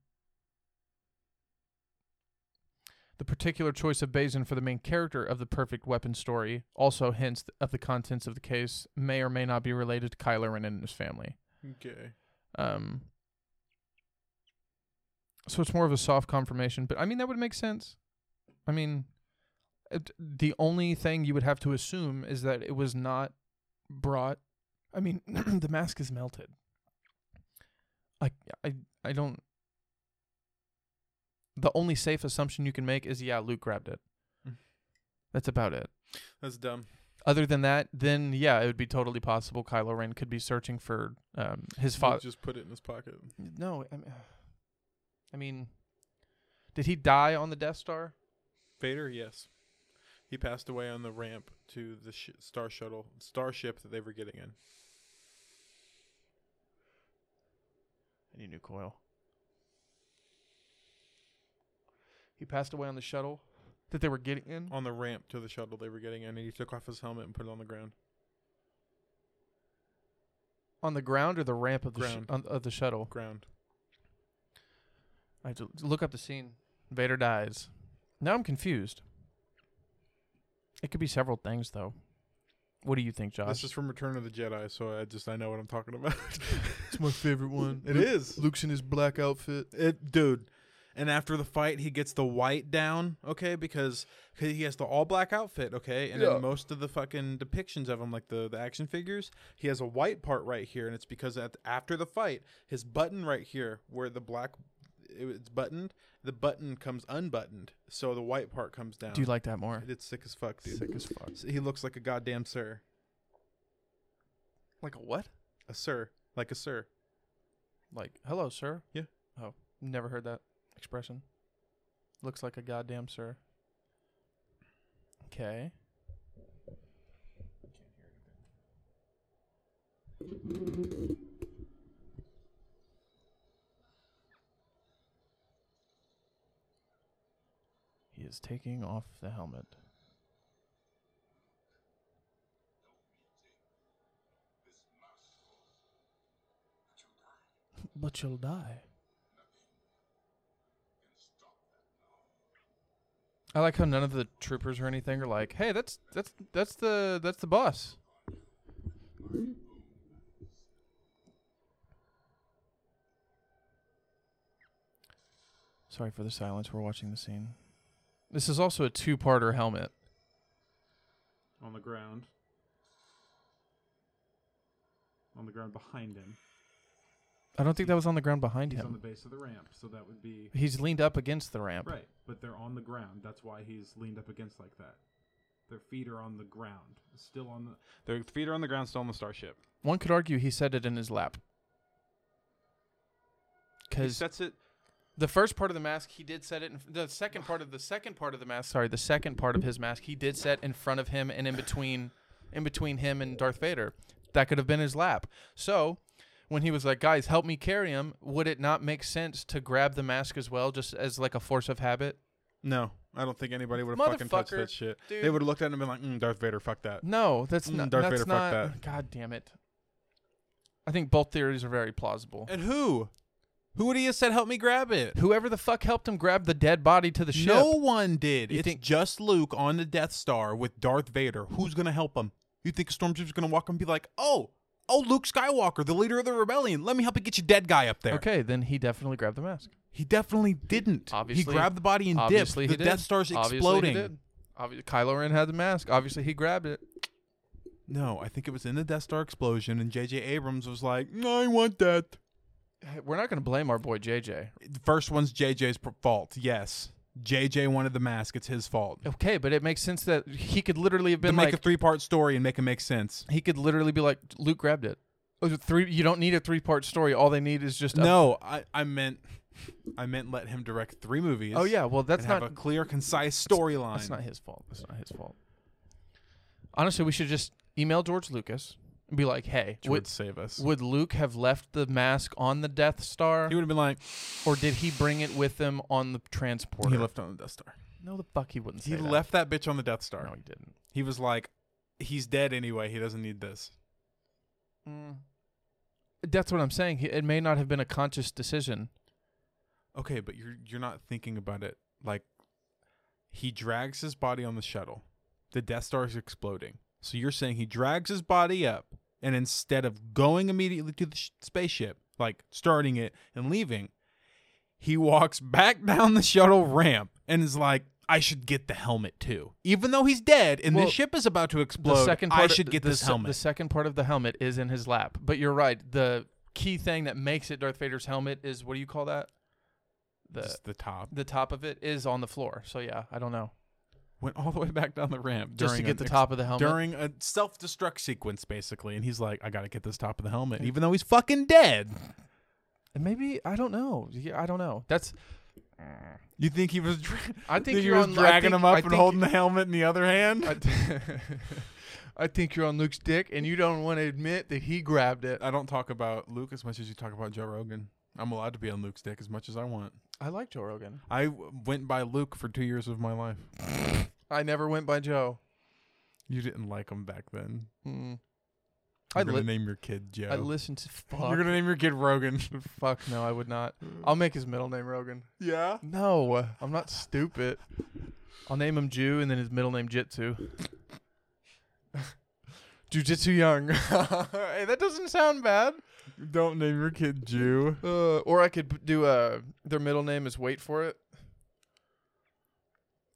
[SPEAKER 1] The particular choice of Bazin for the main character of the perfect weapon story also hints of the contents of the case may or may not be related to Kylo Ren and his family.
[SPEAKER 2] Okay.
[SPEAKER 1] Um, so it's more of a soft confirmation, but I mean that would make sense. I mean, it, the only thing you would have to assume is that it was not brought. I mean, the mask is melted. Like I, I don't. The only safe assumption you can make is yeah, Luke grabbed it.
[SPEAKER 2] Mm.
[SPEAKER 1] That's about it
[SPEAKER 2] That's dumb.
[SPEAKER 1] other than that, then yeah, it would be totally possible Kylo Ren could be searching for um, his
[SPEAKER 2] Luke
[SPEAKER 1] father.
[SPEAKER 2] just put it in his pocket.
[SPEAKER 1] No, I mean, I mean, did he die on the Death Star?
[SPEAKER 2] Vader, yes. He passed away on the ramp to the sh- star shuttle, starship that they were getting in.
[SPEAKER 1] I need new coil. He passed away on the shuttle that they were getting in.
[SPEAKER 2] On the ramp to the shuttle they were getting in, and he took off his helmet and put it on the ground.
[SPEAKER 1] On the ground or the ramp of the sh-
[SPEAKER 2] Ground.
[SPEAKER 1] on, of the shuttle?
[SPEAKER 2] Ground.
[SPEAKER 1] I have to look up the scene. Vader dies. Now I'm confused. It could be several things though. What do you think, Josh?
[SPEAKER 2] This is from Return of the Jedi, so I just I know what I'm talking about.
[SPEAKER 1] it's my favorite one.
[SPEAKER 2] it is.
[SPEAKER 1] Luke's in his black outfit.
[SPEAKER 2] It, dude. And after the fight, he gets the white down, okay, because 'cause he has the all black outfit, okay. And
[SPEAKER 1] Yeah.
[SPEAKER 2] in most of the fucking depictions of him, like the, the action figures, he has a white part right here, and it's because at, after the fight, his button right here, where the black it, it's buttoned, the button comes unbuttoned, so the white part comes down.
[SPEAKER 1] Do you like that more?
[SPEAKER 2] it's sick as fuck, dude.
[SPEAKER 1] as fuck.
[SPEAKER 2] So he looks like a goddamn sir,
[SPEAKER 1] Like a what?
[SPEAKER 2] a sir, like a sir.
[SPEAKER 1] Like hello, sir.
[SPEAKER 2] Yeah.
[SPEAKER 1] Oh, never heard that expression. Looks like a goddamn sir. Okay. He is taking off the helmet. But you'll die. I like how none of the troopers or anything are like, "Hey, that's that's that's the that's the boss." Sorry for the silence. We're watching the scene. This is also a two-parter helmet.
[SPEAKER 2] on the ground. On the ground behind him.
[SPEAKER 1] I don't think that was on the ground behind
[SPEAKER 3] He's on
[SPEAKER 1] him.
[SPEAKER 3] the base of the ramp, so that would be
[SPEAKER 1] He's leaned up against the ramp.
[SPEAKER 3] right. But they're on the ground. That's why he's leaned up against like that. Their feet are on the ground, still on the. Their feet are on the ground, still on the starship.
[SPEAKER 1] One could argue he said it in his lap.
[SPEAKER 3] He
[SPEAKER 1] because
[SPEAKER 3] sets it.
[SPEAKER 1] the first part of the mask he did set it in the second part of the second part of the mask sorry the second part of his mask he did set in front of him and in between in between him and Darth Vader that could have been his lap so when he was like guys help me carry him would it not make sense to grab the mask as well just as like a force of habit
[SPEAKER 2] No, I don't think anybody would have fucking touched
[SPEAKER 1] Motherfucker,
[SPEAKER 2] that shit. They
[SPEAKER 1] dude.
[SPEAKER 2] would have looked at him and been like, mm, Darth Vader, fuck that.
[SPEAKER 1] no that's
[SPEAKER 2] Mm,
[SPEAKER 1] not
[SPEAKER 2] Darth Vader,
[SPEAKER 1] that's
[SPEAKER 2] fuck
[SPEAKER 1] not god damn it I think both theories are very plausible
[SPEAKER 2] And who? Who would he have said help me grab it?
[SPEAKER 1] whoever the fuck helped him grab the dead body to the ship
[SPEAKER 2] No one did.
[SPEAKER 1] You
[SPEAKER 2] it's
[SPEAKER 1] think-
[SPEAKER 2] just Luke on the Death Star with Darth Vader. Who's gonna help him? You think Stormtrooper's gonna walk up and be like, "Oh, oh, Luke Skywalker, the leader of the rebellion. Let me help you get your dead guy up there."
[SPEAKER 1] okay then he definitely grabbed the mask
[SPEAKER 2] He definitely didn't.
[SPEAKER 1] Obviously-
[SPEAKER 2] he grabbed the body and dipped.
[SPEAKER 1] Obviously,
[SPEAKER 2] The
[SPEAKER 1] he did.
[SPEAKER 2] Death Star's
[SPEAKER 1] Obviously he
[SPEAKER 2] exploding.
[SPEAKER 1] did. Obvi- Kylo Ren had the mask. Obviously, he grabbed it.
[SPEAKER 2] No, I think it was in the Death Star explosion, and J.J. Abrams was like, "No, I want that."
[SPEAKER 1] Hey, We're not going to blame our boy JJ.
[SPEAKER 2] The first one's J.J.'s pr- fault. Yes, J.J. wanted the mask. It's his fault.
[SPEAKER 1] Okay, but it makes sense that he could literally have
[SPEAKER 2] To
[SPEAKER 1] been
[SPEAKER 2] make
[SPEAKER 1] like
[SPEAKER 2] a three-part story and make it make sense.
[SPEAKER 1] he could literally be like Luke grabbed it. Oh, the Three, you don't need a three-part story. All they need is just a-
[SPEAKER 2] No, I, I meant I meant let him direct three movies.
[SPEAKER 1] Oh yeah, well that's
[SPEAKER 2] and have
[SPEAKER 1] not
[SPEAKER 2] a clear, concise storyline.
[SPEAKER 1] that's not his fault. That's not his fault. Honestly, we should just email George Lucas and be like, "Hey,
[SPEAKER 2] George
[SPEAKER 1] would,
[SPEAKER 2] save us.
[SPEAKER 1] would Luke have left the mask on the Death Star,
[SPEAKER 2] he would have been like
[SPEAKER 1] or did he bring it with him on the transporter?"
[SPEAKER 2] he left on the Death Star.
[SPEAKER 1] No, the fuck he wouldn't.
[SPEAKER 2] He
[SPEAKER 1] say that.
[SPEAKER 2] left that bitch on the Death Star.
[SPEAKER 1] No, he didn't.
[SPEAKER 2] He was like, he's dead anyway. He doesn't need this.
[SPEAKER 1] Mm. That's what I'm saying. He- It may not have been a conscious decision.
[SPEAKER 2] Okay, but you're you're not thinking about it. Like he drags his body on the shuttle. The Death Star is exploding. So you're saying he drags his body up and instead of going immediately to the sh- spaceship, like starting it and leaving, he walks back down the shuttle ramp and is like I should get the helmet too. Even though he's dead and
[SPEAKER 1] Well,
[SPEAKER 2] this ship is about to explode, I should get
[SPEAKER 1] the,
[SPEAKER 2] this
[SPEAKER 1] se- The
[SPEAKER 2] helmet.
[SPEAKER 1] second part of the helmet is in his lap. But you're right. The key thing that makes it Darth Vader's helmet is what do you call that? The
[SPEAKER 2] Just the top.
[SPEAKER 1] the top of it is on the floor. So yeah, I don't know.
[SPEAKER 2] Went all the way back down the ramp
[SPEAKER 1] Just to
[SPEAKER 2] during
[SPEAKER 1] get
[SPEAKER 2] an
[SPEAKER 1] the
[SPEAKER 2] ex-
[SPEAKER 1] top of the helmet.
[SPEAKER 2] during a self-destruct sequence basically and he's like i gotta get this top of the helmet even though he's fucking dead
[SPEAKER 1] And maybe I don't know. Yeah, I don't know. That's
[SPEAKER 2] you think he was dra-
[SPEAKER 1] I think
[SPEAKER 2] he
[SPEAKER 1] you're
[SPEAKER 2] was
[SPEAKER 1] on- I
[SPEAKER 2] dragging
[SPEAKER 1] think-
[SPEAKER 2] him up
[SPEAKER 1] I
[SPEAKER 2] and
[SPEAKER 1] think-
[SPEAKER 2] holding the helmet in the other hand
[SPEAKER 1] I, I think you're on Luke's dick and you don't want to admit that he grabbed it.
[SPEAKER 2] I don't talk about luke as much as you talk about joe rogan i'm allowed to be on luke's dick as much as i want
[SPEAKER 1] I like Joe Rogan.
[SPEAKER 2] i w- went by luke for two years of my life
[SPEAKER 1] I never went by Joe.
[SPEAKER 2] you didn't like him back then
[SPEAKER 1] Mm. I
[SPEAKER 2] i'm gonna
[SPEAKER 1] li-
[SPEAKER 2] name your kid joe
[SPEAKER 1] I listened to fuck.
[SPEAKER 2] you're gonna Hmm. name your kid rogan
[SPEAKER 1] Fuck no, I would not. I'll make his middle name Rogan.
[SPEAKER 2] yeah
[SPEAKER 1] No, I'm not stupid. I'll name him Jew and then his middle name Jitsu. Jujitsu Young. hey, that doesn't sound bad.
[SPEAKER 2] don't name your kid jew
[SPEAKER 1] Uh, or I could p- do uh their middle name is wait for it,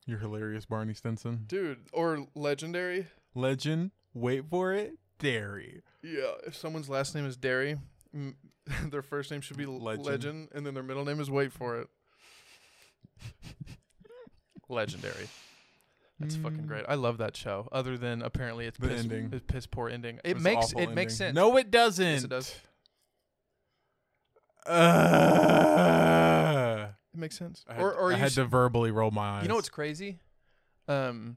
[SPEAKER 2] you're hilarious barney stinson
[SPEAKER 1] dude. Or legendary.
[SPEAKER 2] legend wait for it dairy
[SPEAKER 1] Yeah, if someone's last name is Derry, m- their first name should be L-
[SPEAKER 2] Legend.
[SPEAKER 1] legend. and then their middle name is wait for it. Legendary. That's fucking
[SPEAKER 2] Mm.
[SPEAKER 1] great. I love that show. Other than apparently it's
[SPEAKER 2] The
[SPEAKER 1] piss,
[SPEAKER 2] ending.
[SPEAKER 1] it's piss poor ending. It
[SPEAKER 2] was
[SPEAKER 1] makes it
[SPEAKER 2] awful
[SPEAKER 1] makes
[SPEAKER 2] ending.
[SPEAKER 1] sense.
[SPEAKER 2] No, it doesn't.
[SPEAKER 1] yes, it does.
[SPEAKER 2] Ugh.
[SPEAKER 1] It makes sense.
[SPEAKER 2] I had,
[SPEAKER 1] or or
[SPEAKER 2] I
[SPEAKER 1] you,
[SPEAKER 2] had
[SPEAKER 1] s-
[SPEAKER 2] to verbally roll my eyes.
[SPEAKER 1] you know what's crazy? Um,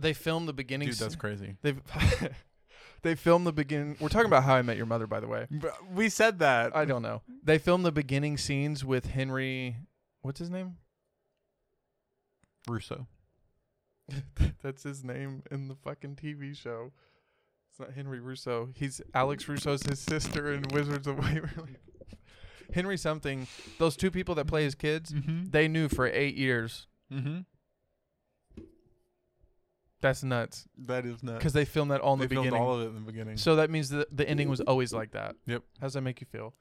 [SPEAKER 1] they filmed the beginning.
[SPEAKER 2] dude,
[SPEAKER 1] s-
[SPEAKER 2] that's crazy.
[SPEAKER 1] they've they filmed the beginning. We're talking about How I Met Your Mother, by the way.
[SPEAKER 2] We said that.
[SPEAKER 1] I don't know. They filmed the beginning scenes with Henry. What's his name?
[SPEAKER 2] Russo.
[SPEAKER 1] That's his name in the fucking TV show. It's not Henry Russo. He's Alex Russo's his sister in Wizards of Waverly. Henry something. Those two people that play his kids,
[SPEAKER 2] Mm-hmm.
[SPEAKER 1] they knew for eight years.
[SPEAKER 2] mm-hmm.
[SPEAKER 1] That's nuts.
[SPEAKER 2] That is nuts.
[SPEAKER 1] Because they filmed that all in
[SPEAKER 2] they
[SPEAKER 1] the beginning.
[SPEAKER 2] filmed all of it in the beginning.
[SPEAKER 1] so that means the the ending was always like that.
[SPEAKER 2] Yep.
[SPEAKER 1] How does that make you feel?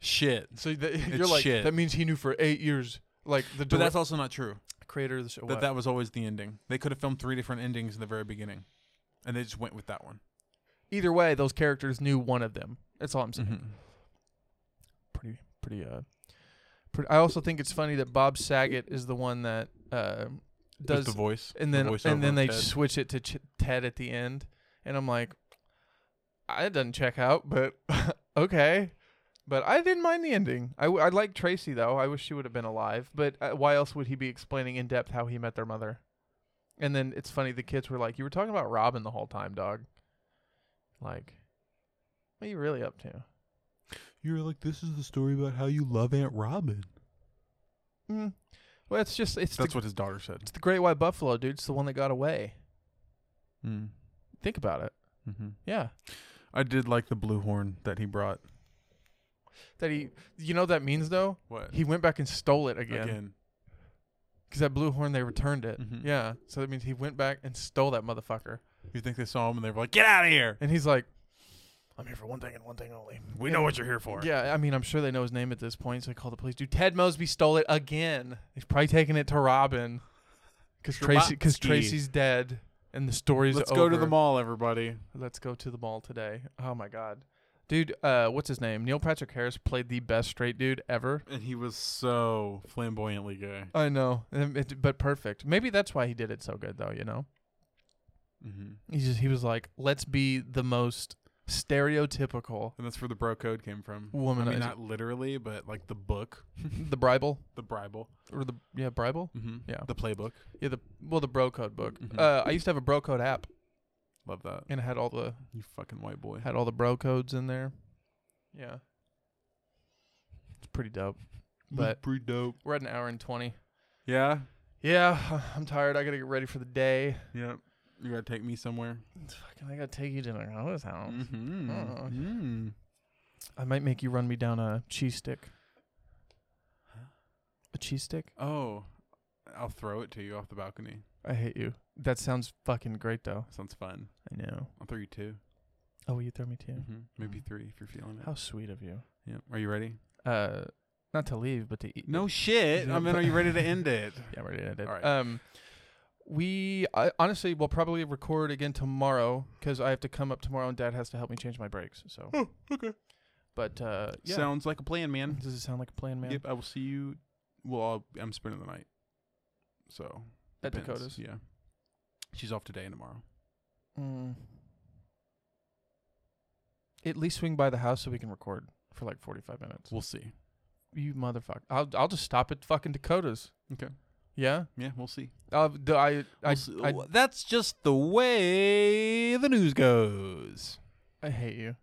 [SPEAKER 2] Shit.
[SPEAKER 1] So that, you're
[SPEAKER 2] It's
[SPEAKER 1] like
[SPEAKER 2] shit.
[SPEAKER 1] that means he knew for eight years. Like the
[SPEAKER 2] But that's
[SPEAKER 1] direct-
[SPEAKER 2] also not true.
[SPEAKER 1] creator of the show.
[SPEAKER 2] That
[SPEAKER 1] what?
[SPEAKER 2] that was always the ending. They could have filmed three different endings in the very beginning, and they just went with that one.
[SPEAKER 1] Either way, those characters knew one of them. That's all I'm saying.
[SPEAKER 2] Mhm.
[SPEAKER 1] pretty pretty uh pretty, I also think it's funny that Bob Saget is the one that uh
[SPEAKER 2] Just
[SPEAKER 1] does
[SPEAKER 2] the voice,
[SPEAKER 1] and
[SPEAKER 2] the
[SPEAKER 1] then
[SPEAKER 2] voiceover
[SPEAKER 1] and then
[SPEAKER 2] of
[SPEAKER 1] they
[SPEAKER 2] Ted.
[SPEAKER 1] switch it to Ch- Ted at the end and I'm like I it doesn't check out but okay But I didn't mind the ending. I, w- I like Tracy though. I wish she would have been alive. But uh, why else would he be explaining in depth how he met their mother? And then it's funny the kids were like, "You were talking about Robin the whole time, dog." Like, what are you really up to?
[SPEAKER 2] You're like, this is the story about how you love Aunt Robin.
[SPEAKER 1] Mm. Well, it's just it's the,
[SPEAKER 2] That's what his daughter said.
[SPEAKER 1] it's the great white buffalo, dude. It's the one that got away.
[SPEAKER 2] Mm.
[SPEAKER 1] Think about it.
[SPEAKER 2] Mm-hmm.
[SPEAKER 1] Yeah,
[SPEAKER 2] I did like the blue horn that he brought.
[SPEAKER 1] that he. You know what that means though.
[SPEAKER 2] What
[SPEAKER 1] He went back and stole it
[SPEAKER 2] again?
[SPEAKER 1] again Mm-hmm. because that blue horn they returned it.
[SPEAKER 2] Mhm.
[SPEAKER 1] Yeah, so that means he went back and stole that motherfucker.
[SPEAKER 2] You think they saw him and they were like, "Get out of here!
[SPEAKER 1] And he's like, I'm here for one thing and one thing only.
[SPEAKER 2] We know what you're here for."
[SPEAKER 1] Yeah, I mean, I'm sure they know his name at this point, so they call the police. Dude, Ted Mosby stole it again. He's probably taking it to Robin because Tracy, because
[SPEAKER 2] Shrobowski.
[SPEAKER 1] Tracy's dead, and the story's
[SPEAKER 2] Let's
[SPEAKER 1] over.
[SPEAKER 2] go to the mall, everybody.
[SPEAKER 1] Let's go to the mall today. Oh my god, dude, uh, what's his name? Neil Patrick Harris played the best straight dude ever.
[SPEAKER 2] And he was so flamboyantly gay.
[SPEAKER 1] I know, um, it- but perfect. Maybe that's why he did it so good, though. You know,
[SPEAKER 2] Mm-hmm.
[SPEAKER 1] he just he was like, let's be the most stereotypical
[SPEAKER 2] And that's where the bro code came from. I
[SPEAKER 1] woman.
[SPEAKER 2] mean, not literally, but like the book,
[SPEAKER 1] the Bible
[SPEAKER 2] the Bible,
[SPEAKER 1] or the yeah Bible.
[SPEAKER 2] mm-hmm.
[SPEAKER 1] Yeah.
[SPEAKER 2] the playbook.
[SPEAKER 1] Yeah, the well, the bro code book.
[SPEAKER 2] Mhm.
[SPEAKER 1] Uh, I used to have a bro code app,
[SPEAKER 2] Love that.
[SPEAKER 1] and it had all the
[SPEAKER 2] You fucking white boy.
[SPEAKER 1] had all the bro codes in there. Yeah, it's pretty dope. But
[SPEAKER 2] pretty dope.
[SPEAKER 1] we're at an hour and twenty.
[SPEAKER 2] Yeah,
[SPEAKER 1] Yeah, I'm tired. I gotta get ready for the day.
[SPEAKER 2] yeah. You gotta take me somewhere.
[SPEAKER 1] It's fucking, I gotta take you to Nicola's house.
[SPEAKER 2] Mm-hmm.
[SPEAKER 1] Oh.
[SPEAKER 2] Mm.
[SPEAKER 1] I might make you run me down a cheese stick.
[SPEAKER 2] Huh?
[SPEAKER 1] A cheese stick?
[SPEAKER 2] Oh, I'll throw it to you off the balcony.
[SPEAKER 1] I hate you. That sounds fucking great, though.
[SPEAKER 2] Sounds fun.
[SPEAKER 1] I know.
[SPEAKER 2] I'll throw you two.
[SPEAKER 1] Oh, will you throw me too?
[SPEAKER 2] Mm-hmm. Maybe three if you're feeling it.
[SPEAKER 1] How sweet of you.
[SPEAKER 2] Yeah. Are you ready?
[SPEAKER 1] Uh, not to leave, but to eat.
[SPEAKER 2] No shit. I mean, are you ready to end it?
[SPEAKER 1] Yeah, we're gonna end it.
[SPEAKER 2] All right.
[SPEAKER 1] Um, we I, honestly will probably record again tomorrow because I have to come up tomorrow and Dad has to help me change my brakes. So. okay. But uh, yeah.
[SPEAKER 2] Oh, Sounds like a plan, man.
[SPEAKER 1] does it sound like a plan, man?
[SPEAKER 2] Yep. I will see you. Well, I'll, I'm spending the night. So
[SPEAKER 1] At
[SPEAKER 2] depends.
[SPEAKER 1] Dakota's.
[SPEAKER 2] Yeah. She's off today and tomorrow.
[SPEAKER 1] Mm. At least swing by the house so we can record for like forty-five minutes.
[SPEAKER 2] We'll see.
[SPEAKER 1] You motherfucker! I'll I'll just stop at fucking Dakota's.
[SPEAKER 2] Okay.
[SPEAKER 1] Yeah.
[SPEAKER 2] Yeah, we'll see.
[SPEAKER 1] Uh, d- I I,
[SPEAKER 2] We'll see.
[SPEAKER 1] I
[SPEAKER 2] Well, That's just the way the news goes.
[SPEAKER 1] I hate you.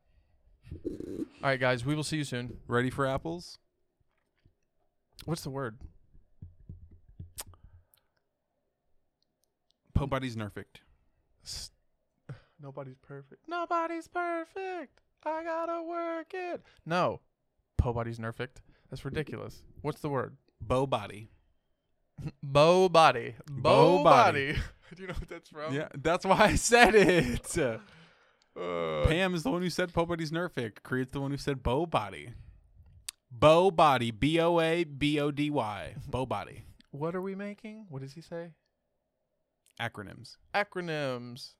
[SPEAKER 1] All right, guys. We will see you soon.
[SPEAKER 2] Ready for apples?
[SPEAKER 1] What's the word?
[SPEAKER 2] Pobody's nerfed.
[SPEAKER 1] S- Nobody's perfect. Nobody's perfect. I gotta work it. No, Pobody's nerfect. That's ridiculous. What's the word?
[SPEAKER 2] Bow body.
[SPEAKER 1] Bow body. Bow
[SPEAKER 2] Bow body.
[SPEAKER 1] body. Do you know what that's from?
[SPEAKER 2] Yeah, that's why I said it.
[SPEAKER 1] Uh,
[SPEAKER 2] Pam is the one who said Pobody's nerfic. Creed's the one who said Bow Body. Bow Body. B O A B O D Y. Bow Body.
[SPEAKER 1] what are we making? What does he say?
[SPEAKER 2] Acronyms.
[SPEAKER 1] Acronyms.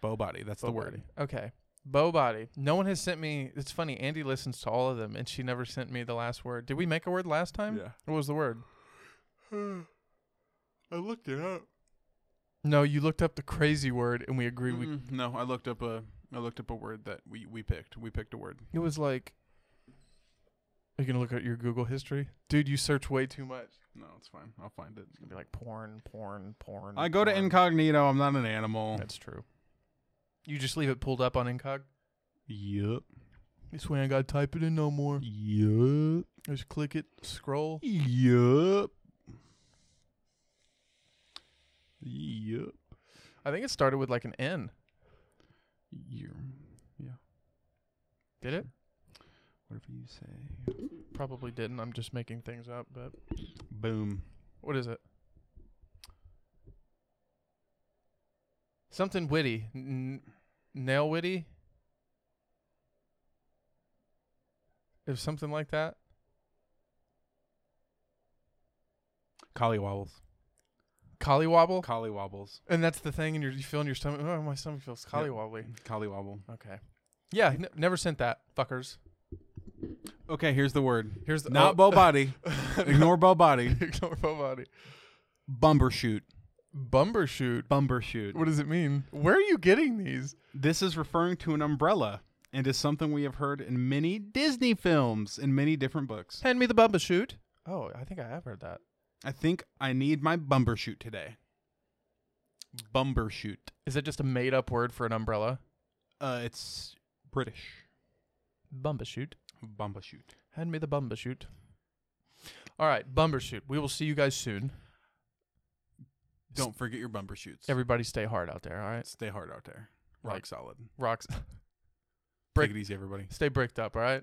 [SPEAKER 2] Bow Body. That's the word.
[SPEAKER 1] Okay. Bow body. No one has sent me. It's funny. Andy listens to all of them, and she never sent me the last word. Did we make a word last time?
[SPEAKER 2] Yeah.
[SPEAKER 1] What was the word?
[SPEAKER 2] I looked it up.
[SPEAKER 1] No, you looked up the crazy word, and we agreed. We
[SPEAKER 2] no, I looked up a I looked up a word that we, we picked. We picked a word.
[SPEAKER 1] It was like, are you gonna look at your Google history, dude? You search way too much.
[SPEAKER 2] No, it's fine. I'll find it.
[SPEAKER 1] It's gonna be like porn, porn, porn.
[SPEAKER 2] I go to
[SPEAKER 1] porn.
[SPEAKER 2] incognito. I'm not an animal.
[SPEAKER 1] That's true. You just leave it pulled up on incog.
[SPEAKER 2] Yup.
[SPEAKER 1] This way I gotta type it in no more.
[SPEAKER 2] Yup.
[SPEAKER 1] Just click it, scroll.
[SPEAKER 2] Yup. Yup.
[SPEAKER 1] I think it started with like an N.
[SPEAKER 2] Year.
[SPEAKER 1] Did it?
[SPEAKER 2] Whatever you say.
[SPEAKER 1] Probably didn't. I'm just making things up. But
[SPEAKER 2] Boom.
[SPEAKER 1] what is it? Something witty. N- nail witty. If something like that.
[SPEAKER 2] Collie wobbles.
[SPEAKER 1] Collywobble?
[SPEAKER 2] Collie wobbles.
[SPEAKER 1] And that's the thing, and you're, you feeling your stomach. Oh, my stomach feels collywobbly.
[SPEAKER 2] Collie wobble.
[SPEAKER 1] Okay. Yeah, n- never sent that, fuckers.
[SPEAKER 2] Okay, here's the word.
[SPEAKER 1] Here's the oh.
[SPEAKER 2] Not bow body. Ignore bow body.
[SPEAKER 1] Ignore body.
[SPEAKER 2] Bumbershoot.
[SPEAKER 1] Bumbershoot.
[SPEAKER 2] Bumbershoot.
[SPEAKER 1] What does it mean? Where are you getting these?
[SPEAKER 2] This is referring to an umbrella. and is something we have heard in many Disney films and many different books.
[SPEAKER 1] Hand me the Bumba shoot. Oh, I think I have heard that.
[SPEAKER 2] I think I need my bumper shoot today. Bumper shoot.
[SPEAKER 1] Is it just a made up word for an umbrella?
[SPEAKER 2] Uh, it's British.
[SPEAKER 1] Bumba shoot.
[SPEAKER 2] Bumper shoot.
[SPEAKER 1] Hand me the Bumba shoot. All right, Bumba shoot. We will see you guys soon.
[SPEAKER 2] Don't forget your bumper shoots.
[SPEAKER 1] Everybody stay hard out there, all right?
[SPEAKER 2] Stay hard out there. Rock
[SPEAKER 1] Like-
[SPEAKER 2] solid.
[SPEAKER 1] Rocks.
[SPEAKER 2] Take
[SPEAKER 1] Brick-
[SPEAKER 2] it easy, everybody.
[SPEAKER 1] stay bricked up, all right?